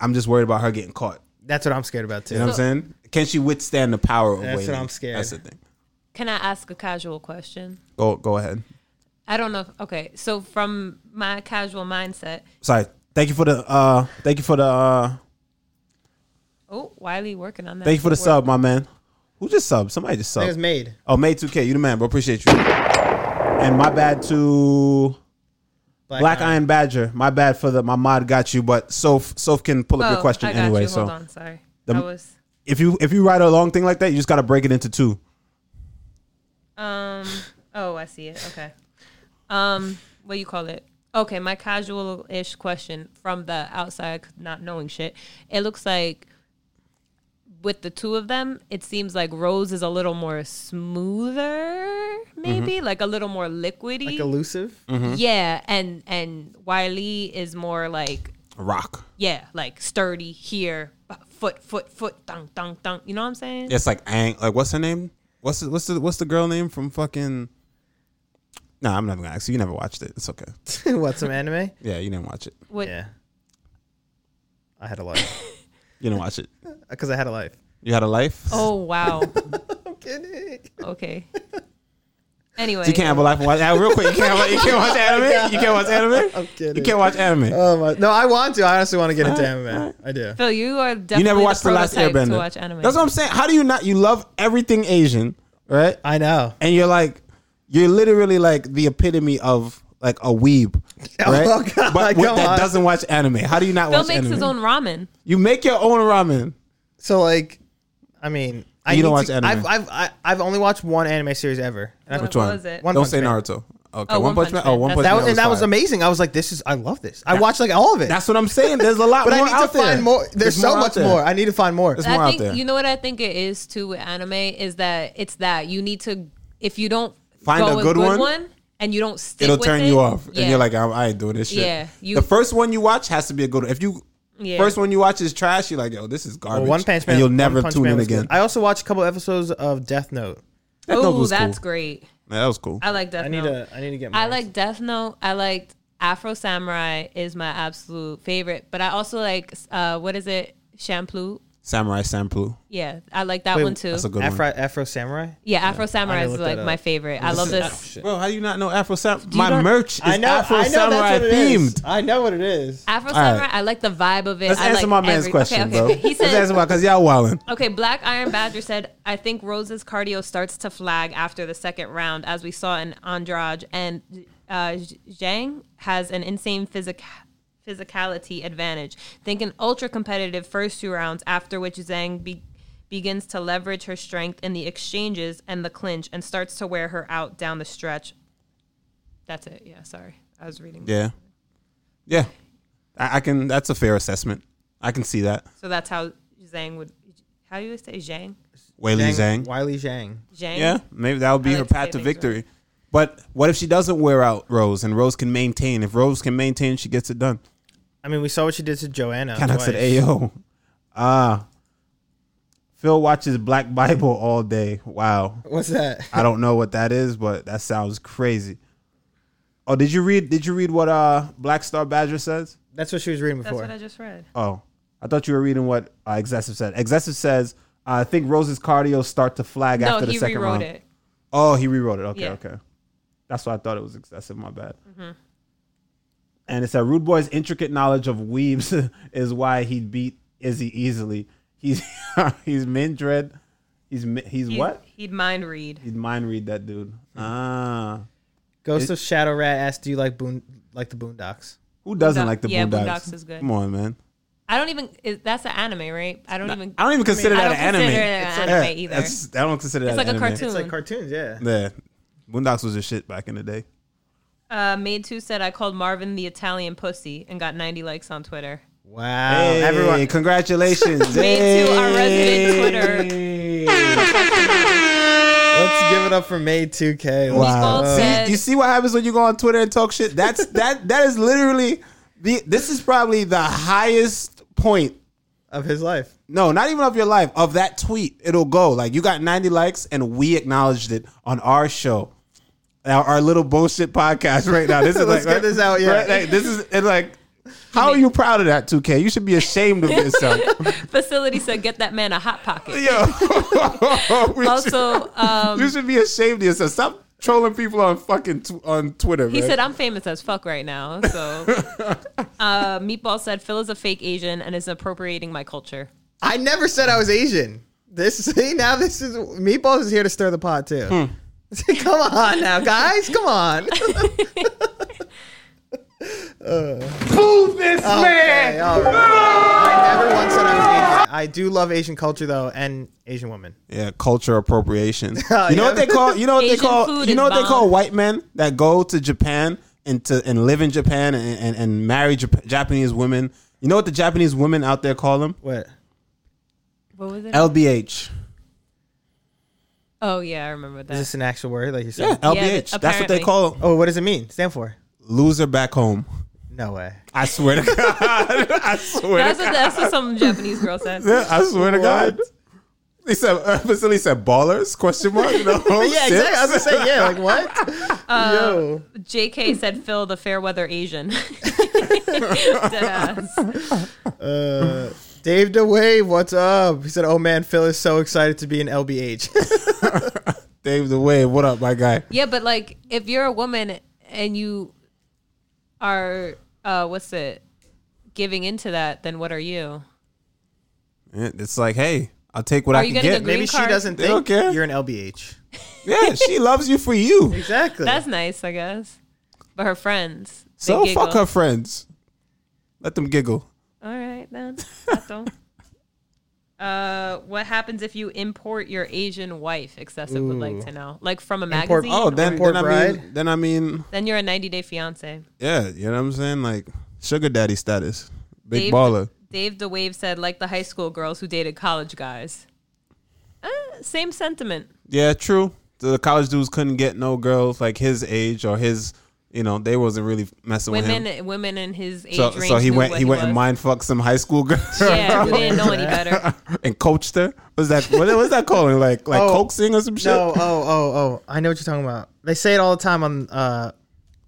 B: I'm just worried about her getting caught.
A: That's what I'm scared about too.
B: You know what I'm saying? Can she withstand the power of
A: That's what
B: waiting?
A: I'm scared.
B: That's the thing.
C: Can I ask a casual question?
B: Go go ahead.
C: I don't know. if- Okay, so from my casual mindset,
B: Sorry. Thank you for the uh thank you for the uh
C: oh Wiley working on that.
B: Thank you for the
C: footwork.
B: sub, my man. Who just subbed? Somebody just
A: I think it's
B: subbed.
A: made.
B: Oh, May 2K, you the man, bro. Appreciate you. And my bad to Black Iron Badger. My bad for the my mod got you, but Soph Soph can pull up
C: Oh,
B: your question
C: I got
B: anyway.
C: You.
B: So
C: Hold on, sorry.
B: The-
C: I was
B: if you if you write a long thing like that, you just gotta break it into two.
C: Um. Oh, I see it. Okay. Um. What do you call it? Okay, my casual-ish question from the outside, not knowing shit. It looks like with the two of them, it seems like Rose is a little more smoother, maybe like a little more liquidy.
A: Mm-hmm. Like Mhm. elusive.
C: yeah, and and Wiley is more like
B: Rock.
C: yeah, like sturdy here, foot, foot, foot, dunk, dunk, dunk. You know what I'm saying?
B: It's like Ang like what's her name? What's the, what's the what's the girl name from fucking Nah, I'm not gonna ask you. You never watched it. It's okay.
A: what some anime?
B: Yeah, you didn't watch it.
C: What,
A: Yeah. I had a life
B: You didn't watch it.
A: because I had a life.
B: You had a life?
C: Oh wow.
A: I'm kidding.
C: okay. Anyway,
B: So you can't have a life and watch that real quick. You can't, have, you can't watch anime. You can't watch anime.
A: I'm kidding.
B: You can't watch anime.
A: Oh my! No, I want to. I honestly want to get into anime. I do.
C: Phil, you are definitely
B: you never watched
C: the,
B: the, last
C: prototype
B: Airbender.
C: To watch anime.
B: That's what I'm saying. How do you not? You love everything Asian, right?
A: I know.
B: And you're like, you're literally like the epitome of like a weeb,
A: Oh,
B: right?
A: God,
B: but what,
A: come
B: that
A: on.
B: doesn't watch anime. How do you not
C: Phil
B: watch
C: makes
B: anime?
C: his own ramen.
B: you make your own ramen.
A: So like, I mean, I
B: You don't
A: need
B: watch
A: to-
B: anime.
A: I've I've I- I've only watched one anime series ever. And I-
C: Which
B: Which one?
C: What was it?
A: One
B: Don't
A: Punch
B: say
A: Man.
B: Naruto. Okay,
C: Oh,
B: One
C: One
B: Punch
C: Punch
B: Man. Oh,
C: Man.
B: One Punch
C: That's-
A: That
B: Man.
A: was, and that was
B: fire.
A: amazing. I was like, this is I love this. I watched like all of it.
B: That's what I'm saying. There's a lot
A: but I
B: more
A: need to
B: out there.
A: find more. There's, so
B: out
A: much
B: there.
A: more. I need to find more.
B: There's
C: I
B: more out
C: think
B: there.
C: you know what I think it is too with anime is that it's that you need to if you don't
B: Find
C: go
B: a
C: with
B: good one,
C: and you don't stick
B: It'll
C: with
B: turn
C: it,
B: you off,
C: yeah.
B: and you're like, I'm, I ain't doing this shit.
C: Yeah, you-
B: the first one you watch has to be a good. one. If you
C: Yeah.
B: first one you watch is trash, you're like, yo, this is garbage.
A: Well, One Punch Man.
B: and you'll
A: One
B: never
A: Punch
B: tune
A: Man
B: in
A: was good.
B: again.
A: I also watched a couple episodes of Death Note.
B: Death Note
C: oh,
B: was
C: that's
B: cool.
C: great.
B: Yeah, that was cool.
C: I like Death
A: I need
C: Note.
A: to I need to get. More.
C: I like Death Note. I liked Afro Samurai is my absolute favorite, but I also like uh, what is it? Shampoo.
B: Samurai Samploo.
C: Yeah, I like that
A: Wait,
C: one too.
B: That's a good
A: Afro
B: one.
A: Afro Samurai.
C: yeah, Afro Samurai
A: gotta
C: is
A: look
C: like
A: that
C: my
A: up.
C: favorite. I love this.
A: Shit.
B: Bro, how do you not know Afro Samurai?
C: you
B: My
C: not-
B: merch is
A: I know.
B: oh, Afro
A: I know
B: Samurai
A: that's what it is.
B: themed.
A: I know what it is.
C: Afro
B: All right.
C: Samurai, I like the vibe of it.
B: Let's
C: I
B: answer
C: like
B: my man's
C: every-
B: question,
C: okay,
B: bro.
C: okay. He
B: Let's
C: said,
B: answer my because y'all wildin'.
C: Okay, Black Iron Badger said, I think Rose's cardio starts to flag after the second round, as we saw in Andrade, and uh, Zhang has an insane physic- physicality advantage. Think an ultra competitive first two rounds, after which Zhang be- begins to leverage her strength in the exchanges and the clinch and starts to wear her out down the stretch. That's it. Yeah, sorry. I was reading.
B: Yeah, yeah. I, I can. That's a fair assessment. I can see that.
C: So that's how Zhang would. How do you say Zhang?
B: Whaley Zhang.
A: Wiley Zhang.
C: Zhang?
B: Yeah, maybe that would be
C: I
B: her
C: like to
B: path
C: say
B: to
C: things right.
B: victory. But what if she doesn't wear out Rose and Rose can maintain? If Rose can maintain, she gets it done.
A: I mean, we saw what she did to Joanna.
B: And I
A: twice.
B: said, "Ayo, ah." Phil watches Black Bible all day. Wow,
A: What's that?
B: I don't know what that is, but that sounds crazy. Oh, did you read? Did you read what uh Black Star Badger says?
A: That's what she was reading
C: That's
A: before.
C: what I just read.
B: Oh, I thought you were reading what uh, Excessive said. Excessive says, "Uh, "I think Rose's cardio start to flag
C: No,
B: after the
C: he
B: second
C: rewrote
B: round."
C: it.
B: Oh, he rewrote it. Okay,
C: Yeah. Mm-hmm.
B: okay. That's why I thought it was excessive. My bad. And it said Rude Boy's intricate knowledge of weaves is why he beat Izzy easily. He's he's mindread. He's mi- he's
C: He'd-
B: what?
C: He'd mind read.
B: He'd mind read that dude.
C: Hmm.
B: Ah,
A: Ghost of Shadow Rat asked, "Do you like boon like the Boondocks?"
B: who doesn't
C: Boondock-
B: like the
C: yeah,
B: Boondocks?
C: Boondocks is good.
B: Come on, man.
C: I don't even. Is, that's an anime, right? I don't even.
B: I don't even consider
C: I
B: that
C: don't
B: an anime.
C: consider it an
B: It's-
C: anime
B: yeah,
C: either.
B: that's- I don't consider that.
C: It's like
B: an
C: a
B: anime.
C: cartoon.
A: It's like cartoons, yeah.
B: Yeah, Boondocks was a shit back in the day.
C: uh, Maid Two said I called Marvin the Italian pussy and got 90 likes on Twitter.
A: Wow,
B: Hey,
A: everyone.
B: congratulations!
C: Maid Two, our resident Twitter.
A: Let's give it up for May 2K. Let's
B: Wow.
C: Meatball
B: See,
C: said-
B: Uh, you see what happens when you go on Twitter and talk shit? That's that that is literally the this is probably the highest point.
A: of his life.
B: No, not even of your life, of that tweet. It'll go. Like you got 90 likes and we acknowledged it on our show. Our, our little bullshit podcast right now. This is
A: Let's
B: like
A: get this out, yeah.
B: right, like, this is and like how are you proud of that 2K? You should be ashamed of yourself.
C: Facility said get that man a hot pocket.
B: Yo. We should-
C: Also, um,
B: you should be ashamed of yourself. Stop trolling people on fucking tw- on Twitter.
C: he
B: man.
C: said I'm famous as fuck right now. So, uh, Meatball said Phil is a fake Asian and is appropriating my culture.
A: I never said I was Asian. This see now this is Meatballs is here to stir the pot too.
C: Hmm.
A: Come on now, guys. Come on.
B: Move this
A: Uh. Okay, all right. I never once said I was Asian. I do love Asian culture though, and Asian women.
B: Yeah, culture appropriation.
A: Oh,
B: you know
A: yeah.
B: what they call you know what they
C: Asian
B: call
C: food
B: you know
C: is
B: what they call
C: bomb.
B: white men that go to Japan and to and live in Japan and, and, and marry Jap- Japanese women. You know what the Japanese women out there call them?
A: What?
C: What was it?
B: LBH.
C: oh yeah, I remember that.
A: Is this an actual word like you said?
B: Yeah, LBH. That's what they
C: apparently.
B: call them.
A: Oh, what does it mean? Stand for?
B: Loser back home.
A: No way.
B: I swear to God. I swear to
C: that's, what,
B: God.
C: that's what some Japanese girl said.
B: I swear to God. They said, uh, Vasily said ballers? Question mark. No,
A: yeah, exactly. I was gonna say yeah. Like what? Yo,
C: JK said Phil the Fairweather Asian. Deadass.
A: uh, Dave DeWave, what's up? He said, "Oh man, Phil is so excited to be in LBH."
B: Dave the Wave, what up, my guy?
C: Yeah, but like if you're a woman and you are uh what's it giving into that, then what are you?
B: It's like, hey, I'll take what
C: Are
B: I
C: you
B: can
C: getting
B: get.
C: a
A: Maybe
C: Green
A: she
C: card.
A: doesn't
B: They
A: think
B: don't care.
A: you're an LBH.
B: yeah, she loves you for you.
A: Exactly.
C: That's nice, I guess. But her friends. they
B: So
C: giggle.
B: fuck her friends. Let them giggle.
C: All right then. Fuck 'em. Uh, what happens if you import your Asian wife? Excessive would like to know, like from a
A: Import-
C: magazine.
B: Oh,
C: or-
B: then,
A: Import
B: then I mean,
A: bride.
B: then I mean,
C: then you're a 90 day fiance.
B: yeah, you know what I'm saying? Like sugar daddy status, big
C: Dave-
B: baller.
C: Dave the Wave said, like the high school girls who dated college guys. Uh, same sentiment.
B: Yeah, true. The college dudes couldn't get no girls like his age or his, you know, they wasn't really messing with him.
C: Women, women in his age
B: So,
C: range.
B: so he
C: knew
B: went,
C: what
B: he went and
C: was.
B: mind fucked some high school girl
C: Yeah, we didn't know any better.
B: and coached her. What's that? What, what's that calling? Like like
A: Oh.
B: coaxing or some shit?
A: No, oh, oh, oh. I know what you're talking about. They say it all the time on uh,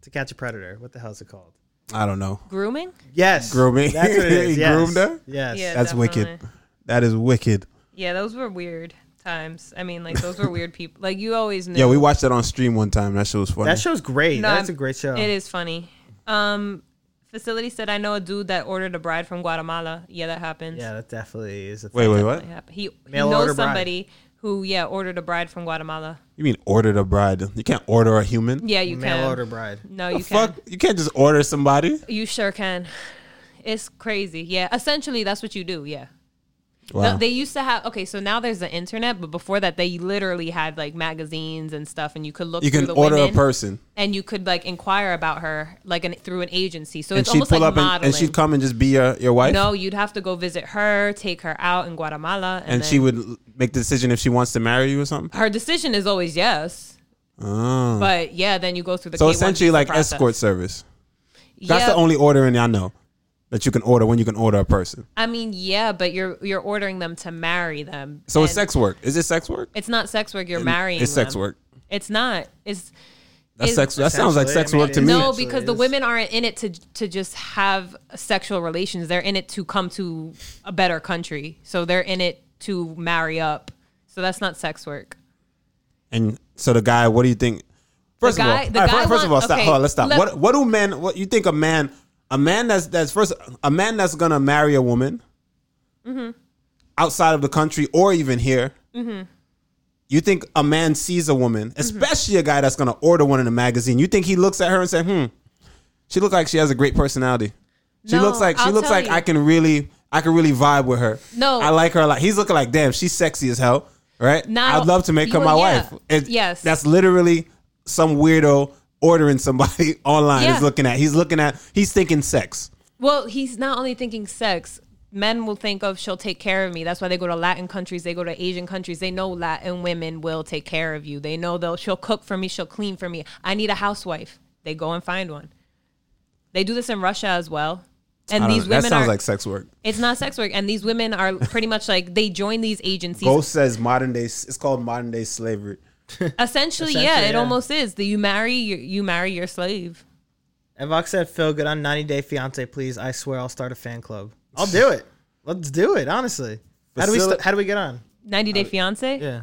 A: To Catch a Predator. What the hell is it called?
B: I don't know.
C: Grooming?
A: Yes.
B: Grooming.
A: That's what it is.
B: He
A: yes.
B: groomed her?
A: Yes.
C: Yeah.
B: That's wicked.
C: definitely.
B: That is wicked.
C: Yeah, those were weird times. I mean, like those were weird people. Like you always knew.
B: Yeah, we watched that on stream one time. That shit was funny.
A: That show's great.
C: No,
A: That's
C: I'm-
A: a great show.
C: It is funny. Um, facility said, "I know a dude that ordered a bride from Guatemala. Yeah, that happens.
A: Yeah, that definitely is. A thing.
B: wait, wait, what?
C: That happened. He, he
A: Mail order
C: knows
A: bride.
C: somebody who yeah ordered a bride from Guatemala.
B: You mean ordered a bride? You can't order a human.
C: Yeah, you
A: Mail
C: can.
A: order bride.
C: No, you
B: The
C: can.
B: fuck? You can't just order somebody.
C: You sure can. It's crazy. Yeah, essentially that's what you do. Yeah.
B: Wow.
C: No, they used to have okay, so now there's the internet, but before that they literally had like magazines and stuff, and you could look.
B: you
C: through
B: can
C: the
B: order a
C: women,
B: person,
C: and you could like inquire about her like an, through an agency. So
B: and
C: it's
B: she'd
C: almost
B: pull
C: like
B: up and,
C: modeling.
B: and she'd come and just be your, your wife.
C: No, you'd have to go visit her, take her out in Guatemala, and,
B: and
C: then-
B: she would l- make the decision if she wants to marry you or something.
C: Her decision is always yes,
B: Oh.
C: but yeah, then you go through the
B: So
C: K1
B: essentially,
C: visa
B: like
C: process.
B: escort service. That's
C: Yeah,
B: the only ordering I know that you can order when you can order a person.
C: I mean, yeah, but you're you're ordering them to marry them.
B: So it's
C: and
B: sex work. Is it sex work?
C: It's not sex work. You're marrying.
B: It's sex
C: them.
B: work.
C: It's not. It's
B: That's
C: Is-
B: sex. That sounds like
A: Essentially,
B: sex
A: I mean,
B: work to
A: it
B: me.
A: is.
C: no,
A: actually
C: because the
A: is.
C: women aren't in it to to just have sexual relations. They're in it to come to a better country. So they're in it to marry up. So that's not sex work.
B: And so the guy, what do you think? First
C: guy-
B: of
C: the
B: all, all right,
C: guy
B: first, of all,
C: want-
B: stop.
C: okay,
B: Hold on, let's stop.
C: let-
B: what what do men? What you think a man? A man that's that's first a man that's gonna marry a woman
C: Mm-hmm.
B: outside of the country or even here. You think a man sees a woman,
C: Mm-hmm.
B: especially a guy that's gonna order one in a magazine? You think he looks at her and say, "Hmm, she looks like she has a great personality. She
C: No,
B: looks like she
C: I'll
B: looks
C: tell
B: like
C: you.
B: I can really I can really vibe with her.
C: No.
B: I like her a lot. He's looking like, damn, she's sexy as hell, right?
C: Not-
B: I'd love to make her
C: you-
B: my
C: yeah.
B: wife. It-
C: Yes.
B: that's literally some weirdo ordering somebody online
C: Yeah.
B: is looking at. He's looking at. He's thinking sex.
C: Well, he's not only thinking sex. Men will think of she'll take care of me. That's why they go to Latin countries. They go to Asian countries. They know Latin women will take care of you. They know they'll she'll cook for me. She'll clean for me. I need a housewife. They go and find one. They do this in Russia as well. And
B: I don't
C: these
B: know.
C: women
B: that sounds
C: are
B: like sex work.
C: it's not sex work. And these women are pretty much like they join these agencies.
B: Ghost says modern day. It's called modern day slavery.
C: Essentially, yeah,
A: Essentially,
C: it
A: yeah.
C: almost is. That you marry you, you marry your slave.
A: And Vox said, "Feel good on 90 Day Fiance, please. I swear I'll start a fan club. I'll do it. Let's do it. Honestly, how do we
B: Facili-
A: st- how do we get on?
C: Ninety Day Fiance.
A: Yeah,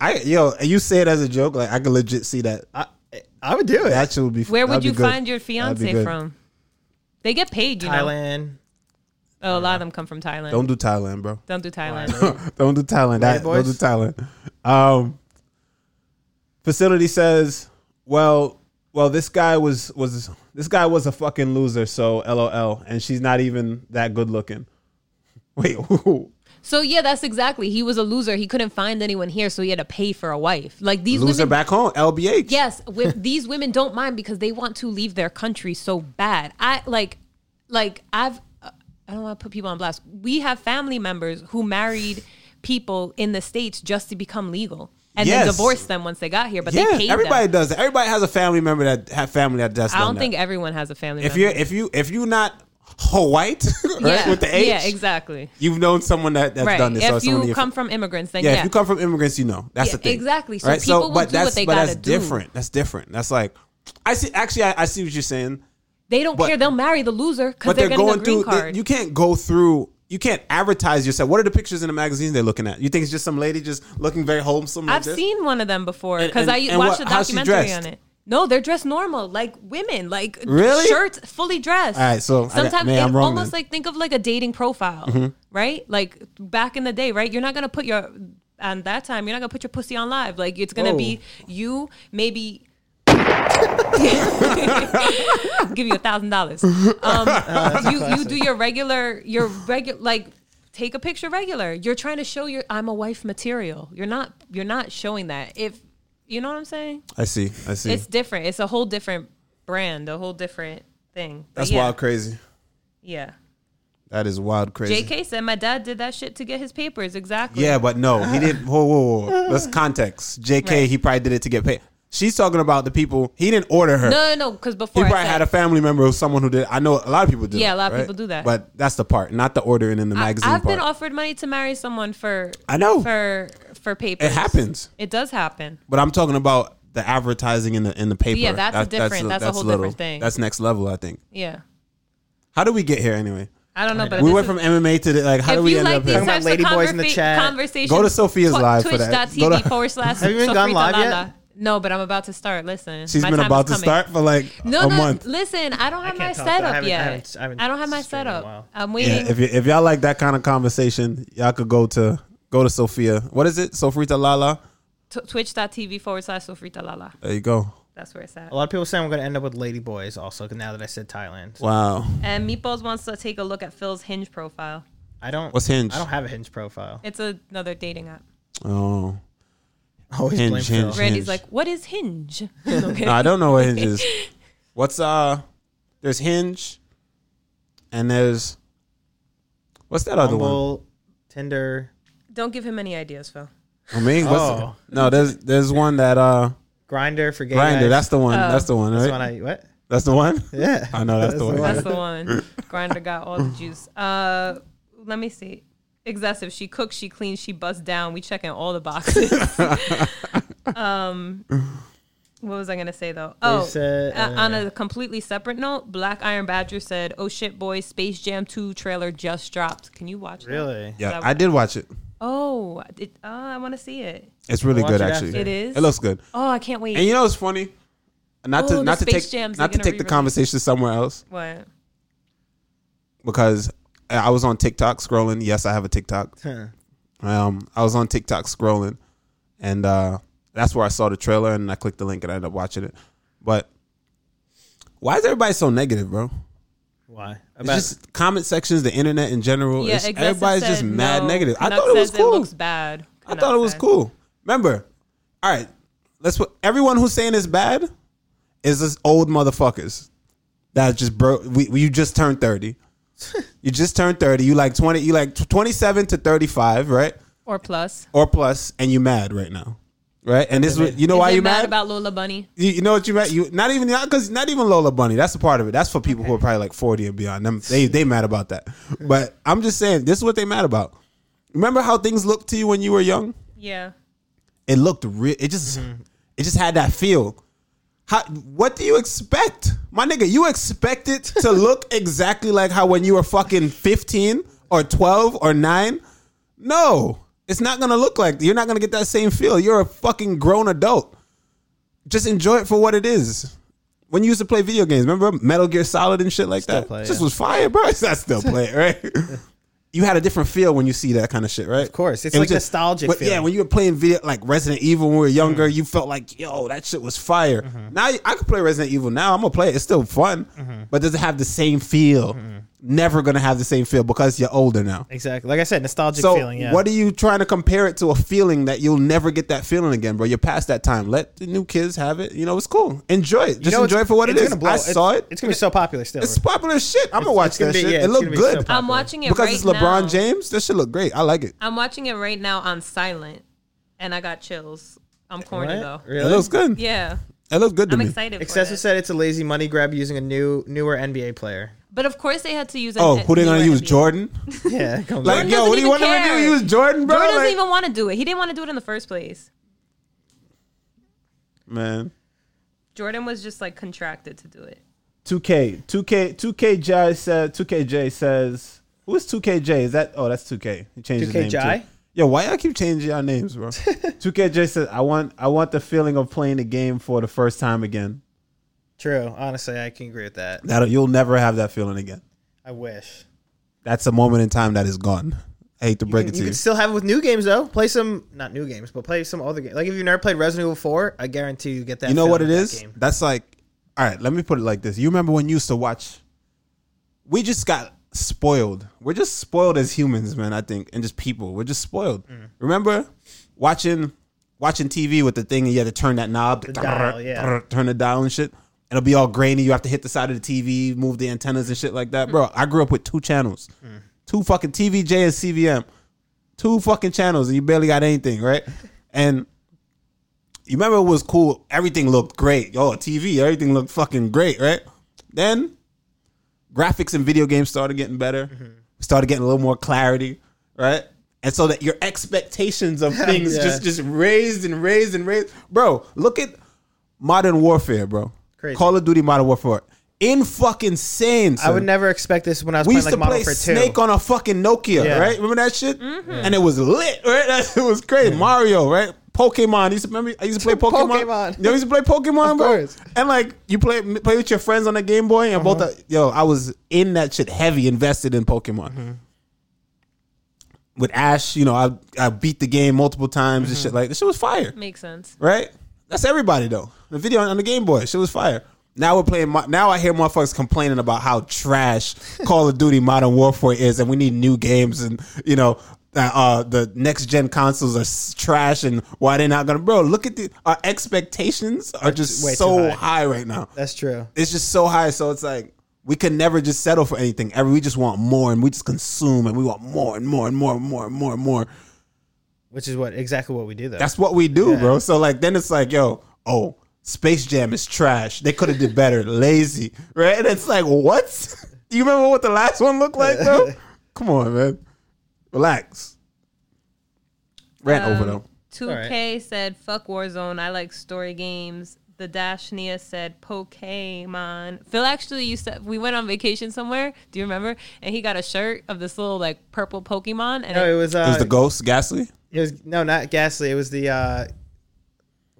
B: I yo, you say it as a joke. Like I could legit see that.
A: I I would do it.
B: That shit would be.
C: Where would
B: that'd be
C: you
B: good.
C: find your
B: That'd be
C: fiance
B: good.
C: from? They get paid, you know.
A: Thailand.
C: Oh, a lot of them come from Thailand.
B: Don't
C: Don't,
B: do Thailand, bro.
C: do Thailand.
B: don't do Thailand.
A: Right,
B: That- don't do
A: boys?
B: Thailand. Um, facility says, "Well, well, this guy was was this guy was a fucking loser." So, lol. And she's not even that good looking. Wait, who?
C: so yeah, that's exactly. He was a loser. He couldn't find anyone here, so he had to pay for a wife. Like these
B: loser
C: women.
B: back home? LBH.
C: Yes, with these women don't mind because they want to leave their country so bad. I like, like I've. uh, I don't want to put people on blast. We have family members who married people in the states just to become legal and
B: Yes.
C: then divorced them once they got here, but they
B: yeah.
C: paid
B: Everybody
C: them.
B: does that. Everybody has a family member that have family that does.
C: I don't
B: that.
C: think everyone has a family.
B: if
C: member.
B: you're if you if you not white right,
C: yeah,
B: with the age,
C: yeah, exactly.
B: You've known someone that, that's
C: Right.
B: done this. or
C: If
B: someone in
C: you
B: your
C: come from immigrants, then
B: Yeah,
C: yeah,
B: if you come from immigrants, you know that's
C: Yeah,
B: the thing.
C: exactly. So
B: Right?
C: people will do what
B: that's-
C: they
B: but that's
C: gotta do.
B: different. That's different. That's like, I see. Actually, I, I see what you're saying.
C: They don't
B: But-
C: care. They'll marry the loser because
B: But
C: they're,
B: they're,
C: getting
B: going
C: a green
B: through. they-
C: card.
B: you can't go through you can't advertise yourself. What are the pictures in the magazines they're looking at? You think it's just some lady just looking very wholesome? like
C: I've
B: this?
C: seen one of them before
B: And-
C: because
B: and-
C: I
B: and
C: watched
B: what-
C: a
B: how's she
C: documentary
B: dressed?
C: on it. No, they're dressed normal, like women, like
B: Really?
C: shirts, fully dressed.
B: All right, so I-
C: sometimes
B: man,
C: it
B: I'm wrong
C: almost
B: then.
C: like think of like a dating profile, right? Like back in the day, right? You're not gonna put your on that time. You're not gonna put your pussy on live. Like it's gonna
B: Whoa.
C: be you maybe. give you a thousand dollars. Um, You you do your regular your regular like take a picture regular. You're trying to show your I'm a wife material. You're not you're not showing that if you know what I'm saying.
B: I see. I see.
C: It's different. It's a whole different brand, a whole different thing. But
B: That's
C: yeah,
B: wild crazy.
C: Yeah.
B: That is wild crazy.
C: JK said my dad did that shit to get his papers. Exactly.
B: Yeah, but no, he didn't. Whoa, whoa, whoa. That's context. JK,
C: Right.
B: he probably did it to get paid. She's talking about the people. He didn't order her.
C: No, no, no. Because
B: he
C: before I
B: probably
C: said,
B: had a family member or someone who did. I know a lot of people do.
C: Yeah,
B: it,
C: a lot of
B: right?
C: people do that.
B: But that's the part, not the ordering in the
C: I,
B: magazine
C: I've
B: part.
C: been offered money to marry someone for
B: I know.
C: for for papers.
B: it happens.
C: It does happen.
B: But I'm talking about the advertising in the in the paper.
C: Yeah, that's a different- that's a whole different thing.
B: That's next level, I think.
C: Yeah. How
B: How do we get here anyway?
C: I don't know, but
B: we
C: this
B: went
C: is-
B: from MMA to the, like. How
C: if
B: do we
C: you
B: end
C: like
B: up
C: these
B: here?
A: Talking
C: types
A: about
C: of
A: lady boys in the
C: conversa-
A: chat.
C: conversations,
B: Go to Sophia's live for that.
C: Twitch.tv
B: Go to-
C: forward slash
A: Have you even gone
C: Sofrita
A: live yet?
C: Lala. No, but I'm about to start. Listen,
B: She's
C: my
B: been
C: time
B: about
C: is
B: to
C: coming.
B: start for like
C: No,
B: a
C: no.
B: month.
C: Listen, I don't have my
A: can't talk, though. I
C: setup
A: haven't- I
C: yet. I,
A: haven't- I haven't
C: don't have my
A: streamed in a
C: setup.
A: while.
C: I'm
B: Yeah,
C: waiting.
B: if, y- if y'all like that kind of conversation, y'all could go to go to Sophia. What is it? Sofrita Lala.
C: T- Twitch.tv forward slash Sofrita Lala.
B: There you go.
C: That's where it's at.
A: A lot of people saying we're going to end up with lady boys also now that I said Thailand.
B: Wow.
C: And Meatballs wants to take a look at Phil's Hinge profile.
A: I don't
B: What's Hinge?
A: I don't have a Hinge profile.
C: It's another dating app.
B: Oh,
A: Always
B: Hinge,
A: blame Phil.
B: Hinge.
C: Randy's
B: Hinge.
C: like, what is Hinge? okay.
B: no, I don't know what Hinge is. What's uh? There's Hinge, and there's what's that other one?
A: Bumble, Tinder,
C: Don't give him any ideas, Phil.
B: I mean, what's
A: Oh.
B: no? There's there's one that uh
A: Grinder for gay
B: Grinder.
A: guys.
B: That's the one. that's the
C: Oh.
B: one. Right.
A: That's the one I what?
B: That's the one.
A: Yeah.
B: I know that's, the one.
C: That's the one. Grinder got all the juice. Uh, let me see. Excessive. She cooks. She cleans. She busts down. We checking all the boxes. um, what was I gonna say though? Oh,
A: said,
C: uh, on a completely separate note, Black Iron Badger said, "Oh shit, boys! Space Jam Two trailer just dropped. Can you watch? that?"
A: Really?
B: Yeah, I did watch it.
C: Oh, it, uh, I want to see it.
B: It's really
A: Watch
B: good,
A: it
B: actually.
A: after.
C: It is?
B: It looks good.
C: Oh, I can't wait.
B: And you know what's funny? Not
C: Oh,
B: to
C: the
B: not to
C: Space
B: take
C: Jams,
B: not
C: they're
B: to
C: gonna
B: take the
C: re-release.
B: conversation somewhere else
C: what?
B: because I was on TikTok scrolling. Yes, I have a TikTok. Um, I was on TikTok scrolling, and uh, that's where I saw the trailer, and I clicked the link, and I ended up watching it. But why is everybody so negative, bro?
A: Why?
B: It's
A: About
B: just comment sections, the internet in general.
C: Yeah,
B: it's,
C: Excessive
B: everybody's just
C: said
B: mad
C: no.
B: negative. I
C: Canuck
B: thought it was
C: says
B: cool.
C: looks bad.
B: I thought it was cool. Remember, all right, let's put everyone who's saying it's bad is this old motherfuckers that just broke. We, we- you just turned thirty. you just turned thirty. You like twenty. You like twenty seven to thirty five, right?
C: Or plus.
B: Or plus, and you mad right now, right? And this is what- you know
C: Is
B: why
C: it
B: you
C: mad
B: mad.
C: about Lola Bunny?
B: you, you know what you mad? You not even not because not even Lola Bunny. That's a part of it. That's for people who are probably like forty and beyond. Them they they mad about that. But I'm just saying, this is what they mad about. Remember how things looked to you when you were young?
C: Yeah.
B: it looked real. It just
A: Mm-hmm.
B: it just had that feel. How, what do you expect, my nigga? You expect it to look exactly like how when you were fucking fifteen or twelve or nine? No, it's not gonna look like. You're not gonna get that same feel. You're a fucking grown adult. Just enjoy it for what it is. When you used to play video games, remember Metal Gear Solid and shit like that?
A: play,
B: just
A: yeah.
B: was fire, bro. I still play it, right? you had a different feel when you see that kind of shit, right? Of
A: course. It's like nostalgic
B: But yeah,
A: feeling. Mm-hmm.
B: when you were playing video like Resident Evil when we were younger, you felt like, yo, that shit was fire. Now I could play Resident Evil now. I'm gonna play it. It's still fun,
A: Mm-hmm.
B: but does it have the same feel? Never gonna have the same feel because you're older now.
A: exactly. Like I said, nostalgic
B: So
A: feeling. Yeah.
B: what are you trying to compare it to a feeling that you'll never get that feeling again, bro? You're past that time. Let the new kids have it. You know, it's cool. Enjoy it. Just
A: You know,
B: enjoy
A: it's-
B: it for what it
A: it's
B: is.
A: gonna blow.
B: I
A: It's-
B: saw it.
A: It's gonna be so popular still.
B: It's popular as shit. I'm gonna watch
A: gonna
B: that
A: be-
B: shit.
A: yeah,
B: it
A: it's
B: looked
A: gonna be so
B: good.
A: popular.
C: I'm watching it
B: because
C: right
B: it's LeBron
C: now.
B: James, that shit look great. I like it.
C: I'm watching it right now on silent, and I got chills. I'm corny
A: What?
C: though.
B: It
A: Really?
B: looks good.
C: Yeah,
B: It looks good to
C: I'm
B: me.
C: excited. for
A: Excessive
C: it.
A: said it's a lazy money grab using a new newer NBA player.
C: but of course they had to use.
B: Oh,
C: an- e-
B: who they gonna
C: newer
B: use?
C: NBA.
B: Jordan?
A: Yeah. come
B: Like,
A: on.
B: yo,
C: doesn't
B: what do you
C: even
B: want him to do?
C: care.
B: Use Jordan, bro?
C: Jordan doesn't
B: Like-
C: even want to do it. He didn't want to do it in the first place.
B: man.
C: Jordan was just like contracted to do it.
G: 2K, 2K, 2KJ said, 2KJ says,
B: Who is 2KJ? Is that? Oh, that's 2K. He changed his name
A: 2KJ?
B: too. Yo, why y'all keep changing y'all names, bro? 2KJ says, "I want, I want the feeling of playing the game for the first time again.
A: True. Honestly, I can agree with that.
B: That you'll never have that feeling again.
A: I wish.
B: That's a moment in time that is gone. I hate to break it to
A: You
B: you.
A: can still have it with new games though. Play some not new games, but play some other games. Like if you've never played Resident Evil Four, I guarantee you get that.
B: you know
A: feeling
B: what it
A: with that
B: is?
A: game.
B: That's like, all right. Let me put it like this. You remember when you used to watch? We just got spoiled. We're just spoiled as humans, man. I think, and just people. We're just spoiled.
A: Mm.
B: Remember watching watching TV with the thing, and you had to turn that knob,
A: dial, yeah.
B: turn the dial and shit. It'll be all grainy. You have to hit the side of the TV, move the antennas and shit like that, bro. I grew up with two channels,
A: Mm.
B: two fucking TVJ and CVM, two fucking channels, and you barely got anything, right? And you remember it was cool. Everything looked great. Yo, TV, everything looked fucking great, right? Then graphics and video games started getting better.
A: Mm-hmm.
B: Started getting a little more clarity, right? And so that your expectations of things
A: Yeah.
B: just just raised and raised and raised. Bro, look at Modern Warfare, bro.
A: Crazy.
B: Call of Duty Modern Warfare. In fucking sane.
A: I would
B: son.
A: never expect this when I was
B: We
A: playing
B: used
A: like
B: to
A: Modern
B: play
A: Warfare
B: Snake
A: Two.
B: on a fucking Nokia,
A: Yeah.
B: right? Remember that shit?
A: Mm-hmm.
B: And it was lit, right? That shit was crazy. Mario, right? Pokemon. I used to remember. I used to play Pokemon.
A: Pokemon.
B: Yo, I used to play Pokemon,
A: Of
B: bro.
A: course.
B: And like you play play with your friends on the Game Boy, and both.
A: Uh-huh.
B: The, yo, I was in that shit heavy, invested in Pokemon.
A: Mm-hmm.
B: With Ash, you know, I I beat the game multiple times
A: Mm-hmm.
B: and shit. Like this shit was fire
C: Makes sense.
B: right? That's everybody though. The video on the Game Boy, shit was fire. Now we're playing. mo- Now I hear motherfuckers complaining about how trash Call of Duty Modern Warfare is, and we need new games, and you know, uh, uh, the next gen consoles are s- trash, and why they're not gonna. Bro, look at the our expectations are just
A: way too
B: so
A: high.
B: high right now
A: That's true.
B: it's just so high. So it's like we can never just settle for anything. Every we just want more, and we just consume, and we want more and more and more and more and more and more.
A: Which is what exactly what we do though.
B: That's what we do, bro. So like then it's like, yo, oh, Space Jam is trash. They could have did better. Lazy, right? And it's like, what? Do you remember what the last one looked like, bro? Come on, man. Relax. Rant over though.
C: 2K said, fuck Warzone. I like story games. The Dashnia said, Pokemon. Phil, actually, you said we went on vacation somewhere. Do you remember? And he got a shirt of this little like purple Pokemon. And
A: no,
C: it-
A: it was uh,
B: It was the ghost ghastly?
A: It was no, not Ghastly. It was the uh,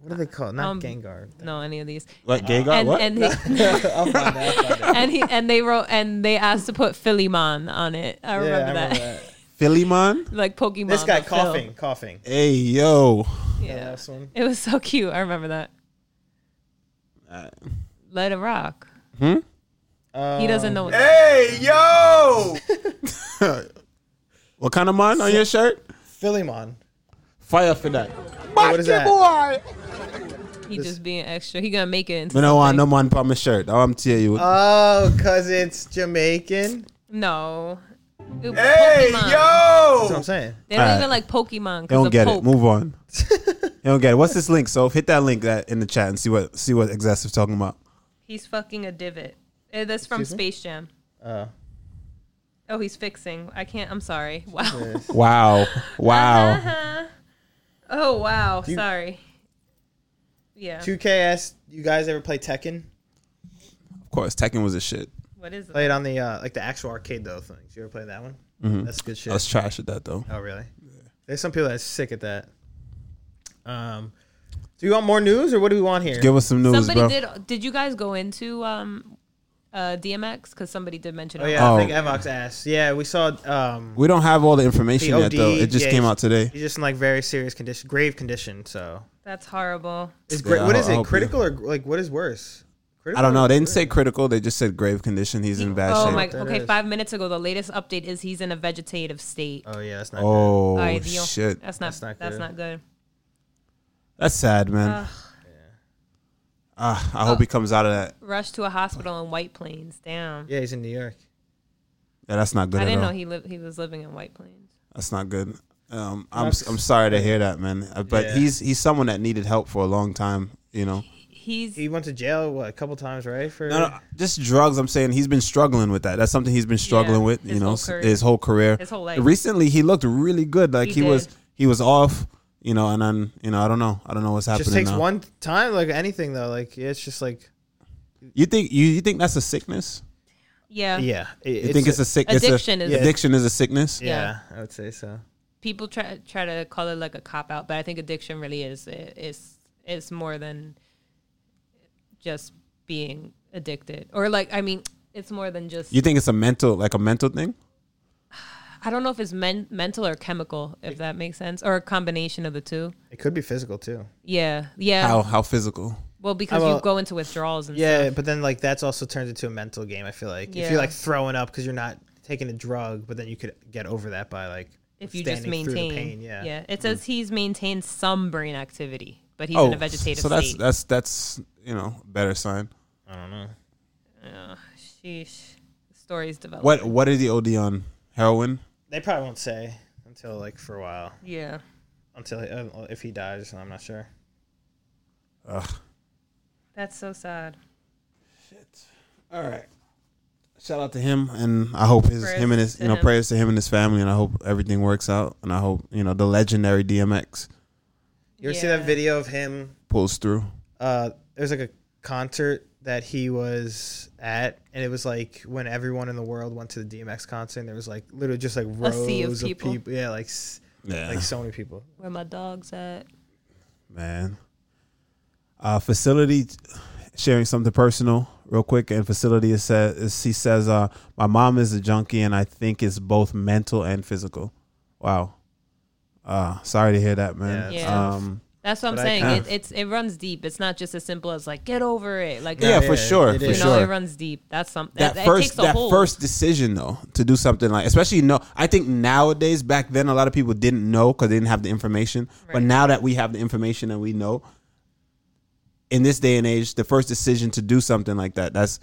A: what are they called? Not
C: Um,
A: Gengar.
C: no, any of these.
B: What gay guy?
C: And,
B: What?
C: and he,
A: I'll find out, I'll find out.
C: and he and they wrote and they asked to put Phillimon on it. I remember,
A: Yeah, I remember
C: that.
A: that.
B: Philly man?
C: like Pokemon.
A: This guy
C: but Phil.
A: coughing, coughing.
B: Hey yo.
C: Yeah,
A: Last one.
C: it was so cute. I remember that. Let it rock. Hmm. He doesn't know. What
A: Um,
E: Hey, yo!
B: What kind of man on your shirt?
A: Philemon.
B: Fire for that.
A: What is that?
C: he just being extra. He gonna make it. Into
B: Me no want no
C: something.
B: man on my shirt. Oh, I'm telling you.
A: Oh, cause it's Jamaican.
C: No. It-
E: Hey,
C: Pokemon.
A: That's what
E: yo!
A: I'm saying.
C: They don't
B: Alright.
C: even like Pokemon.
B: They don't get it. Move on. they don't get it. What's this link? So hit that link that in the chat and see what see what excessive talking about.
C: He's fucking a divot. Eh, That's from Space Jam.
A: Oh.
C: Oh, he's fixing. I can't. I'm sorry. Wow. Uh-huh.
B: Wow, wow.
C: Oh wow.
A: you-
C: sorry. Yeah.
A: 2KS. You guys ever play Tekken?
B: of course, Tekken was a shit.
C: What is
A: Play it
C: that?
A: on the uh, like the actual arcade though things. You ever play that one?
B: Mm-hmm.
A: That's good shit.
B: I was trash at that though.
A: oh really? There's some people that's sick at that. Um, do you want more news or what do we want here?
B: Give us some news,
C: Somebody
B: bro.
C: did. Did you guys go into um, uh, DMX? Because somebody did mention.
A: Oh
C: it.
A: yeah,
B: Oh.
A: I think Evox asked. Yeah, we saw. Um,
B: We don't have all the information
A: The
B: yet though.
A: OD,
B: It just
A: yeah,
B: came
A: he's-
B: out today.
A: He's just in like very serious condition, grave condition. So
C: That's horrible.
A: it's
B: Yeah,
A: great. What
B: I-
A: is
B: I
A: it?
B: hope
A: Critical or like what is worse? Critical
B: I don't know. They didn't
A: or-
B: say critical. They just said grave condition. He's in bad
C: Oh
B: shape.
C: my.
A: that
C: Okay,
A: is.
C: five minutes ago, the latest update is he's in a vegetative state.
A: Oh yeah, that's not. good.
B: oh
C: Ideal.
B: shit.
C: That's not. That's
A: That's not
C: not,
A: good.
C: good.
B: That's sad, man. Ah, I hope he comes out of that.
C: Rushed to a hospital in White Plains. Damn.
A: Yeah, he's in New York.
B: Yeah, that's not good
C: I
B: at
C: didn't
B: all.
C: know he lived. He was living in White Plains.
B: That's not good. Um, I'm I'm sorry to hear that, man. Uh, But
A: Yeah.
B: he's he's someone that needed help for a long time. You know,
C: He's.
A: He went to jail what a couple times, right? For
B: no, no, just drugs. I'm saying he's been struggling with that. That's something he's been struggling
C: Yeah,
B: with.
C: his
B: You know,
C: whole
B: s-
C: career.
B: his whole career,
C: His whole life.
B: Recently, he looked really good. Like he,
C: He
B: was
C: did.
B: he was off. You know, and then you know, I don't know, I don't know what's
A: It
B: happening.
A: just takes
B: now.
A: one time, like anything though. Like it's just like
B: You think you, you think that's a sickness?
C: Yeah.
A: Yeah, it-
B: You think it's a sick it's a-
C: Addiction is-
B: addiction is a sickness.
A: yeah, I would say so.
C: People try try to call it like a cop out, but I think addiction really is it, it's it's more than just being addicted or like I mean it's more than just
B: You think it's a mental like a mental thing?
C: I don't know if it's men- mental or chemical if that makes sense or a combination of the two.
A: It could be physical too.
C: Yeah. Yeah.
B: How how physical?
C: Well, because
A: How
C: you
A: about-
C: go into withdrawals and
A: Yeah, but then like that's also turned into a mental game. I feel like if
C: Yeah.
A: you're like throwing up because you're not taking a drug, but then you could get over that by like
C: if you just
A: standing through the
C: maintain.
A: pain. Yeah, Mm.
C: It says he's maintained some brain activity, but he's
A: Oh,
C: in a vegetative
B: Oh, so that's
C: state.
B: that's that's you know better sign.
C: Sheesh. The story's developed.
B: What what is the OD on heroin?
A: they probably won't say until like for a while
C: Yeah.
A: until uh, if he dies. I'm not sure.
C: That's so sad.
B: All right. Shout out to him, and I hope his
C: Prayers
B: him and his
C: to
B: you know
C: him.
B: prayers to him and his family, and I hope everything works out, and I hope you know the legendary DMX
A: You ever see that
C: Yeah.
A: video of him?
B: pulls through.
A: Uh, there's like a concert that he was at, and it was like when everyone in the world went to the DMX concert, and there was like literally just like rows
C: sea of
A: of,
C: people.
A: people. Yeah, like s-
B: Yeah,
A: like so many people.
C: Where my dog's at.
B: man. Uh, facility sharing something personal real quick, and facility is says is, he says uh, my mom is a junkie, and I think it's both mental and physical. Wow. Uh, sorry to hear that, man.
A: Yeah,
C: it's tough.
B: Um,
C: That's what I'm
A: But I-
C: saying.
B: Yeah.
C: It, it's it runs deep. It's not just as simple as like get over it. Like
B: yeah,
A: Yeah, yeah,
B: for sure,
A: it
B: for
A: is.
C: you
B: sure.
C: know, it runs deep. That's something
B: that,
C: that
B: first
C: takes a
B: that
C: hold.
B: first decision though to do something like especially no I think nowadays back then a lot of people didn't know because they didn't have the information but
C: Right.
B: now that we have the information and we know in this day and age the first decision to do something like that that's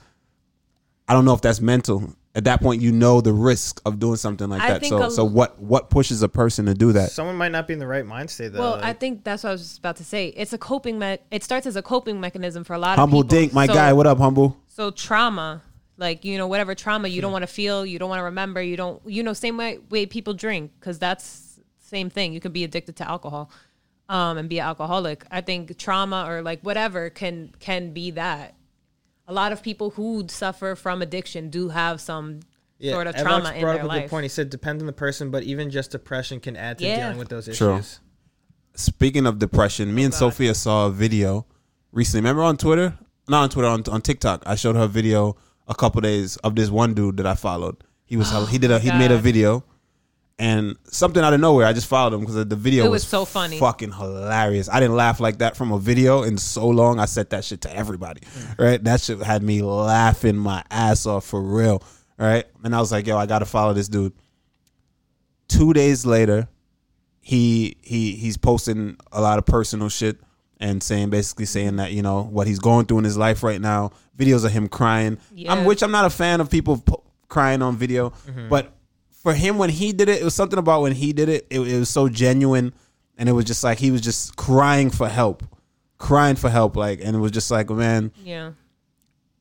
B: I don't know if that's mental at that point you know the risk of doing something like
C: I
B: that
C: think
B: so
C: a-
B: so what what pushes a person to do that
A: Someone might not be in the right mind state though.
C: well, I
A: like-
C: think that's what I was just about to say. It's a coping me- it starts as a coping mechanism for a lot
B: humble
C: of people.
B: dink my
C: So-
B: guy what up humble
C: so trauma like you know whatever trauma
B: Hmm.
C: you don't want to feel you don't want to remember you don't you know same way way people drink because that's same thing you can be addicted to alcohol um and be an alcoholic i think trauma or like whatever can can be that a lot of people who suffer from addiction do have some sort of
A: Alex
C: trauma in
A: brought
C: their
A: up a
C: life
A: good point. He said, depends on the person, but even just depression can add to
C: Yeah.
A: dealing with those issues.
B: True. Speaking of depression, me and
C: Oh,
B: Sophia saw a video recently. Remember on Twitter? Not on Twitter, on, on TikTok. I showed her a video a couple days of this one dude that I followed. He was he did a he made a
C: Oh, God.
B: video, and something out of nowhere. I just followed him because the video
C: It was so funny.
B: fucking hilarious. I didn't laugh like that from a video in so long. I said that shit to everybody,
C: Mm.
B: right? That shit had me laughing my ass off for real, right? And I was like, yo, I gotta follow this dude. Two days later, he he he's posting a lot of personal shit and saying basically saying that you know what he's going through in his life right now. Videos of him crying,
C: Yeah.
B: I'm, which I'm not a fan of people po- crying on video, but for him when he did it, it was something about when he did it, it. It was so genuine, and it was just like he was just crying for help, crying for help, like, and it was just like man,
C: yeah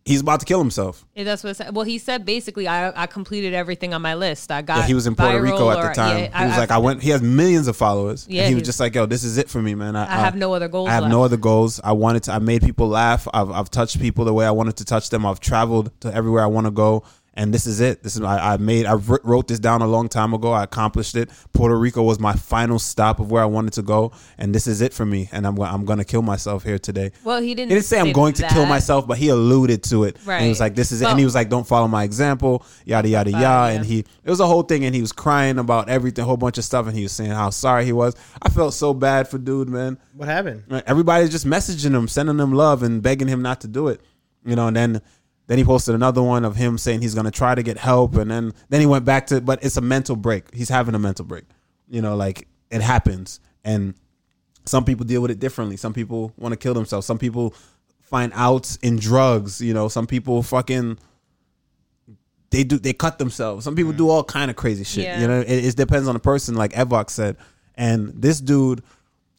B: he's about to kill himself.
C: Yeah, that's what I said. Well, he said basically, I, I completed everything on my list. I got.
B: Yeah, he was in Puerto
C: viral
B: Rico at the
C: or-
B: time.
C: yeah,
B: he was like, I went. He has millions of followers.
C: Yeah,
B: and he was
C: he-
B: just like, yo, this is it for me, man. I,
C: I have no other goals
B: I have
C: left.
B: no other goals. I wanted to. I made people laugh. I've I've touched people the way I wanted to touch them. I've traveled to everywhere I want to go, and this is it. This is I, I made. I wr- wrote this down a long time ago. I accomplished it. Puerto Rico was my final stop of where I wanted to go, and this is it for me. And I'm go- I'm gonna kill myself here today.
C: Well, he didn't
B: He didn't say I'm
C: say
B: going to kill
C: that.
B: myself, but he alluded to it. And he was
C: Right.
B: like, "This is it."
C: Well-
B: and he was like, "Don't follow my example." Yada yada yada.
C: yeah.
B: And he it was a whole thing, and he was crying about everything, a whole bunch of stuff, and he was saying how sorry he was. I felt so bad for dude, man.
A: What happened?
B: Like, Everybody's just messaging him, sending him love, and begging him not to do it. You know, and then then he posted another one of him saying he's gonna try to get help, and then then he went back to. But it's a mental break. He's having a mental break. You know, like it happens, and some people deal with it differently. Some people want to kill themselves. Some people find outs in drugs. You know, some people fucking they do they cut themselves. Some people do all kind of crazy shit.
C: Yeah.
B: You know, it, it depends on the person. Like Evox said, and this dude,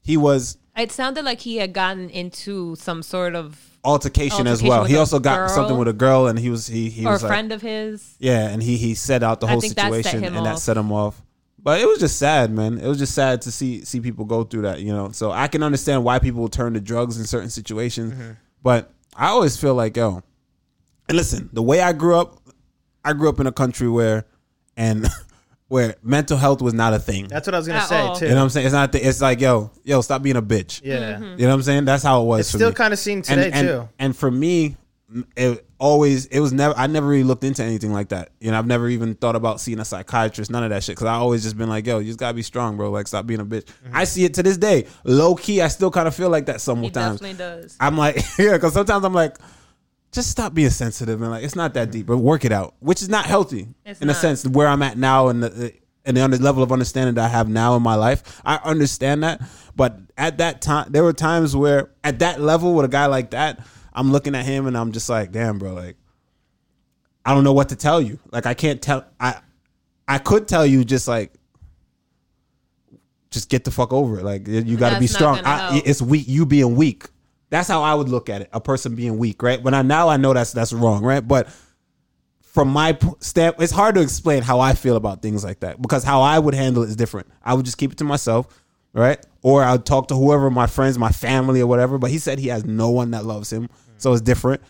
B: he was
C: It sounded like he had gotten into some sort of
B: altercation, as
C: Altercation
B: well.
C: with
B: He
C: a
B: also got
C: girl?
B: something with a girl, and he was he he
C: or a
B: was like,
C: friend of his.
B: yeah, and he he set out the
C: I
B: whole
C: think that set
B: situation,
C: him
B: and that
C: off.
B: set him off. But it was just sad, man. It was just sad to see see people go through that, you know. So I can understand why people will turn to drugs in certain
A: Mm-hmm.
B: situations, but I always feel like yo, and listen, the way I grew up, I grew up in a country where and where mental health was not a thing.
A: That's what I was gonna
C: At
A: say
C: all.
A: too.
B: you know what I'm saying? It's not. The, it's like yo, yo, stop being a bitch.
A: yeah,
C: Mm-hmm.
B: You know what I'm saying? That's how it was.
A: it's
B: for
A: still
B: me.
A: kind of seen today
B: and, and,
A: too.
B: And for me, m- it always it was never. I never really looked into anything like that. You know, I've never even thought about seeing a psychiatrist. None of that shit. Because I always just been like, yo, you just gotta be strong, bro. Like, stop being a bitch.
A: Mm-hmm.
B: I see it to this day. Low key, I still kind of feel like that
C: He
B: sometimes.
C: definitely does.
B: I'm like, yeah, because sometimes I'm like, just stop being sensitive and like it's not that deep, but work it out, which is not healthy
C: Mm. It's
B: in a
C: not.
B: sense where I'm at now and the and the under- level of understanding that I have now in my life. I understand that, but at that time, there were times where at that level with a guy like that, I'm looking at him and I'm just like, damn, bro, like I don't know what to tell you. Like I can't tell. I I could tell you just like. Just get the fuck over it. Like you got to
C: That's
B: be
C: not
B: strong.
C: gonna
B: I,
C: help.
B: it's weak. You being weak. That's how I would look at it. A person being weak, right? When I now I know that's that's wrong, right? But from my p- stamp, it's hard to explain how I feel about things like that because how I would handle it is different. I would just keep it to myself, right? Or I'd talk to whoever my friends, my family, or whatever. But he said he has no one that loves him, so it's different.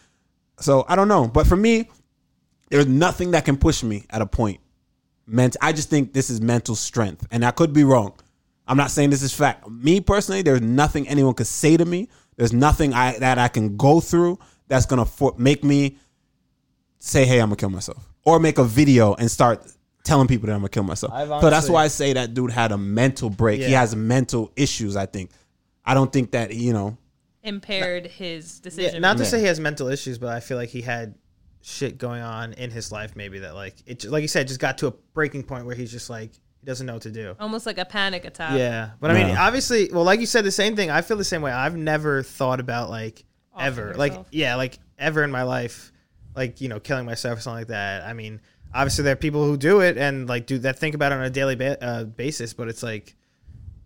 B: So I don't know. But for me, there's nothing that can push me at a point. Ment- I just think this is mental strength, and I could be wrong. I'm not saying this is fact. Me personally, there's nothing anyone could say to me. There's nothing I that I can go through that's gonna for- make me say, "Hey, I'm gonna kill myself," or make a video and start telling people that I'm gonna kill myself.
A: I've
B: so that's
A: honestly-
B: why I say that dude had a mental break. He
A: Yeah.
B: has mental issues. I think. I don't think that you know.
C: Impaired his
A: Yeah,
C: decision.
A: not to
B: Yeah.
A: say he has mental issues, but I feel like he had shit going on in his life. Maybe that like it, ju- like you said, just got to a breaking point where he's just like he doesn't know what to do.
C: almost like a panic attack.
A: Yeah, but I mean,
B: No.
A: obviously, well, like you said, the same thing. I feel the same way. I've never thought about like
C: Offing
A: ever, like
C: yourself.
A: yeah, like ever in my life, like you know, killing myself or something like that. I mean, obviously, there are people who do it and like do that, think about it on a daily ba- uh, basis, but it's like.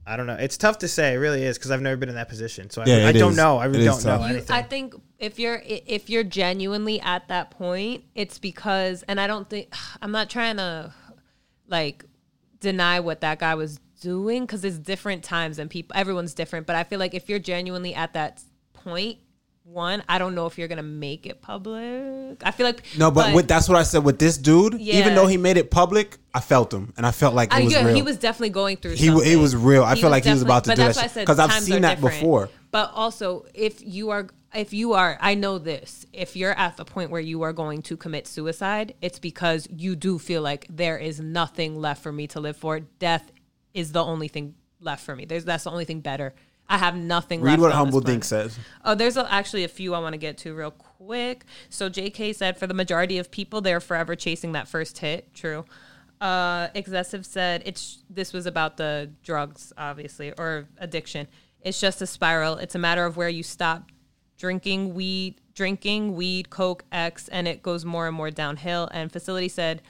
A: I don't know. It's tough to say. It really is because I've never been in that position, so I,
B: Yeah,
A: I
B: it
A: don't
B: is.
A: know. I
B: It
A: really
B: is
A: don't know
B: tough.
A: anything.
C: I think if you're i- if you're genuinely at that point, it's because and I don't think I'm not trying to like deny what that guy was doing cuz it's different times and people everyone's different, but I feel like if you're genuinely at that point, one, I don't know if you're going to make it public. I feel like
B: No, but, with, that's what I said with this dude.
C: Yeah.
B: Even though he made it public, I felt him, and I felt like
C: I-
B: it was
C: yeah,
B: real.
C: he was definitely going through.
B: He w-
C: something.
B: it was real. I feel like he was
C: definitely-
B: about to
C: but
B: do
C: that's
B: that
C: why I
B: shit.
C: said
B: 'Cause I've
C: times
B: seen
C: are
B: that
C: different.
B: before.
C: But also, if you are, if you are, I know this. If you're at the point where you are going to commit suicide, it's because you do feel like there is nothing left for me to live for. Death is the only thing left for me. There's that's the only thing better. I have nothing.
B: Read
C: left
B: what
C: on this
B: Humble
C: planet.
B: Dink says.
C: Oh, there's a, actually a few I want to get to real quick. So JK said, for the majority of people, they're forever chasing that first hit. True. Uh, excessive said, it's this was about the drugs, obviously, or addiction. It's just a spiral. It's a matter of where you stop drinking weed, drinking weed, coke, X, and it goes more and more downhill. And facility said,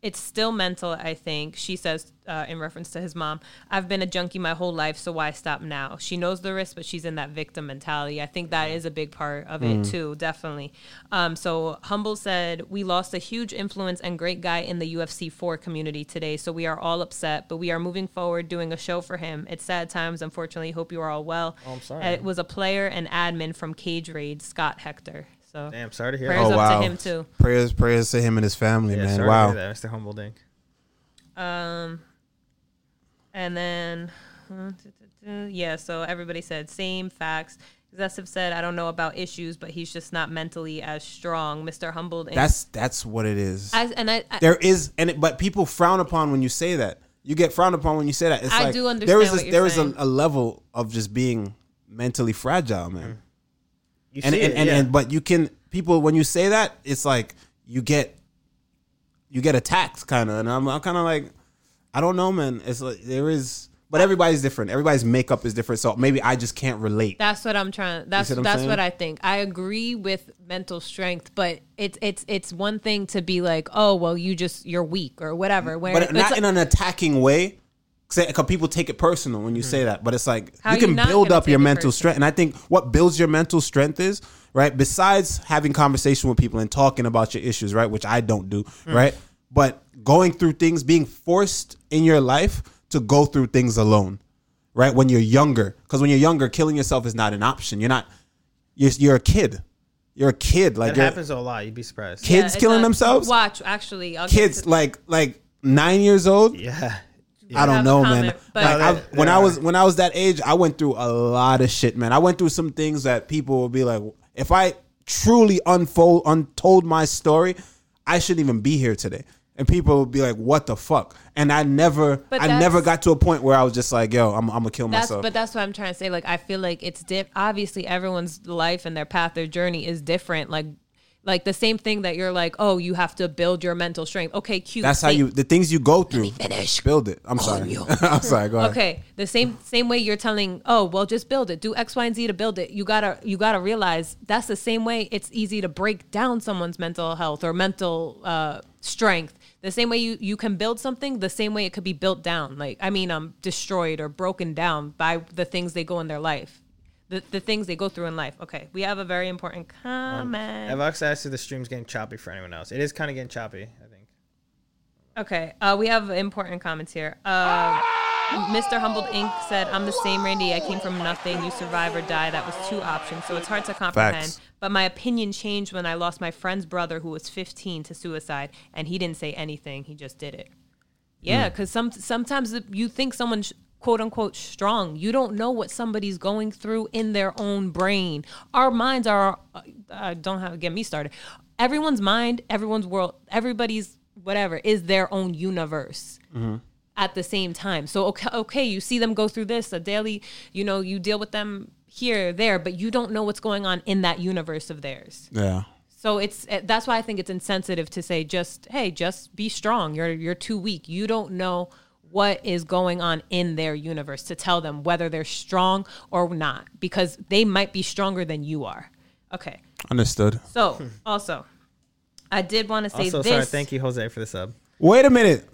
C: it's still mental, I think. She says, uh, in reference to his mom, I've been a junkie my whole life, so why stop now? She knows the risk, but she's in that victim mentality. I think that is a big part of it, too, definitely. Um, so, Humble said, We lost a huge influence and great guy in the UFC 4 community today, so we are all upset, but we are moving forward doing a show for him. It's sad times, unfortunately. Hope you are all well. Oh, I'm sorry. It was a player and admin from Cage Raid, Scott Hector. So,
A: Damn, sorry to hear.
C: Prayers
A: that.
C: up to him, too.
B: Oh, Prayers, prayers to him and his family,
A: yeah,
B: man.
A: sorry to
B: Wow.
A: hear that, Mr. Humbledink.
C: And then, uh, yeah, so everybody said same facts. Excessive said, I don't know about issues, but he's just not mentally as strong. Mr. Humbled. and-
B: That's that's what it is.
C: I, and I, I
B: there is, and it, but people frown upon when you say that. You get frowned upon when you say that. It's
C: I
B: like,
C: do understand
B: There is
C: what
B: a,
C: you're
B: there is a,
C: saying.
B: a level of just being mentally fragile, man.
A: You
B: and
A: Mm. see
B: and,
A: it,
B: and,
A: yeah.
B: and but you can people when you say that it's like you get you get attacked kind of and I'm, I'm kind of like I don't know man it's like there is but everybody's different everybody's makeup is different so maybe I just can't relate
C: that's what I'm trying. That's
B: see what I'm
C: that's
B: saying?
C: what I think. I agree with mental strength, but it's it's it's one thing to be like, oh well, you just you're weak or whatever. Where
B: but
C: it's
B: not
C: like-
B: in an attacking way because people take it personal when you say that but it's like
C: How
B: you
C: you
B: can
C: not
B: build
C: gonna
B: up
C: take
B: your
C: it
B: mental
C: personal?
B: strength and I think what builds your mental strength is right besides having conversation with people and talking about your issues right which I don't do
C: Mm.
B: right but going through things being forced in your life to go through things alone right when you're younger because when you're younger killing yourself is not an option you're not you're, you're a kid You're a kid. Like
A: That
B: you're-
A: happens a lot. You'd be surprised.
B: Kid- Kids
C: it's
B: killing
C: a-
B: themselves?
C: Watch, actually, I'll get
B: kids
C: to-
B: like like nine years old.
A: Yeah.
B: I
C: have
B: don't
C: a
B: know,
C: comment,
B: man.
C: but-
B: Like, I-
A: No, they-
B: when
A: they
B: I was
A: are.
B: when I was that age, I went through a lot of shit, man. I went through some things that people would be like, if I truly unfold untold my story, I shouldn't even be here today. And people would be like, "What the fuck?" And I never,
C: But
B: I
C: that's-
B: never got to a point where I was just like, "Yo, I'm, I'm gonna kill
C: That's
B: myself."
C: but that's what I'm trying to say. Like I feel like it's diff. Obviously, everyone's life and their path, their journey is different. Like, like the same thing that you're like, oh, you have to build your mental strength. Okay, cute.
B: That's how
C: Same-
B: you the things you go through.
C: finish.
B: Build it. I'm sorry.
C: you.
B: I'm sorry. Go ahead.
C: Okay, the same same way you're telling, oh, well, just build it. Do X, Y, and Z to build it. You gotta you gotta realize that's the same way. It's easy to break down someone's mental health or mental uh, strength. The same way you you can build something, the same way it could be built down. Like I mean, um, destroyed or broken down by the things they go in their life, the the things they go through in life. Okay, we have a very important comment.
A: I've also asked if the stream's getting choppy for anyone else. It is kind of getting choppy, I think.
C: Okay, uh, we have important comments here. Uh, Mr. Humbled Inc. said, I'm the same Randy. I came from nothing. You survive or die. That was two options, so it's hard to comprehend.
B: Facts.
C: But my opinion changed when I lost my friend's brother, who was 15, to suicide, and he didn't say anything. He just did it. Yeah, because some, sometimes you think someone's quote unquote strong. You don't know what somebody's going through in their own brain. Our minds are, uh, don't have, get me started. Everyone's mind, everyone's world, everybody's whatever is their own universe at the same time. So okay, okay, you see them go through this a daily, you know, you deal with them here, there, but you don't know what's going on in that universe of theirs.
B: Yeah.
C: So it's eh, that's why I think it's insensitive to say just hey, just be strong. You're you're too weak. You don't know what is going on in their universe to tell them whether they're strong or not because they might be stronger than you are. Okay.
B: Understood.
C: So, also I did want to say
A: Also,
C: this.
A: sorry. Thank you, Jose, for the sub.
B: Wait a minute.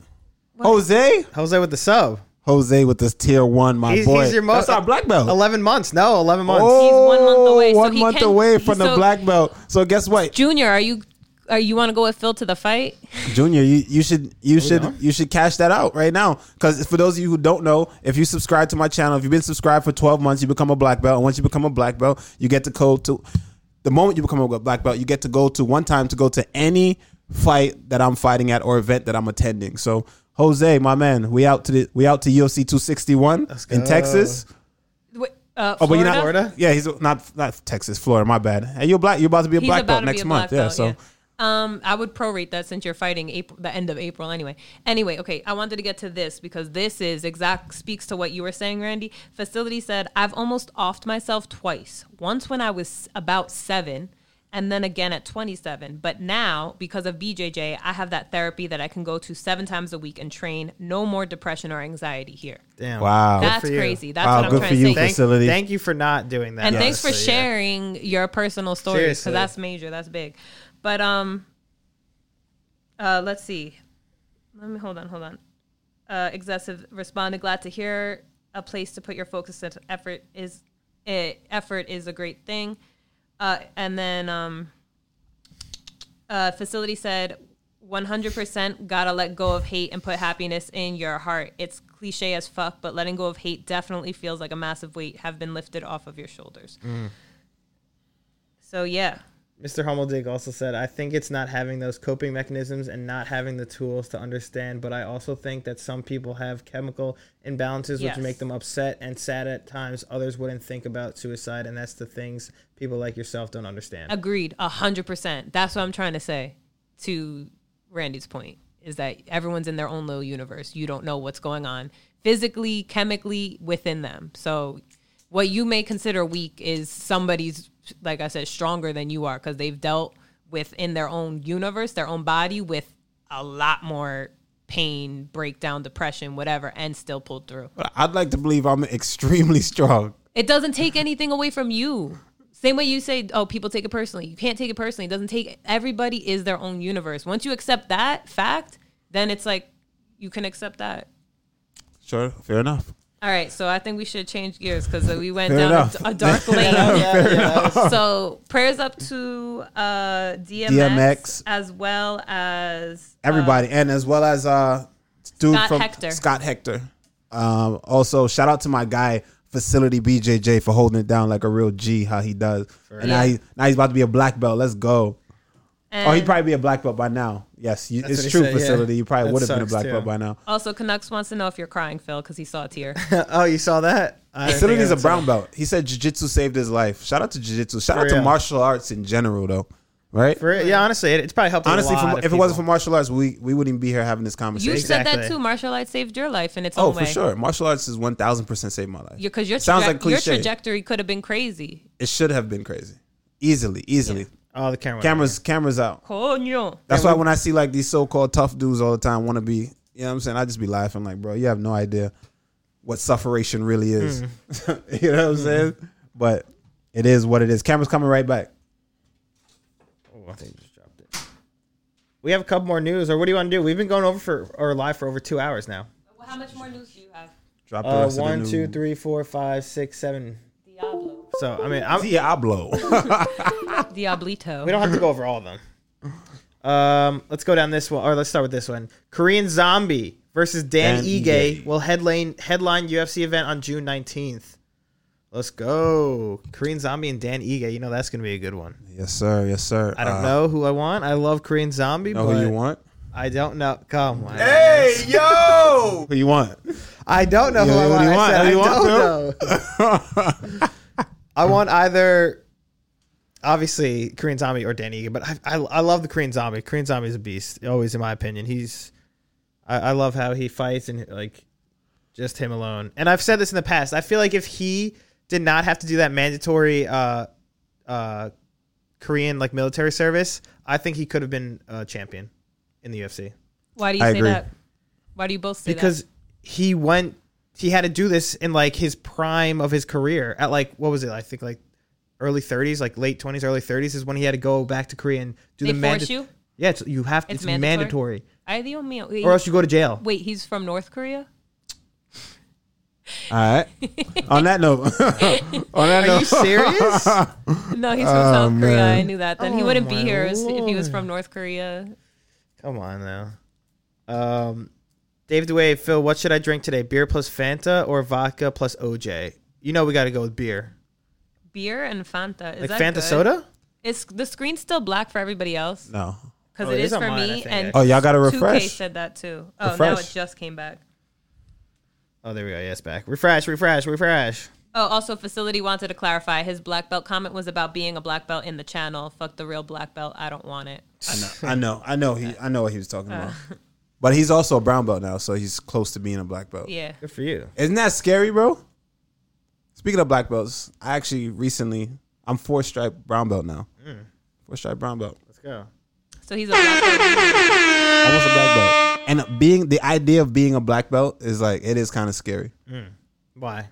B: Jose?
A: Jose with the sub.
B: Jose with this tier one, my
A: He's-
B: boy.
A: he's your mo-
B: That's our black belt.
A: 11 months. No, 11 months.
B: Oh,
C: He's one month away, so
B: one
C: he
B: month
C: can-
B: away from the
C: so-
B: black belt. So guess what,
C: Junior, are you are you want to go with Phil to the fight?
B: Junior? You, you should you should you should cash that out right now. Because for those of you who don't know, if you subscribe to my channel, if you've been subscribed for twelve months, you become a black belt. And once you become a black belt, you get to go to the moment you become a black belt, you get to go to one time to go to any fight that I'm fighting at or event that I'm attending. So Jose, my man, we out to the we out to UFC 261 in
A: go.
B: Texas.
C: Wait, Uh,
B: Oh, but you're not
C: Florida?
A: Florida?
B: Yeah, he's not not Texas, Florida. My bad. And you're black. You're about to be a
C: He's
B: black
C: about
B: belt
C: to
B: next
C: be a
B: month.
C: black
B: Yeah,
C: belt,
B: so.
C: Um, I would prorate that since you're fighting April, the end of April anyway. Anyway, okay, I wanted to get to this because this is exact speaks to what you were saying, Randy. Facility said, I've almost offed myself twice. Once when I was about seven, and then again at 27. But now, because of BJJ, I have that therapy that I can go to seven times a week and train. No more depression or anxiety here.
A: Damn.
B: Wow.
C: That's
A: for you.
C: crazy. That's
B: Wow,
C: what I'm
B: good
C: trying
B: for
C: to
B: you,
C: say.
A: Thank,
B: Facility.
A: thank you for not doing that.
C: and thanks for
A: honestly, yeah.
C: sharing your personal stories
A: Seriously.
C: because that's major that's big but um uh let's see let me hold on hold on uh excessive responded glad to hear a place to put your focus and effort is eh, effort is a great thing uh and then um uh facility said 100% gotta let go of hate and put happiness in your heart. It's cliche as fuck, but letting go of hate definitely feels like a massive weight have been lifted off of your shoulders. So yeah,
A: Mr. Hummeldig also said, I think it's not having those coping mechanisms and not having the tools to understand, but I also think that some people have chemical imbalances
C: Yes.
A: which make them upset and sad at times. Others wouldn't think about suicide, and that's the things people like yourself don't understand.
C: agreed, a hundred percent. That's what I'm trying to say. To Randy's point is that everyone's in their own little universe. You don't know what's going on physically, chemically within them. So what you may consider weak is somebody's, like I said, stronger than you are because they've dealt with in their own universe, their own body with a lot more pain, breakdown, depression, whatever, and still pulled through.
B: But I'd like to believe I'm extremely strong.
C: It doesn't take anything away from you. Same way you say, oh, people take it personally. You can't take it personally. It doesn't take everybody is their own universe. Once you accept that fact, then it's like you can accept that.
B: Sure, fair enough.
C: All right, so I think we should change gears because we went
B: Fair
C: down a,
B: enough.
C: a dark lane.
A: Yeah, yeah, that was-
C: so prayers up to uh, DMX,
B: DMX.
C: as well as
B: Everybody, and as well as uh, dude
C: Scott
B: from
C: Hector.
B: Scott Hector. Um, also, shout out to my guy facility BJJ for holding it down like a real G, how he does. And now, he, now he's about to be a black belt. Let's go.
C: And
B: Oh, he'd probably be a black belt by now. Yes, you,
A: what
B: it's
A: he
B: true,
A: said, yeah.
B: facility. You probably
A: That
B: would have been a
A: sucks,
B: black
A: too.
B: belt by now.
C: also, Canucks wants to know if you're crying, Phil, because he saw a tear.
A: oh, you saw that? I didn't think I
B: Facility's a
A: saw
B: brown belt. He said jiu-jitsu saved his life. Shout out to jiu-jitsu. Shout out
A: For
B: to
A: real.
B: martial arts in general, though. Right?
A: it. For it- yeah, honestly, it, it's probably helped.
B: Honestly,
A: a lot
B: from, if
A: of
B: it wasn't for
A: people.
B: martial arts, we, we wouldn't be here having this
C: You
B: conversation.
A: Exactly.
C: said that too. Martial arts saved your life in its
B: oh,
C: own way.
B: for sure. Martial arts has 1,000% saved my life.
C: Because your,
B: Sounds
C: traje-
B: like
C: your
B: cliche.
C: trajectory could have been crazy.
B: It should have been crazy. Easily, easily.
A: oh, the camera.
B: Cameras cameras out.
C: Coño.
B: That's why when I see like these so-called tough dudes all the time want to be, you know what I'm saying? I just be laughing like, bro, you have no idea what sufferation really is.
C: Mm.
B: you know what I'm saying? But it is what it is. Cameras coming right back.
A: Oh, I think you just dropped it. We have a couple more news, or what do you want to do? We've been going over for or live for over two hours now.
C: Well, how much more news do you have?
B: Drop the
A: Uh,
B: rest
A: one,
B: of the
A: two,
B: new-
A: three, four, five, six, seven.
C: Diablo.
A: So I mean, I'm, we
B: Diablo.
C: Diablito.
A: don't have to go over all of them. Um, let's go down this one, or let's start with this one. Korean Zombie versus Dan,
B: Dan
A: Ige,
B: Ige.
A: will headline headline UFC event on June nineteenth. Let's go, Korean Zombie and Dan Ige. You know that's gonna be a good one.
B: yes, sir. Yes, sir. Uh,
A: I don't know who I want. I love Korean Zombie,
B: Know
A: but
B: who you want?
A: I don't know. Come on,
E: Hey, yo!
B: Who you want?
A: I don't know who
B: Yeah,
A: I
B: what
A: want. I
B: do you
A: said, I
B: want? Who do you
A: don't know. I want either, obviously, Korean Zombie or Dan Egan, but I, I, I love the Korean Zombie. Korean Zombie is a beast, always, in my opinion. He's, I, I love how he fights and, like, just him alone. And I've said this in the past. I feel like if he did not have to do that mandatory uh, uh, Korean, like, military service, I think he could have been a champion in the UFC
C: Why do you
B: I
C: say
B: agree.
C: that? Why do you both say
A: because he went he had to do this in like his prime of his career at like what was it i think like early 30s like late 20s early 30s is when he had to go back to korea and do
C: They
A: the
C: force you?
A: yeah it's, you have to
C: It's
A: it's, mandatory?
C: mandatory? that? I the only wait,
A: or else you go to jail
C: wait, he's from North Korea?
B: All right. on that note, on that
A: are you
B: note,
A: serious
C: No, he's from South Korea. I knew that. Then he
A: Oh,
C: wouldn't be
A: my
C: here if if he was
A: lord.
C: from North Korea.
A: come on now um dave dewey phil what should i drink today beer plus fanta or vodka plus oj you know we got to go with beer
C: Beer and Fanta. Is
A: like
C: that
A: fanta
C: good?
A: soda
C: Is the screen's still black for everybody else?
B: no.
C: Because
A: Oh,
C: it
A: it
C: is,
A: is on
C: for
A: mine, I
C: me.
A: think,
C: And
B: Oh, y'all got to
C: 2K
B: refresh.
C: said that too. Oh, now
B: Refresh.
C: it just came back.
A: oh there we go yes back refresh refresh refresh
C: Oh, also, Facility wanted to clarify his black belt comment was about being a black belt in the channel. Fuck the real black belt. I don't want it.
B: I know. I know. I know. He. I know what he was talking about. But he's also a brown belt now, so he's close to being a black belt.
C: Yeah.
A: good for you
B: Isn't that scary, bro? Speaking of black belts, I actually recently I'm four stripe brown belt now. Four stripe brown belt,
A: let's go
C: So he's a black belt.
B: almost a black belt. And being the idea of being a black belt is like it is kind of scary.
A: why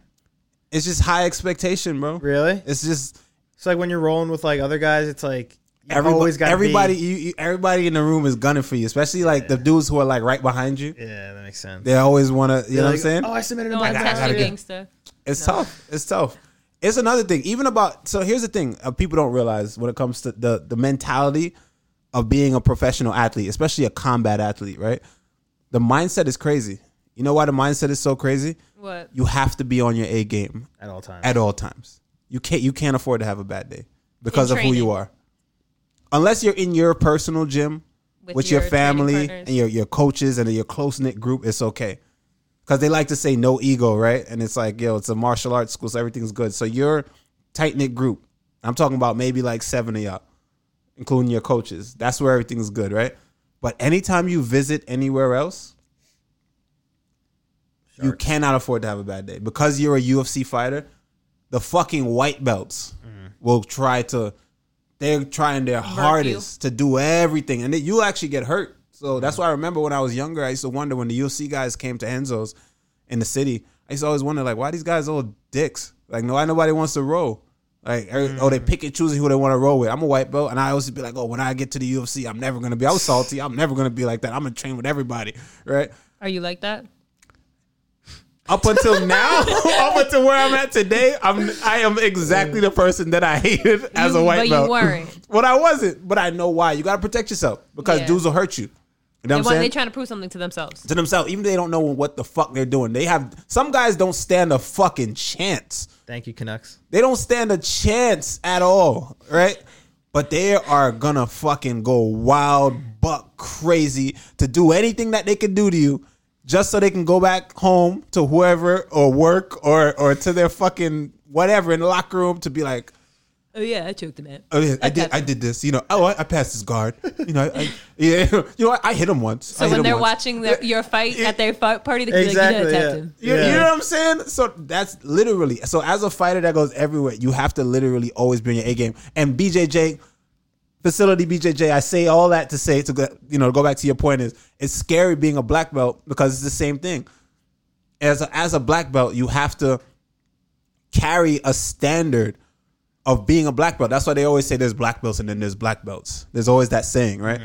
B: It's just high expectation, bro.
A: really
B: It's just
A: It's like when you're rolling with like other guys, it's like you
B: everybody,
A: always got
B: everybody, you, you, everybody in the room is gunning for you, especially like the dudes who are like right behind you.
A: Yeah, that makes sense.
B: They always want to, you know what I'm
A: Like,
B: saying?
A: Oh, I submitted a
C: No, it's
A: black
B: gotta
C: actually
B: go.
C: gangster.
B: It's tough. It's tough. It's another thing. Even about so here's the thing uh, people don't realize when it comes to the the mentality of being a professional athlete, especially a combat athlete, right? The mindset is crazy. You know why the mindset is so crazy?
C: What?
B: You have to be on your A game
A: at all times.
B: at all times. You can't you can't afford to have a bad day because
C: In
B: of who you
C: training.
B: are. Unless you're in your personal gym with,
C: With
B: your,
C: your training
B: family
C: partners.
B: and your, your coaches and your close knit group, it's okay. Because they like to say no ego, right? And it's like, yo, it's a martial arts school, so everything's good. So your tight knit group, I'm talking about maybe like seven of y'all, including your coaches. That's where everything's good, right? But anytime you visit anywhere else, you cannot afford to have a bad day because you're a UFC fighter. The fucking white belts will try to. They're trying their hardest to do everything, and then you actually get hurt. So that's why I remember when I was younger, I used to wonder when the UFC guys came to Enzo's in the city. I used to always wonder like, why these guys all dicks? Like, no, why nobody wants to roll. Like, every- oh, they pick and choosing who they want to roll with. I'm a white belt, and I always be like, oh, when I get to the UFC, I'm never gonna be. I was salty. I'm never gonna be like that. I'm gonna train with everybody, right?
C: Are you like that?
B: up until now, up until where I'm at today, I'm I am exactly the person that I hated as
C: You-
B: a white
C: but you
B: belt.
C: weren't.
B: But I wasn't. But I know why. You gotta protect yourself because
C: Yeah.
B: dudes will hurt you. You know
C: They
B: what I'm
C: want,
B: saying?
C: they trying to prove something to themselves.
B: to themselves, even if they don't know what the fuck they're doing. They have some guys don't stand a fucking chance.
A: Thank you, Canucks.
B: They don't stand a chance at all, right? But they are gonna fucking go wild, buck crazy to do anything that they can do to you, just so they can go back home to whoever or work or or to their fucking whatever in the locker room to be like,
C: Oh yeah, I choked him out.
B: oh yeah, I did, I did this, you know, oh I, I passed this guard, you know, I, I- yeah, you know, what? I hit him once. I
C: So
B: hit
C: when
B: him
C: they're
B: once.
C: watching the, your fight at their fight party, they
A: Exactly, yeah.
C: exactly, like, you yeah. him.
B: You,
A: Yeah.
B: you know what I'm saying? So that's literally. So as a fighter that goes everywhere, you have to literally always be in your A game. And BJJ, facility BJJ, I say all that to say to go, you know go back to your point is it's scary being a black belt because it's the same thing. As a, as a black belt, you have to carry a standard of being a black belt. That's why they always say there's black belts and then there's black belts. There's always that saying, right?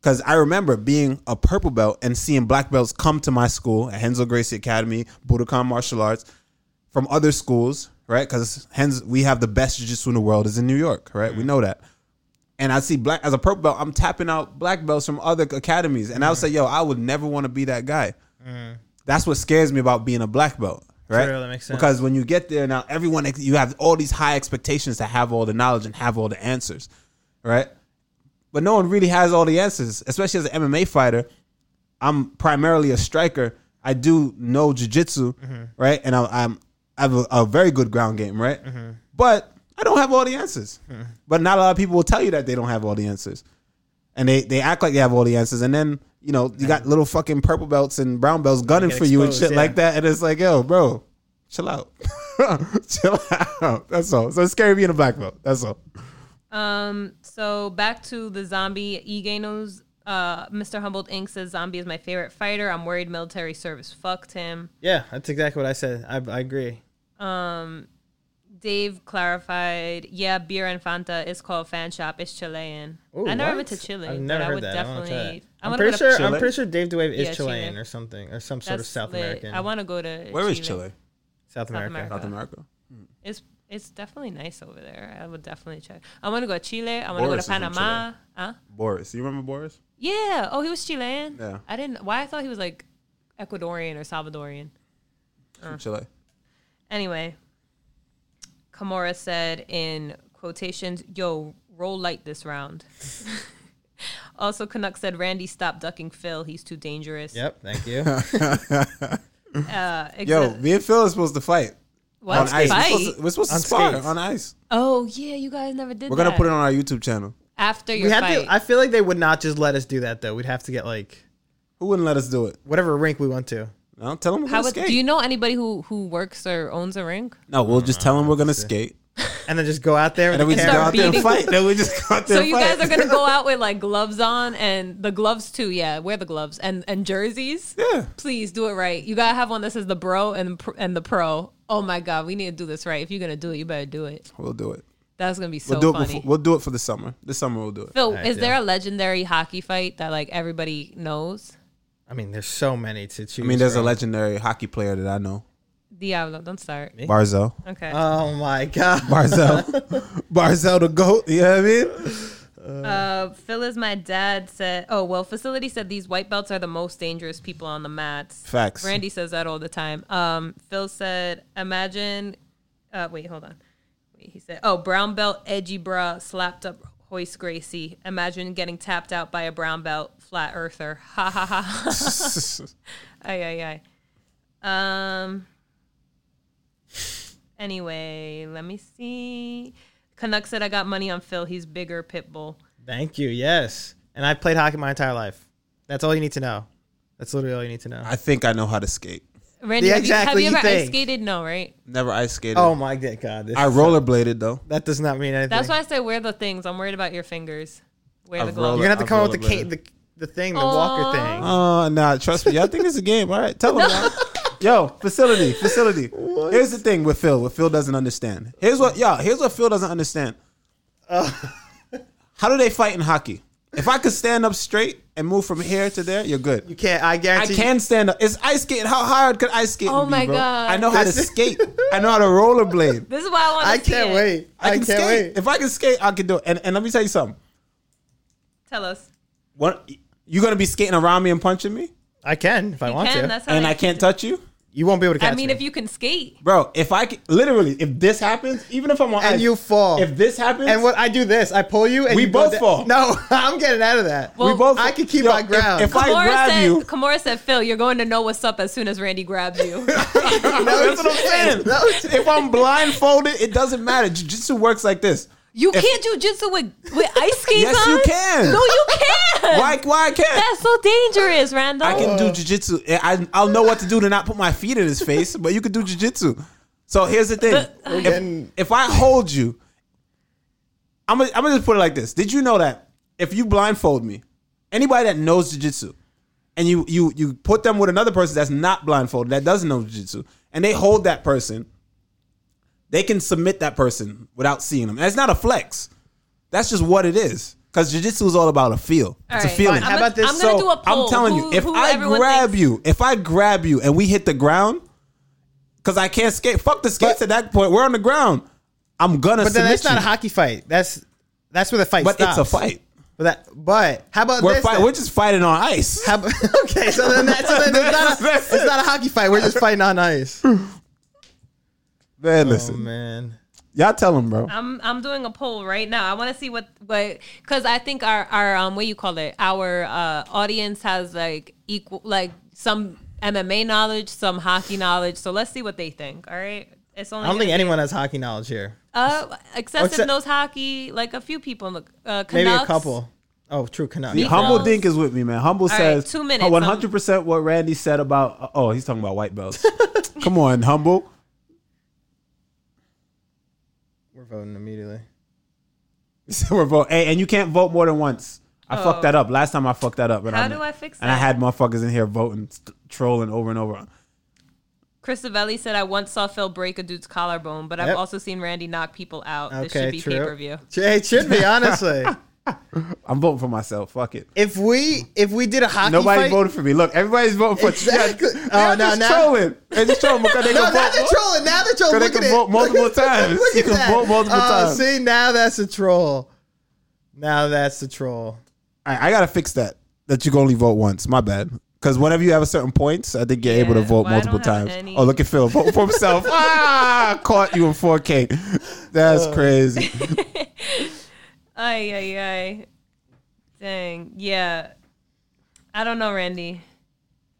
B: Because I remember being a purple belt and seeing black belts come to my school at Hensel Gracie Academy, Budokan Martial Arts, from other schools, right? Because hence we have the best jiu-jitsu in the world is in New York, right?
A: Mm.
B: We know that. And I see black as a purple belt, I'm tapping out black belts from other academies, and I
A: Mm.
B: would say, yo, I would never want to be that guy. That's what scares me about being a black belt, right?
A: True, that makes sense.
B: Because when you get there now, everyone you have all these high expectations to have all the knowledge and have all the answers, right? but no one really has all the answers, especially as an MMA fighter. I'm primarily a striker. I do know jujitsu,
A: Mm-hmm.
B: right? And I, I'm I have a, a very good ground game, right?
A: Mm-hmm.
B: But I don't have all the answers. But not a lot of people will tell you that they don't have all the answers, and they they act like they have all the answers, and then you know you got little fucking purple belts and brown belts gunning for
A: get
B: you and
A: exposed,
B: shit like
A: yeah.
B: that, and it's like, yo, bro, chill out, chill out. That's all. So it's scary being a black belt. That's all.
C: Um, so back to the zombie Eganos. Uh, Mr. Humboldt Inc. says zombie is my favorite fighter. I'm worried military service fucked him.
A: Yeah, that's exactly what I said. I, I agree.
C: Dave clarified, yeah, beer and Fanta is called fan shop. It's Chilean.
A: Ooh,
C: I never
A: what?
C: went to Chile.
A: I've
C: but
A: never
C: I
A: heard
C: would
A: that.
C: definitely.
A: I am
C: wanna
A: pretty
C: go to-
A: sure.
B: Chile?
A: I'm pretty sure Dave DeWave is
C: Yeah,
A: Chilean
C: Chile.
A: or something, or some sort
C: That's
A: of South
C: lit.
A: American.
C: I want to go to.
B: Where is
C: Chile?
B: Chile?
A: South America.
C: America.
B: South America.
C: It's it's definitely nice over there. I would definitely check. I want to go to Chile. I want to go
B: Boris
C: to
B: is from
C: Panama. Huh?
B: Boris. You remember Boris?
C: Yeah. Oh, he was Chilean.
B: Yeah.
C: I didn't. Why I thought he was like Ecuadorian or Salvadorian.
B: From Chile.
C: Anyway, Kamora said in quotations, "Yo, roll light this round." also, Canuck said, "Randy, stop ducking Phil. He's too dangerous."
A: Yep. Thank you.
C: Uh,
B: Yo,
C: except-
B: me and Phil are supposed to fight
C: what?
B: on ice. We're
C: Fight?
B: supposed to, we're supposed to
A: On
B: spar
A: skates.
B: on ice.
C: oh yeah, you guys never did.
B: We're gonna
C: that.
B: put it on our YouTube channel.
C: after
A: we
C: your
A: have
C: fight.
A: to. I feel like they would not just let us do that though. We'd have to get like
B: Who wouldn't let us do it?
A: whatever rink we want to.
B: No, tell them we're
C: How
B: gonna
C: about,
B: skate.
C: do you know anybody who who works or owns a ring?
B: no, we'll just tell them we're gonna skate,
A: and then just go out there
B: and then we just go
C: Start
B: out there and
C: beating.
B: fight. Then we just go out there.
C: So
B: and
C: you
B: fight.
C: guys are gonna go out with like gloves on and the gloves too. Yeah, wear the gloves and and jerseys.
B: Yeah.
C: Please do it right. You gotta have one that says the bro and pr- and the pro. Oh my god, we need to do this right. If you're gonna do it, you better do it.
B: We'll do it.
C: That's gonna be so
B: We'll do it.
C: funny.
B: Before, we'll do it for the summer. This summer we'll do it.
C: Phil,
A: Alright,
C: is there
A: yeah.
C: a legendary hockey fight that like everybody knows?
A: I mean, there's so many to choose.
B: I mean, there's a
A: from.
B: legendary hockey player that I know,
C: Diablo, don't start.
B: Barzell.
C: Okay.
A: Oh my god.
B: Barzell, Barzell the goat. You know what I mean?
C: Uh, Phil is my dad said. Oh well, facility said these white belts are the most dangerous people on the mats.
B: Facts.
C: Randy says that all the time. Um, Phil said, imagine. Uh, wait, hold on. Wait, he said, oh, brown belt, edgy bra, slapped up Hoist Gracie. Imagine getting tapped out by a brown belt, flat earther. Ha ha ha. ay, ay, ay. Um, anyway, let me see. Canuck said, I got money on Phil. He's bigger, Pitbull.
A: Thank you. Yes. And I played hockey my entire life. That's all you need to know. That's literally all you need to know.
B: I think I know how to skate.
C: Randy,
A: Yeah,
C: have,
A: exactly,
C: you, have
A: you
C: you ever ice
A: think.
C: skated? No, right?
B: Never ice skated.
A: oh my god. God, this-
B: I rollerbladed though.
A: that does not mean anything.
C: That's why I say wear the things. I'm worried about your fingers. Wear
B: I've
C: the gloves.
A: You're gonna have to
B: I've
A: come up with the, ca- the
B: rollerbladed.
A: the thing, the walker thing.
B: Oh, nah, trust me. I think it's a game. All right, tell him. man. Yo, facility, facility. Here's the thing with Phil. What Phil doesn't understand. Here's what, y'all. Here's what Phil doesn't understand.
A: Uh.
B: How do they fight in hockey? If I could stand up straight and move from here to there, you're good.
A: You can't. I
B: I
A: guarantee.
B: can stand up. It's ice skating. How hard could ice skating
C: Oh
B: be,
C: my
B: bro?
C: God.
B: I know how to
A: This-
B: skate. I know how to rollerblade.
C: This is why I want to
A: I can't wait.
B: I
A: can't
B: can skate.
A: wait.
B: If I can skate, I can do it. And, and let me tell you something.
C: Tell us.
B: One, You gonna be skating around me and punching me,
A: I can if I want
C: Oh, Can,
A: to.
C: that's how
B: and
C: they-
B: I can't touch you,
A: you won't be able to catch
C: I mean,
A: me.
C: if you can skate,
B: bro. If I c- literally, if this happens, even if I'm on
A: and
B: ice,
A: you fall.
B: if this happens,
A: and what I do this, I pull you and
B: We
A: you go
B: both
A: da-
B: fall.
A: No, I'm getting out of that.
C: Well,
B: we both,
A: I can keep
B: Yo,
A: my
B: if-
A: ground.
B: If, I
C: Kamora
B: grab
C: said,
B: you,
C: Kamora said, Phil, you're going to know what's up as soon as Randy grabs you.
B: that's what I'm saying.
A: No chance.
B: if I'm blindfolded, it doesn't matter. Jiu-jitsu works like this.
C: You
B: If-
C: can't do jitsu with, with ice skates
B: Yes,
C: on?
B: you can.
C: No, you can't.
B: Why? Why I can't?
C: That's so dangerous, Randall.
B: I can do jujitsu. I I'll know what to do to not put my feet in his face, but you can do jujitsu. So here's the thing: if,
C: uh,
A: getting-
B: if I hold you, I'm gonna, I'm gonna just put it like this. Did you know that if you blindfold me, anybody that knows jujitsu, and you you you put them with another person that's not blindfolded that doesn't know jujitsu, and they hold that person, they can submit that person without seeing them. And it's not a flex. That's just what it is. Because jujitsu is all about a feel.
C: All
B: it's a
C: right.
B: feeling.
C: I'm
A: How about
C: gonna-
A: this?
C: I'm going to do a poll.
B: I'm telling you,
C: Who-
B: if
C: who
B: I
C: everyone
B: grab
C: thinks-
B: you, if I grab you and we hit the ground, because I can't skate, fuck the skates at that point. We're on the ground. I'm gonna
A: But then
B: submit
A: that's not
B: you.
A: a hockey fight. That's that's where the fight
B: but
A: stops.
B: it's a fight.
A: But, that, but how about
B: We're
A: this?
B: fight.
A: then?
B: We're just fighting on ice.
A: How about, okay, so then that's so then it's, not a,
B: That's it.
A: it's not a hockey fight. We're just fighting on ice.
B: Man,
A: Oh
B: listen,
A: man.
B: y'all tell him, bro.
C: I'm I'm doing a poll right now. I want to see what what because I think our our um what you call it our uh audience has like equal like some MMA knowledge, some hockey knowledge. So let's see what they think. All right, it's only
A: I don't think
C: gonna be-
A: anyone has hockey knowledge here.
C: uh excessive
A: Except-
C: knows hockey. Like a few people, look, uh, Canucks,
A: Maybe a couple. Oh, true Canucks.
C: Yeah.
B: Humble
C: Equals-
B: Dink is with me, man. Humble
C: right,
B: says
C: two minutes. um,
B: 100 percent what Randy said about. Oh, he's talking about white belts. Come on, humble.
A: We're voting immediately.
B: He said We're vote. Hey, and you can't vote more than once. I fucked that up. Last time I fucked that up. And
C: Oh. How
B: I'm-
C: do I fix
B: And I
C: that?
B: had motherfuckers in here voting, st- trolling over and over.
C: Chris Savelli said, "I once saw Phil break a dude's collarbone, but I've
A: Yep.
C: also seen Randy knock people out. this
A: Okay,
C: should be
A: true.
C: pay per view.
A: It should be honestly.
B: I'm voting for myself. Fuck it.
A: if we if we did a hockey
B: Nobody
A: fight,
B: voted for me. Look, everybody's voting for
A: Exactly.
B: Yeah,
A: Oh,
B: they're
A: no,
B: just
A: now-
B: trolling. They're just trolling because they
A: No,
B: can
A: now they're
B: vote.
A: trolling. Now they're trolling.
B: they
A: Look
B: can
A: at
B: vote
A: it.
B: multiple
A: Look at-
B: times.
A: Look at
B: You can
A: that.
B: vote multiple
A: Oh,
B: times.
A: See, now that's a troll. Now that's the troll.
B: All right, I gotta fix that. That you can only vote once. My bad. Because whenever you have a certain points, I think you're able to
C: Yeah,
B: vote
C: well, I don't
B: multiple
C: have
B: times.
C: any.
B: Oh, look at Phil vote for himself. ah, caught you in 4K. That's
A: Uh.
B: crazy.
C: Ay ay ay, dang yeah. I don't know, Randy.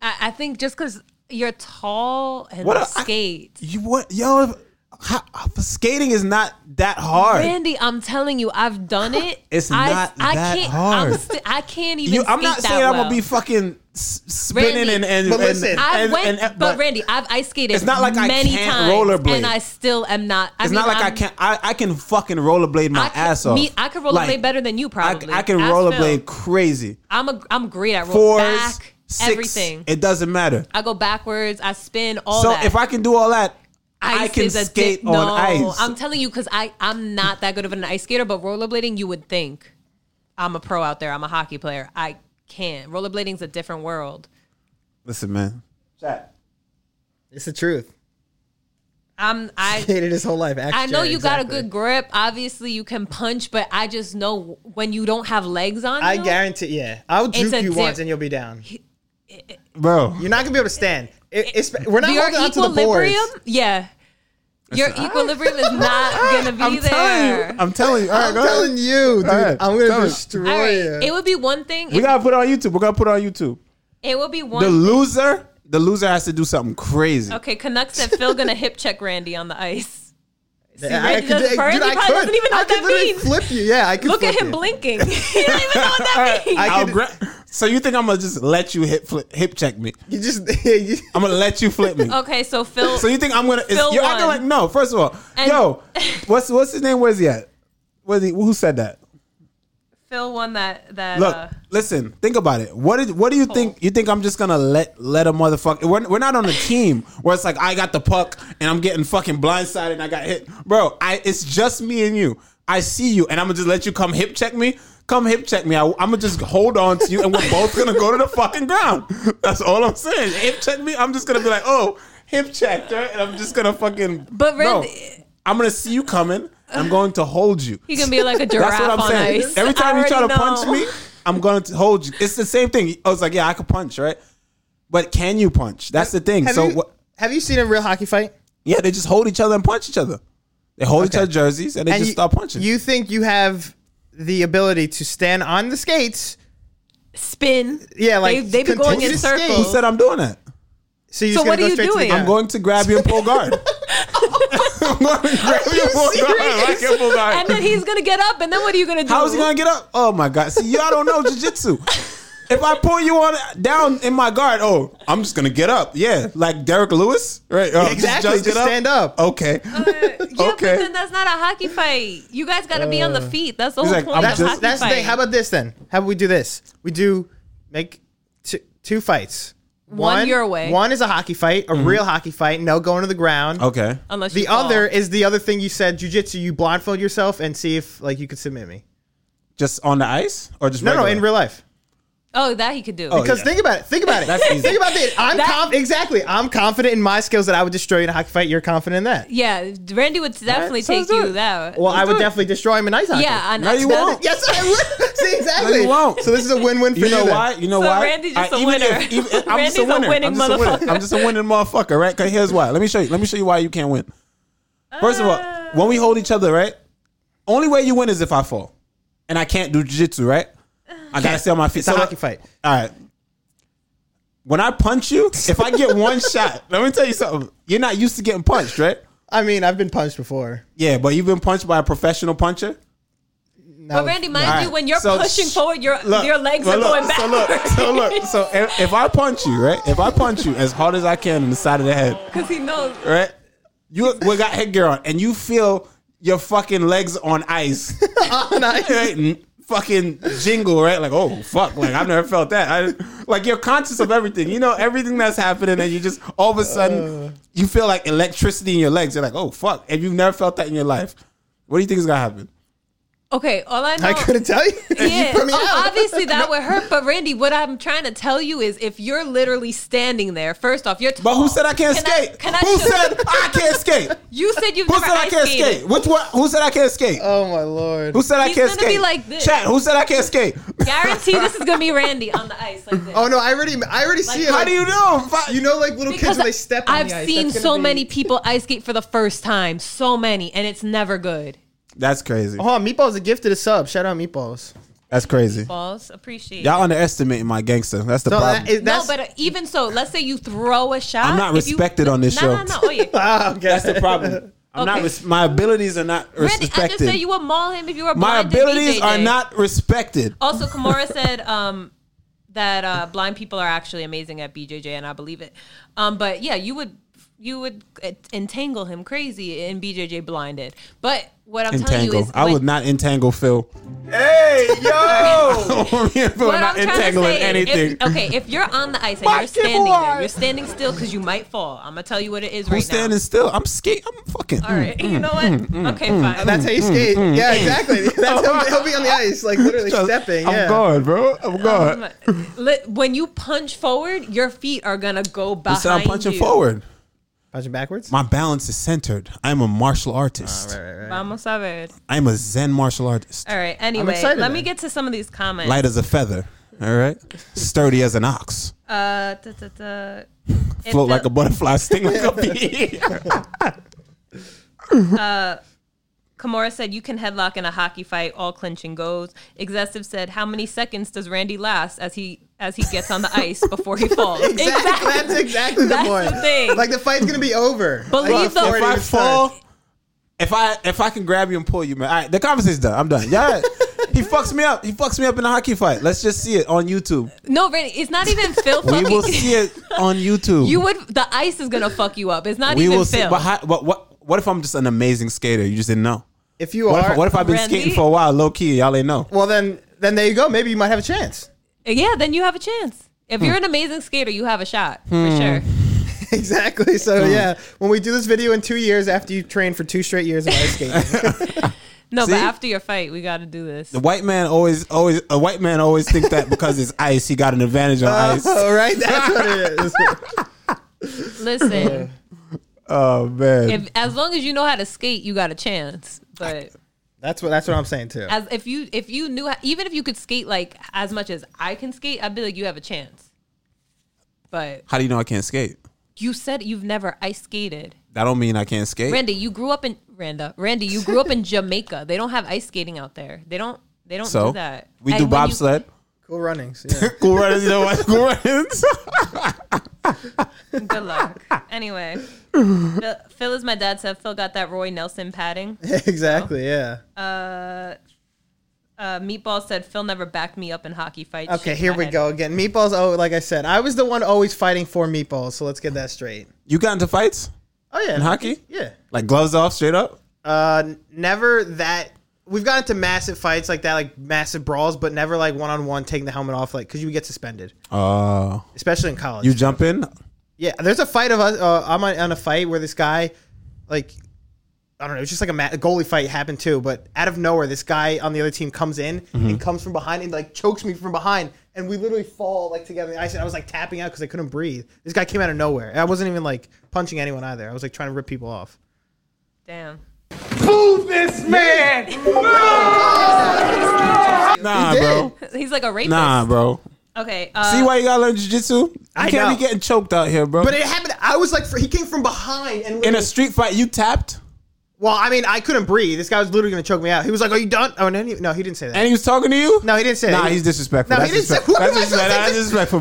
C: I, I think just because you're tall and
B: What a- I-
C: skate."
B: You what, yo? How, skating is not that hard.
C: Randy, I'm telling you, I've done it.
B: It's
C: I,
B: not
C: I
B: that
C: can't,
B: hard.
C: I'm sti- I can't even.
B: You, I'm not
C: skate that
B: saying I'm
C: well.
B: gonna be fucking s- spinning
C: Randy,
B: and and
A: but
B: and-
A: listen,
C: I
B: and-
C: went,
B: and-
C: but, Randy, I've ice skated.
B: It's not like I
C: many
B: can't
C: times,
B: rollerblade.
C: and I still am not. I
B: It's
C: mean,
B: not like
C: I'm,
B: i can I, I can fucking rollerblade my
C: I can-
B: ass off.
C: me- I can rollerblade
B: Like,
C: better than you,
B: I,
C: probably.
B: I can
C: Ask
B: rollerblade
C: Phil.
B: crazy.
C: I'm a, I'm great at roll
B: Fours,
C: back,
B: six,
C: everything.
B: It doesn't matter.
C: I go backwards. I spin all
B: so
C: that.
B: if I can do all that, I
C: Ice
B: can
C: is a
B: skate
C: di-
B: on
C: no,
B: ice.
C: I'm telling you because I I'm not that good of an ice skater, but rollerblading, you would think I'm a pro out there. I'm a hockey player. I can't. Rollerblading's a different world.
B: Listen, man.
A: It's the truth.
C: I'm I.
A: Hated his whole life.
C: I know you got a
A: exactly.
C: good grip. Obviously, you can punch, but I just know when you don't have legs on
A: I
C: you,
A: guarantee. Yeah, I'll juke
C: a
A: you
C: di-
A: once and you'll be down.
B: Bro,
A: You're not gonna be able to stand. It, it's, we're not
C: your
A: holding on to the
C: equilibrium,
A: boards.
C: yeah, your equilibrium is not gonna be
B: I'm
C: there.
B: telling you. I'm telling you. All right,
A: I'm
B: go ahead.
A: telling you, dude.
B: ahead.
A: I'm
B: Tell
A: gonna
B: me.
A: destroy
C: All
A: you.
C: right, it would be one thing.
B: We
C: if-
B: gotta put it on YouTube. We're gonna put it on YouTube.
C: it would be
B: The
C: one.
B: loser, the loser has to do something crazy.
C: Okay, Canucks said Phil gonna hip check Randy on the ice. See,
A: I
C: Randy
A: could,
C: doesn't-
A: dude,
C: Randy
A: I
C: probably
A: could.
C: doesn't even know
A: I
C: what
A: could
C: that
A: literally
C: means.
A: flip you. Yeah, I could.
C: Look at
A: flip
C: him
A: you.
C: blinking. he don't even know what that means.
A: I
B: I'll
A: could-
B: gra- so you think I'm gonna just let you hip flip, hip check me?
A: You just. you-
B: I'm gonna let you flip me.
C: okay, so Phil.
B: So you think I'm gonna? Is,
C: Phil
B: you're acting
C: won.
B: like no. First of all,
C: And-
B: yo, what's what's his name? Where's he at? Where's he? Who said that?
C: Phil won that. That
B: Look,
C: uh,
B: listen, think about it. What did, What do you think? You think I'm just gonna let let a motherfucker? We're, we're not on a team where it's like I got the puck and I'm getting fucking blindsided and I got hit, bro. I it's just me and you. I see you and I'm gonna just let you come hip check me. Come hip check me. I, I'm gonna just hold on to you and we're both gonna go to the fucking ground. That's all I'm saying. Hip check me. I'm just gonna be like, oh, hip checked, right? And I'm just gonna fucking.
C: But
B: Bro,
C: Randy-
B: I'm gonna see you coming. I'm going to hold you.
C: he can be like a giraffe
B: That's what I'm
C: on
B: saying.
C: ice.
B: Every time
C: I
B: you try to
C: already know.
B: punch me, I'm gonna t- hold you. It's the same thing. I was like, yeah, I could punch, right? But can you punch? That's the thing.
A: Have
B: So
A: you,
B: what?
A: have you seen a real hockey fight?
B: Yeah, they just hold each other and punch each other. They hold each
A: Okay.
B: other jerseys and they just
A: you,
B: start punching.
A: You think you have the ability to stand on the skates?
C: Spin.
A: Yeah, like
C: They- they be going in
A: continue to
C: circles.
A: skate.
B: Who said I'm doing that?
A: So, you're
C: So
A: just gonna
C: what are
A: go
C: you
A: straight to the
C: doing?
A: ground?
B: I'm going to grab you and pull guard. I'm going to grab you and pull guard. "Oh, I can pull guard.
C: And then he's gonna get up, and then what are you gonna do?
B: How is he gonna get up? Oh my god! See, y'all don't know jujitsu. If I pull you on down in my guard, oh, I'm just gonna get up. Yeah, like Derek Lewis, right? Oh,
A: Exactly, just stand up.
B: Okay.
C: Uh, Yeah,
B: okay. Uh,
C: but then that's not a hockey fight. You guys gotta be on the feet. That's the whole
B: like,
C: point
B: I'm
C: of
A: That's,
B: just-
C: hockey
A: that's the
C: fight.
A: thing. How about this then? How about we do this? We do make two, two fights.
C: One your way.
A: One is a hockey fight, a real hockey fight, no going to the ground.
B: Mm-hmm. okay.
C: Unless you
A: The
C: fall.
A: other is the other thing you said, jujitsu. You blindfold yourself and see if like you could submit me.
B: Just on the ice or just
A: No,
B: regular?
A: no, in real life.
C: Oh, that he could do.
A: Because
B: yeah.
A: think about it. Think about it.
B: That's easy.
A: Think about it. I'm
C: That-
A: conf- exactly. I'm confident in my skills that I would destroy you in a hockey fight. You're confident in that.
C: yeah, Randy would definitely
B: so
C: take
B: let's do
C: you
B: it.
C: that.
A: Well, I would definitely destroy him in ice hockey.
C: yeah, I
B: No, you
C: that-
B: won't.
A: Yes, I would. see exactly.
B: you won't.
A: So this is a win-win for you.
B: You know
A: then.
B: why? You know
C: So
B: why?
C: Randy's just
B: a
C: a winner.
B: I'm just
C: Randy's
B: a
C: a
B: winner.
C: winning
B: I'm just a winner.
C: motherfucker.
B: I'm just a winning motherfucker, right? Because here's why. Let me show you. Let me show you why you can't win. First of all, when we hold each other, right? Only way you win is if I fall, and I can't do jiu-jitsu, right? I gotta stay on my feet.
A: It's a hockey fight.
B: All right. When I punch you, if I get one shot, let me tell you something. You're not used to getting punched, right?
A: I mean, I've been punched before.
B: Yeah, but you've been punched by a professional puncher.
A: No.
C: But Randy, mind
B: All right,
C: you, when you're
B: so
C: pushing
B: sh-
C: forward, your your legs
B: well,
C: are
B: look,
C: going back.
B: So look, so look, so if, if I punch you, right? If I punch you as hard as I can in the side of the head,
C: because he knows.
B: right? You we got headgear on, and you feel your fucking legs on ice,
A: On ice.
B: right? N- Fucking jingle, right? Like, oh fuck, like I've never felt that. I, like you're conscious of everything, you know everything that's happening, and you just all of a
C: Uh.
B: sudden you feel like electricity in your legs. You're like, oh fuck, and you've never felt that in your life. What do you think is gonna happen?
C: Okay, all I know.
A: I couldn't tell you.
C: Yeah,
A: you put me
C: oh,
A: out.
C: obviously that would hurt. But Randy, what I'm trying to tell you is, if you're literally standing there, first off, you're. Tall.
B: But who said I can't
C: Oh. Can I-
B: skate?
C: can I
B: who
C: show-
B: said I can't skate?
C: You said you've
B: Who
C: never
B: said I
C: ice
B: can't
C: skated.
B: skate? Which one? Who said I can't skate?
A: Oh my lord.
B: who said I
C: He's
B: can't
C: gonna
B: skate?
C: be like this.
B: Chat. Who said I can't skate?
C: Guarantee this is gonna be Randy on the ice like this.
A: Oh no, I already, I already see it.
B: How
A: like-
B: do you know? Fi-
A: You know, like little kids when they step. on
C: I've
A: the ice,
C: seen
A: that's gonna
C: so
A: be-
C: many people ice skate for the first time, so many, and it's never good.
B: That's crazy.
A: Hold on, meatballs a gift to the sub. Shout out meatballs.
B: That's crazy.
C: Balls, appreciate.
B: Y'all underestimating my gangster. That's the
A: So
B: problem.
A: that is,
C: no,
A: that's
C: but uh, even so, let's say you throw a shot.
B: I'm not
C: if you-
B: respected on this
C: no,
B: show.
C: No, no, oh yeah.
A: Ah, okay.
B: That's the problem. I'm not.
C: Okay.
B: Res- my abilities are not
C: Randy, I just
B: respected.
C: said you would maul him if you were.
B: my
C: blind and
B: abilities are
C: BJJ.
B: not respected.
C: Also, Kimora said um, that uh, blind people are actually amazing at BJJ, and I believe it. Um, but yeah, you would you would uh, entangle him crazy in BJJ blinded. But what I'm telling you
B: Entangle.
C: is,
B: I
C: when-
B: would not entangle Phil.
E: Hey, yo!
B: We're
C: What
B: not
C: I'm trying to
B: entangling
C: say is, if-
B: anything.
C: okay, if you're on the ice and
B: Fuck
C: you're
B: you,
C: standing
B: boy.
C: there, you're standing still because you might fall. I'm gonna tell you what it is right
B: Who's standing Mm, still? I'm skating. I'm fucking.
C: now. All right, you know what? okay, fine.
A: That's how
B: Mm,
A: you skate. yeah, exactly. That's how he'll be on the ice, like literally stepping.
B: I'm
A: yeah.
B: gone, bro. I'm gone.
C: Um, li- when you punch forward, your feet are gonna go behind
B: Instead, I'm punching
C: you.
B: forward.
A: Punching backwards.
B: My balance is centered. I am a martial artist.
C: Vamos a ver.
B: I am a Zen martial artist.
C: All right. Anyway, let
A: excited
C: me
A: then.
C: get to some of these comments.
B: Light as a feather. All right. Sturdy as an ox.
C: Uh, duh, duh, duh. It
B: Float like a
C: felt-
B: butterfly, sting like a bee.
C: Kimura said, "You can headlock in a hockey fight. All clinching goes." Excessive said, "How many seconds does Randy last as he as he gets on the ice before he falls?"
A: Exactly. That's exactly the
C: That's
A: point.
C: the thing.
A: Like the fight's gonna be over.
C: Believe
A: like,
C: the-
A: before
B: if
A: it
B: I
A: even starts.
B: fall, if I if I can grab you and pull you, man. All right, the conversation's done. I'm done. Yeah. He fucks me up. He fucks me up in a hockey fight. Let's just see it on YouTube.
C: No, Randy, it's not even Phil
B: We
C: fucking.
B: will see it on YouTube.
C: You would the ice is gonna fuck you up. It's not
B: we
C: even
B: will see.
C: Phil.
B: But, how, but what what if I'm just an amazing skater? You just didn't know.
A: if you
B: What if,
A: are,
B: what if I've been
C: Randy?
B: skating for a while, low key, y'all ain't know?
A: well then, then there you go. Maybe you might have a chance.
C: yeah, then you have a chance. If
B: Hmm.
C: you're an amazing skater, you have a shot for sure.
A: Exactly. So yeah, when we do this video in two years after you train for two straight years of ice skating,
C: No,
B: See?
C: but after your fight, we got to do this.
B: The white man always, always, a white man always think that because it's ice, he got an advantage on ice.
C: Uh-huh.
A: all Oh, right? That's what it is.
C: Listen,
B: Oh man, Oh,
C: if as long as you know how to skate, you got a chance. But
A: That's what that's what I'm saying too.
C: As if you if you knew how, even if you could skate like as much as I can skate, I'd be like you have a chance. But
B: How do you know I can't skate?
C: you said you've never ice skated.
B: That don't mean I can't skate.
C: Randy, you grew up in Randa. Randy, you grew up in Jamaica. They don't have ice skating out there. They don't. They don't
B: so
C: do that.
B: we
C: And
B: do
C: when you-
B: bobsled.
A: Cool runnings. Yeah.
B: cool runnings, you know what? Cool runnings.
C: Good luck. Anyway, Phil, Phil is my dad. Said Phil got that Roy Nelson padding.
A: exactly. Yeah.
C: Uh, Meatball said Phil never backed me up in hockey fights.
A: Okay,
C: Shaking
A: here
C: my
A: we
C: head.
A: go again. Meatballs. Oh, like I said, I was the one always fighting for meatballs. So let's get that straight.
B: you got into fights
A: Oh yeah,
B: in hockey?
A: Yeah.
B: Like gloves off, straight up.
A: Uh, n- never that. We've gotten into massive fights like that, like massive brawls, but never like one on one taking the helmet off, like because you would get suspended,
B: Uh,
A: especially in college.
B: you jump in.
A: Yeah, there's a fight of us. Uh, I'm on, on a fight where this guy, like, I don't know, it's just like a, ma- a goalie fight happened too. But out of nowhere, this guy on the other team comes in
B: Mm-hmm.
A: and comes from behind and like chokes me from behind, and we literally fall like together. And I said I was like tapping out because I couldn't breathe. This guy came out of nowhere. I wasn't even like punching anyone either. I was like trying to rip people off.
C: Damn.
E: Move this man.
B: Nah,
A: did.
B: bro.
C: He's like a rapist.
B: Nah, bro.
C: Okay. Uh,
B: See why you gotta learn jujitsu? You
A: I
B: can't
A: know.
B: be getting choked out here, bro.
A: But it happened. I was like, fr- he came from behind and
B: in a
A: literally-
B: street fight, you tapped,
A: well, I mean, I couldn't breathe. This guy was literally gonna choke me out. He was like, "Are you done?" Oh, no, he, no, he didn't say that.
B: and he was talking to you.
A: no, he didn't say that.
B: Nah,
A: He-
B: he's disrespectful.
A: No,
B: That's
A: he didn't say.
B: disrespectful.
A: What am I
B: That's
A: supposed to
B: disrespectful.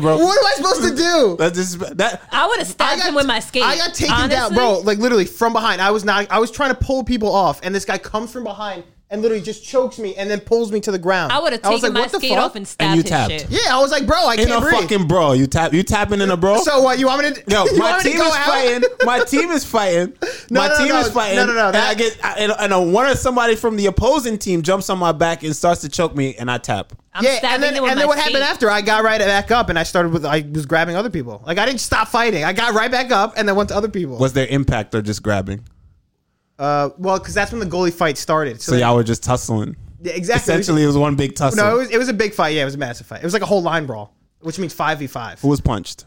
A: do?
B: That's disrespectful, bro.
A: What am I supposed to do?
B: That's disrespect. That
C: I would have stabbed him with my skate.
A: I got taken down,
C: Honestly,
A: bro. Like literally from behind. I was not. I was trying to pull people off, and this guy comes from behind and literally just chokes me and then pulls me to the ground.
C: I would have taken
A: was like,
C: my
A: what the
C: skate
A: fuck?
C: off and stabbed
B: you
C: his
B: tapped.
C: shit.
A: yeah, I was like, bro, I
B: in
A: can't
B: a
A: breathe.
B: fucking bro. You tap. You tapping in a bro.
A: so what? You want me to?
B: Yo,
A: you
B: my
A: want me
B: team
A: to
B: is
A: go out?
B: fighting. My team is fighting.
A: No,
B: my
A: no,
B: team
A: no.
B: is fighting.
A: No, no, no,
B: And
A: that-
B: I get I- and, and a, one or somebody from the opposing team jumps on my back and starts to choke me, and I tap.
C: I'm
A: yeah,
C: stabbing
A: and then
C: him with
A: and then
C: my
A: what happened
C: skate.
A: after? I got right back up and I started with I was grabbing other people. Like I didn't stop fighting. I got right back up and then went to other people.
B: Was there impact or just grabbing?
A: uh, well, because that's when the goalie fight started. So,
B: So
A: they-
B: y'all were just tussling.
A: Yeah, exactly.
B: Essentially, it was one big tussle.
A: no, it was it was a big fight. Yeah, it was a massive fight. It was like a whole line brawl, which means five v five.
B: Who was punched?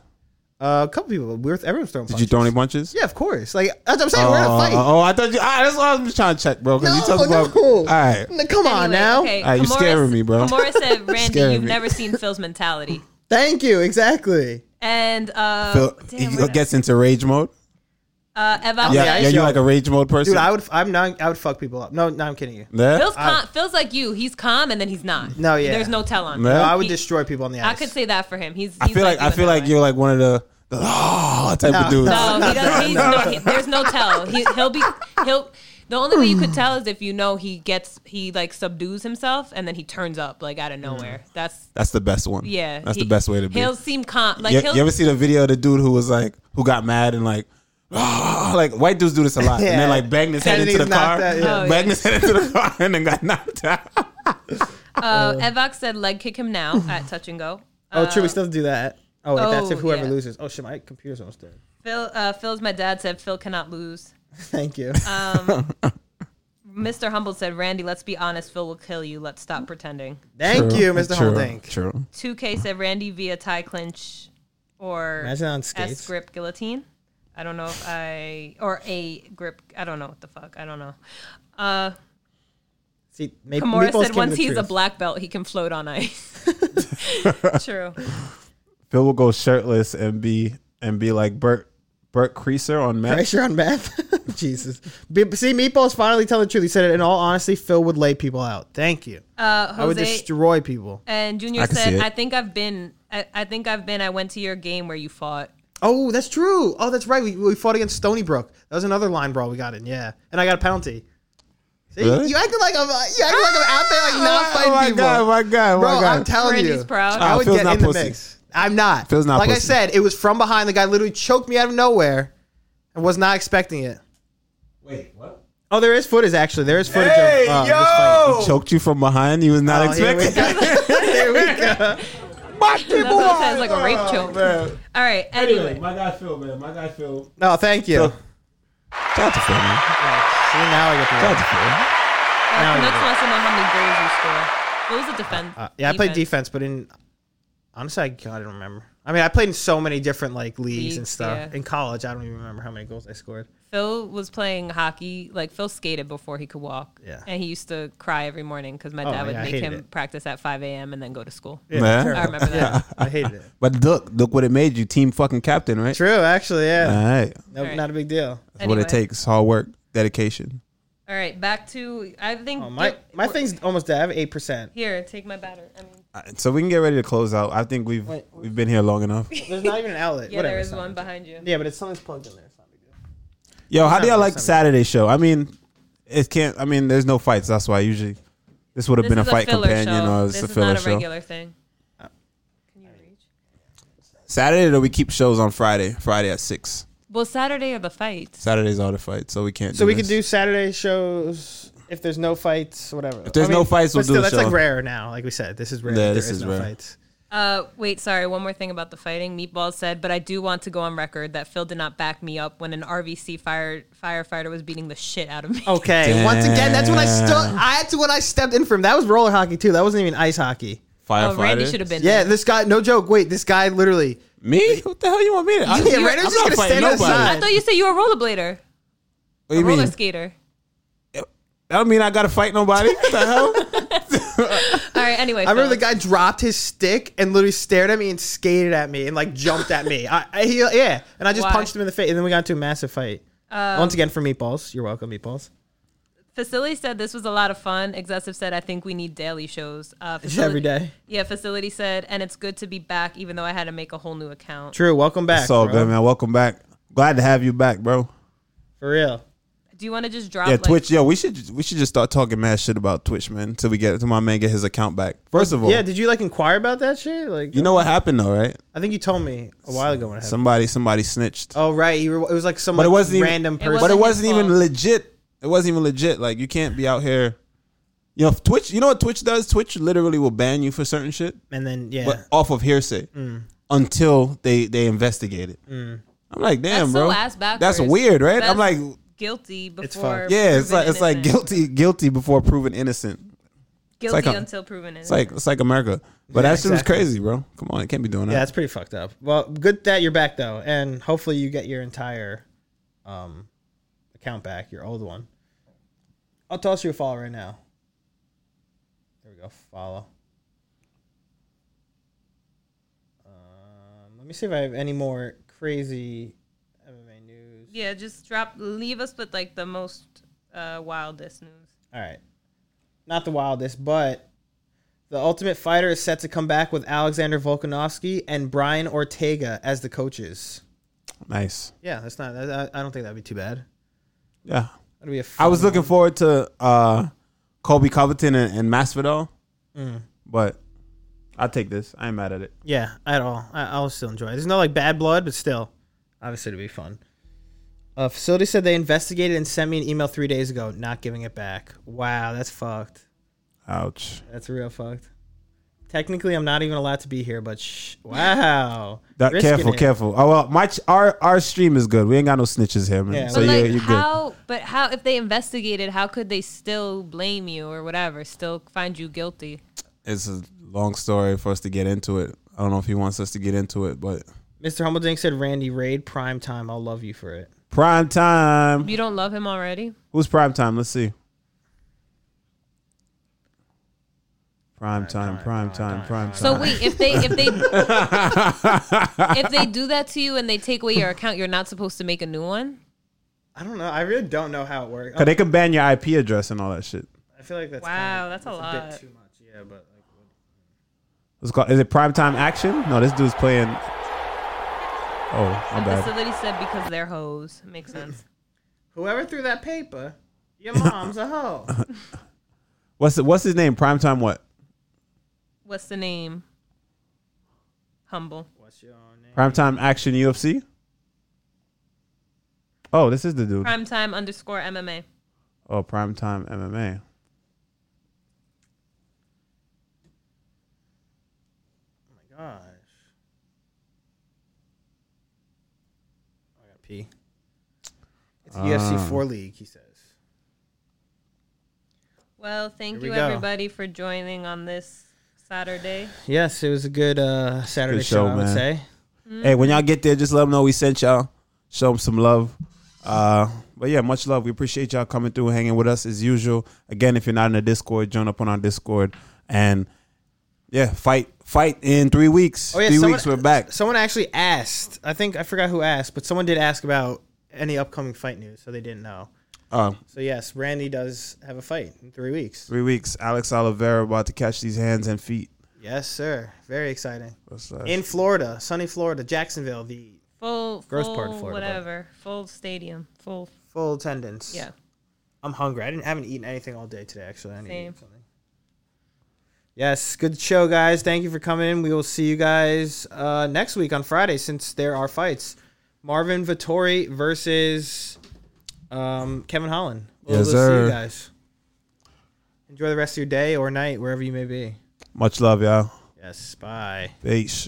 A: Uh, a couple people. We were everyone's throwing.
B: Did you throw any punches?
A: Yeah, of course. Like that's what I'm saying. we're in a
B: Oh,
A: fight.
B: Oh, I thought you. ah, that's what I was trying to check, bro. Because
A: no,
B: you talking
A: no.
B: about. All right.
A: No, come on
C: Anyway,
A: now.
C: Okay.
B: All right, you're
C: Kamora-
B: scaring me, bro.
C: Kamora said, Randy,
B: scaring
C: you've
B: me.
C: never seen Phil's mentality.
A: Thank you. Exactly.
C: And uh,
B: Phil,
C: damn,
B: he
C: what-
B: gets into rage mode.
C: uh,
A: Yeah,
C: Evan,
B: Yeah,
A: I
B: yeah, you
A: show-
B: like a rage mode person.
A: Dude, I would. I'm not. I would fuck people up. No, no, I'm kidding you.
B: Yeah?
C: Phil's calm, Phil's like you. He's calm, and then he's not.
A: No, yeah.
C: There's no tell on.
B: Uh, No,
A: No,
C: him.
A: I would
C: He-
A: destroy people on the ice.
C: I could say that for him. He's.
B: I
C: he's
B: feel like
C: you
B: I
C: in
B: feel
C: that
B: like
C: way.
B: you're like one of the, the oh type
A: No,
B: of dudes.
A: no,
C: No, he doesn't. He's, no, he, there's no tell. He, he'll be. He'll. The only way you could tell is if you know he gets. He like subdues himself, and then he turns up like out of nowhere. That's
B: That's the best one.
C: yeah.
B: Mm. that's
C: he-
B: the best way to be.
C: He'll seem calm. Like
B: you,
C: he'll.
B: you ever see the video of the dude who was like who got mad and like "Ah," like white dudes do this a lot and
A: Yeah.
B: then like bang his head
A: And
B: into the
A: he's knocked
B: car,
A: out, yeah.
C: Oh, yeah.
B: bang his head into the car and then got knocked out.
C: uh, Evox said leg kick him now at touch and go.
A: oh, true. We still do that. Oh, wait, that's
C: uh, oh,
A: if whoever
C: yeah.
A: loses. Oh shit, my computer's almost dead.
C: Phil. Uh, Phil's my dad said Phil cannot lose.
A: Thank you.
C: Uh, Mr. Humble said, Randy, let's be honest. Phil will kill you. Let's stop pretending.
A: Thank
B: True,
A: you, Mr.
B: True.
A: Holdink.
B: True.
C: 2K said, Randy via tie clinch or
A: Imagine on skates.
C: S grip guillotine. I don't know if I, or A grip. I don't know what the fuck. I don't know. Uh,
A: See, maybe
C: Kamora
A: meatballs
C: said,
A: came
C: once
A: to
C: he's a
A: truth.
C: black belt, he can float on ice. True.
B: Phil will go shirtless and be and be like Bert Bert Creaser on Matt.
A: Pressure on math. Jesus. Be- See, meatballs finally tell the truth. He said it in all honesty. Phil would lay people out. Thank you.
C: Uh, Jose
A: I would destroy people.
C: and Junior
B: I can see
C: said,
B: it.
C: I think I've been, I, I think I've been, I went to your game where you fought.
A: Oh, that's true. Oh, that's right. We, we fought against Stony Brook. That was another line brawl we got in. Yeah, and I got a penalty. See,
B: Really?
A: you acting like I'm uh, you acting like I'm out there like not fighting
B: oh my
A: people.
B: god! My god!
A: Bro,
B: my god!
A: I'm telling
C: Randy's
A: you,
C: proud.
A: I
B: Oh,
A: would
B: Phil's
A: get
B: not
A: in the
B: pussy.
A: mix. I'm not.
B: Phil's not
A: Like I
B: pussy.
A: said, it was from behind. The guy literally choked me out of nowhere, and was not expecting it.
B: Wait, what?
A: Oh, there is footage actually. There is footage
E: Hey,
A: of uh, this fight.
E: yo.
B: Choked you from behind. You was not
A: Oh, here we
B: expecting.
A: go. Here we go.
C: That's what it says, like a rape choke. All right. Anyway.
B: my guy Phil, man. My guy Phil.
A: No, thank you.
B: Phil. Shout out to Phil, man.
A: See, now I get the
B: Shout out to Phil.
C: Uh,
A: Now we
C: Canucks
A: do.
B: Uh,
C: wants to know how many goals you score. What was the defense?
A: Yeah, I played defense, but in Honestly, I gotta remember. I mean, I played in so many different like leagues, and
C: Leagues,
A: stuff.
C: yeah.
A: In college, I don't even remember how many goals I scored.
C: Phil was playing hockey. Like Phil skated before he could walk.
A: Yeah.
C: And he used to cry every morning because my dad
A: Oh, yeah,
C: would
A: I
C: make
A: hated
C: him
A: it.
C: practice at 5 a.m. and then go to school.
B: Man.
C: I remember that.
A: I hated it.
B: But look, look what it made you, team fucking captain, right?
A: True, actually,
B: All
A: yeah.
B: right, that's
A: Nope,
C: All right.
A: not a big deal.
B: what
C: Anyway.
B: it takes. Hard work, dedication.
C: All right, back to I think
A: Oh, my my thing's Uh, almost dead. I have eight percent.
C: here. Take my batter. I mean,
B: All right, so we can get ready to close out. I think we've
A: Wait, wait.
B: we've been here long enough.
A: There's not even an outlet.
C: yeah,
A: Whatever,
C: there
A: it's
C: is
A: not-
C: one behind you.
A: Yeah, but it's something's plugged in there. It's not a big deal.
B: Yo, how do
A: December,
B: y'all like the Saturday show? I mean, it can't. I mean, there's no fights. That's why usually this would have
C: This
B: been a
C: is
B: fight
C: filler
B: companion
C: show.
B: or it's
C: this
B: a
C: is not
B: filler
C: a
B: show.
C: regular thing. Can you reach?
B: Saturday though, we keep shows on Friday. Friday at six.
C: Well, Saturday are the fights.
B: Saturdays are the fights, so we can't.
A: So we
B: this.
A: could do Saturday shows if there's no fights, whatever. If
B: there's no fights, we'll do a
A: That's
B: show.
A: like rare now. Like we said, this is rare.
B: Yeah,
A: that
B: this
A: there is,
B: is
A: no
B: rare.
A: fights.
C: Uh, wait, sorry. One more thing about the fighting. Meatball said, but I do want to go on record that Phil did not back me up when an RVC fire firefighter was beating the shit out of me.
A: Okay, once again, that's when I stood. I that's when I stepped in for him. That was roller hockey too. That wasn't even ice hockey.
C: Oh,
B: Firefighters.
C: Randy should have been.
A: Yeah, this guy. No joke. Wait, this guy literally.
B: me. What the hell you want me to? I,
A: Yeah, Randy's just gonna stand outside.
C: I thought you said you were a rollerblader,
B: What do you
C: roller
B: mean?
C: skater.
B: That don't mean I gotta fight nobody. What the hell?
C: All right. Anyway,
A: I remember the
C: Phil.
A: guy dropped his stick and literally stared at me and skated at me and like jumped at me. I, I he, yeah, and I just
C: Why? Oh.
A: punched him in the face, and then we got into a massive fight. Once again for meatballs. You're welcome, meatballs.
C: Facility said this was a lot of fun. Excessive said, I think we need daily shows. Uh,
A: It's every day.
C: Yeah, facility said, and it's good to be back, even though I had to make a whole new account.
A: True. Welcome back.
B: It's all
A: bro.
B: good, man. Welcome back. Glad to have you back, bro.
A: For real.
C: Do you want to just drop?
B: Yeah,
C: like-
B: Twitch. Yo, we should we should just start talking mad shit about Twitch, man. Till we get till my man get his account back. First of all,
A: Yeah. Did you like inquire about that shit? Like,
B: you know what happened though, right?
A: I think you told me a while ago when it happened.
B: Somebody somebody snitched.
A: Oh right, you were, it was like some
B: but it
A: like,
B: wasn't even-
A: random person.
B: But it
C: his
B: wasn't even
C: fault.
B: legit. It wasn't even legit. Like you can't be out here. You know if Twitch. You know what Twitch does? Twitch literally will ban you for certain shit,
A: and then yeah, Mm.
B: but off of hearsay until they they investigate it. I'm like, damn,
C: That's so
B: bro,
C: ass backwards.
B: that's weird, right?
C: That's
B: I'm like,
C: guilty before.
A: fucked.
B: yeah, it's
C: proven
B: like it's like
C: innocent.
B: guilty guilty before proven innocent.
C: Guilty
B: like a-
C: until proven innocent.
B: It's like it's like America, but
A: Yeah,
B: that shit was
A: exactly.
B: crazy, bro. Come on, you can't be doing that.
A: yeah, that's pretty fucked up. Well, good that you're back though, and hopefully you get your entire um account back, your old one. I'll toss you a follow right now. There we go, follow. Um, let me see if I have any more crazy MMA news.
C: yeah, just drop. Leave us with like the most uh, wildest news.
A: All right. Not the wildest, but the Ultimate Fighter is set to come back with Alexander Volkanovski and Brian Ortega as the coaches.
B: nice.
A: Yeah, that's not. I, I don't think that'd be too bad.
B: Yeah,
A: That'd be a
B: I was
A: fun-
B: looking forward to uh, Kobe Covington and, and Masvidal,
A: Mm.
B: but I'll take this. I ain't mad at it.
A: Yeah, at all. I, I'll still enjoy it. There's no like bad blood, but still, obviously, it'd be fun. Uh, facility said they investigated and sent me an email three days ago, not giving it back. Wow, that's fucked.
B: Ouch.
A: That's real fucked. Technically, I'm not even allowed to be here, but sh- wow.
B: That,
A: Risking
B: careful,
A: it.
B: careful. Oh well, my ch- our our stream is good. We ain't got no snitches here, man.
A: Yeah.
B: so
C: But
B: you
C: like,
B: you're good.
C: how? But how? If they investigated, how could they still blame you or whatever? Still find you guilty?
B: It's a long story for us to get into it. I don't know if he wants us to get into it, but
A: Mr. Humbledink said, Randy, raid prime time. I'll love you for it.
B: prime time.
C: You don't love him already?
B: Who's prime time? Let's see. Prime time, prime time, prime time.
C: So wait, if they if they if they do that to you and they take away your account, you're not supposed to make a new one.
A: I don't know. I really don't know how it works.
B: 'Cause they can ban your IP address and all that shit.
A: I feel like that's
C: Wow, that's a
A: kinda a
C: lot.
A: bit too much. Yeah, but like,
B: What's it called? Is it prime time action? No, this dude's playing. Oh, my
C: The
B: bad.
C: facility said because they're hoes. Makes sense.
A: whoever threw that paper, your mom's a hoe.
B: What's the, what's his name? Prime time what?
C: What's the name? Humble.
A: What's your name?
B: Prime time action UFC. Oh, this is the dude.
C: Primetime underscore MMA.
B: Oh, prime time MMA.
A: Oh my gosh. I got pee. It's a
B: Ah.
A: UFC four league. He says.
C: Well, thank
A: Here we
C: you
A: go.
C: everybody for joining on this Saturday.
A: Yes, it was a good uh, Saturday
B: Good
A: show,
B: show,
A: I would
B: man.
A: say.
B: Hey, when
A: Mm-hmm.
B: y'all get there, just let them know we sent y'all. Show them some love. Uh, but yeah, much love. We appreciate y'all coming through, hanging with us as usual. Again, if you're not in the Discord, join up on our Discord. And yeah, fight, fight in three weeks.
A: Oh, yeah,
B: three
A: someone-
B: weeks, we're back.
A: Someone actually asked. I think I forgot who asked, but someone did ask about any upcoming fight news, so they didn't know.
B: Uh,
A: So yes, Randy does have a fight in three weeks.
B: three weeks. Alex Oliveira about to catch these hands and feet.
A: Yes, sir. Very exciting.
B: What's that?
A: In Florida, sunny Florida, Jacksonvil, the
C: Full,
A: Gross
C: full,
A: part of Florida, but-
C: whatever. Full stadium. Full,
A: full attendance.
C: yeah.
A: I'm hungry. I didn't haven't eaten anything all day today. Actually, I need to
C: Same.
A: eat something. Yes, good show, guys. Thank you for coming in. We will see you guys uh, next week on Friday, since there are fights. Marvin Vittori versus um, Kevin Holland. We'll,
B: Yes,
A: we'll see
B: sir.
A: you guys. Enjoy the rest of your day or night, wherever you may be.
B: Much love, y'all.
A: Yes, bye.
B: Peace.